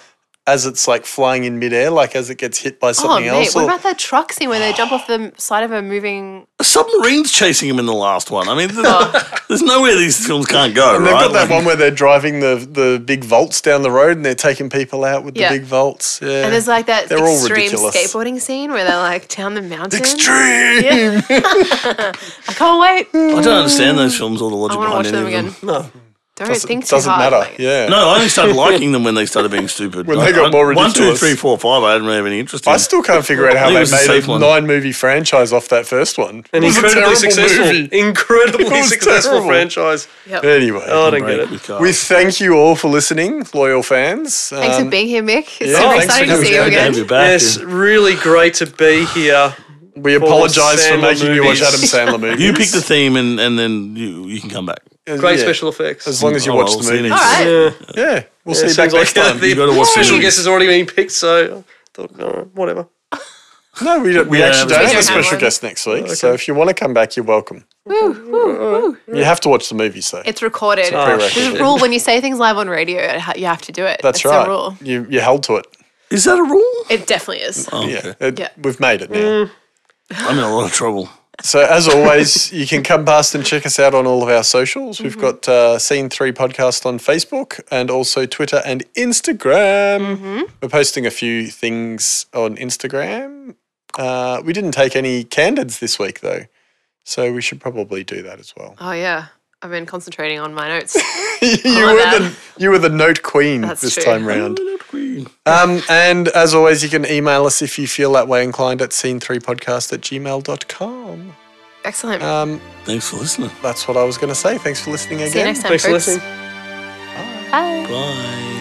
S1: as it's like flying in midair, like as it gets hit by
S2: Oh
S1: something
S2: mate,
S1: else.
S2: what
S1: or-
S2: about that truck scene where they jump off the side of a moving?
S3: submarines chasing him in the last one. I mean, there's,
S2: Oh.
S3: there's nowhere these films can't go,
S1: And they've
S3: right?
S1: got that
S3: Like,
S1: one where they're driving the, the big vaults down the road and they're taking people out with
S2: Yeah.
S1: the big vaults. Yeah.
S2: And there's like that
S1: They're all
S2: extreme
S1: ridiculous.
S2: skateboarding scene where they're like down the mountain.
S1: extreme.
S2: I can't wait.
S3: I don't understand those films or the logic
S2: I want to
S3: behind
S2: watch
S3: any
S2: them
S3: of
S2: again.
S3: them.
S4: No.
S2: Don't
S1: Doesn't,
S2: think too
S1: doesn't
S2: hard.
S1: matter.
S2: like-
S1: yeah.
S3: No, I only started liking them when they started being stupid.
S1: When they got
S3: I-
S1: more
S3: One, two,
S1: ridiculous.
S3: three, four, five. I didn't really have any interest in.
S1: I still can't figure out
S3: I
S1: how
S3: think it
S1: they
S3: was the
S1: made
S3: safe
S1: a
S3: one.
S1: nine movie franchise off that first one. It
S4: An
S1: was a
S4: incredibly
S1: terrible
S4: successful,
S1: movie. It
S4: incredibly
S1: was
S4: successful
S1: terrible.
S4: franchise.
S2: Yep.
S1: Anyway,
S4: Oh, I don't
S3: Break
S4: get it.
S3: with cars.
S1: we thank you all for listening, loyal fans.
S2: Thanks
S1: Um,
S2: for being here, Mick. It's
S1: yeah,
S2: super
S1: thanks
S2: exciting
S1: for
S2: to see you
S1: coming
S3: Good to
S2: again.
S3: have you back.
S4: Yes, really great to be here.
S1: we apologise for
S4: Sandler
S1: making you watch Adam
S4: movies.
S1: Sandler movies.
S3: You pick the theme, and, and then you you can come back.
S4: Great
S1: Yeah.
S4: special effects.
S1: As long as you
S3: Oh,
S1: watch
S3: well,
S1: the
S3: see you
S1: movie.
S3: next
S2: All right.
S4: yeah.
S1: Yeah, we'll
S4: Yeah,
S1: see you back next
S4: like
S1: time.
S4: The
S3: You gotta watch
S4: special
S3: the-
S4: guest has already been picked, so I thought, all right, whatever.
S1: No, we, don't, we
S3: Yeah,
S1: actually don't
S3: we don't
S1: have a
S2: have
S1: special
S2: one.
S1: guest next week. So if you want to come back, you're welcome.
S2: Woo, woo, woo.
S1: You have to watch the movie, so
S2: It's recorded.
S1: prerequisite.
S2: There's a rule when you say things live on radio, it ha- you have to do it.
S1: that's
S2: it's
S1: right.
S2: a rule.
S1: You you're held to it.
S3: Is that a rule?
S2: It definitely is.
S3: Oh,
S1: Yeah,
S3: okay.
S1: it-
S2: Yeah.
S1: we've made it now.
S3: I'm in a lot of trouble.
S1: So as always, you can come past and check us out on all of our socials. We've got
S2: Mm-hmm.
S1: uh, Scene Three Podcast on Facebook and also Twitter and Instagram.
S2: Mm-hmm.
S1: We're posting a few things on Instagram. Uh, we didn't take any candids this week though, so we should probably do that as well.
S2: Oh, yeah. I've been concentrating on my notes.
S1: you
S2: my
S1: were
S2: bad.
S1: the you were the note queen
S2: Oh, That's
S1: this
S2: true.
S1: time round. Um, and as always, you can email us if you feel that way inclined at scene3podcast at gmail.com.
S2: Excellent.
S1: Um,
S3: Thanks for listening.
S1: that's what I was going to say. Thanks for listening again.
S2: See you next time.
S4: Thanks for
S2: folks.
S4: listening.
S2: Bye.
S3: Bye.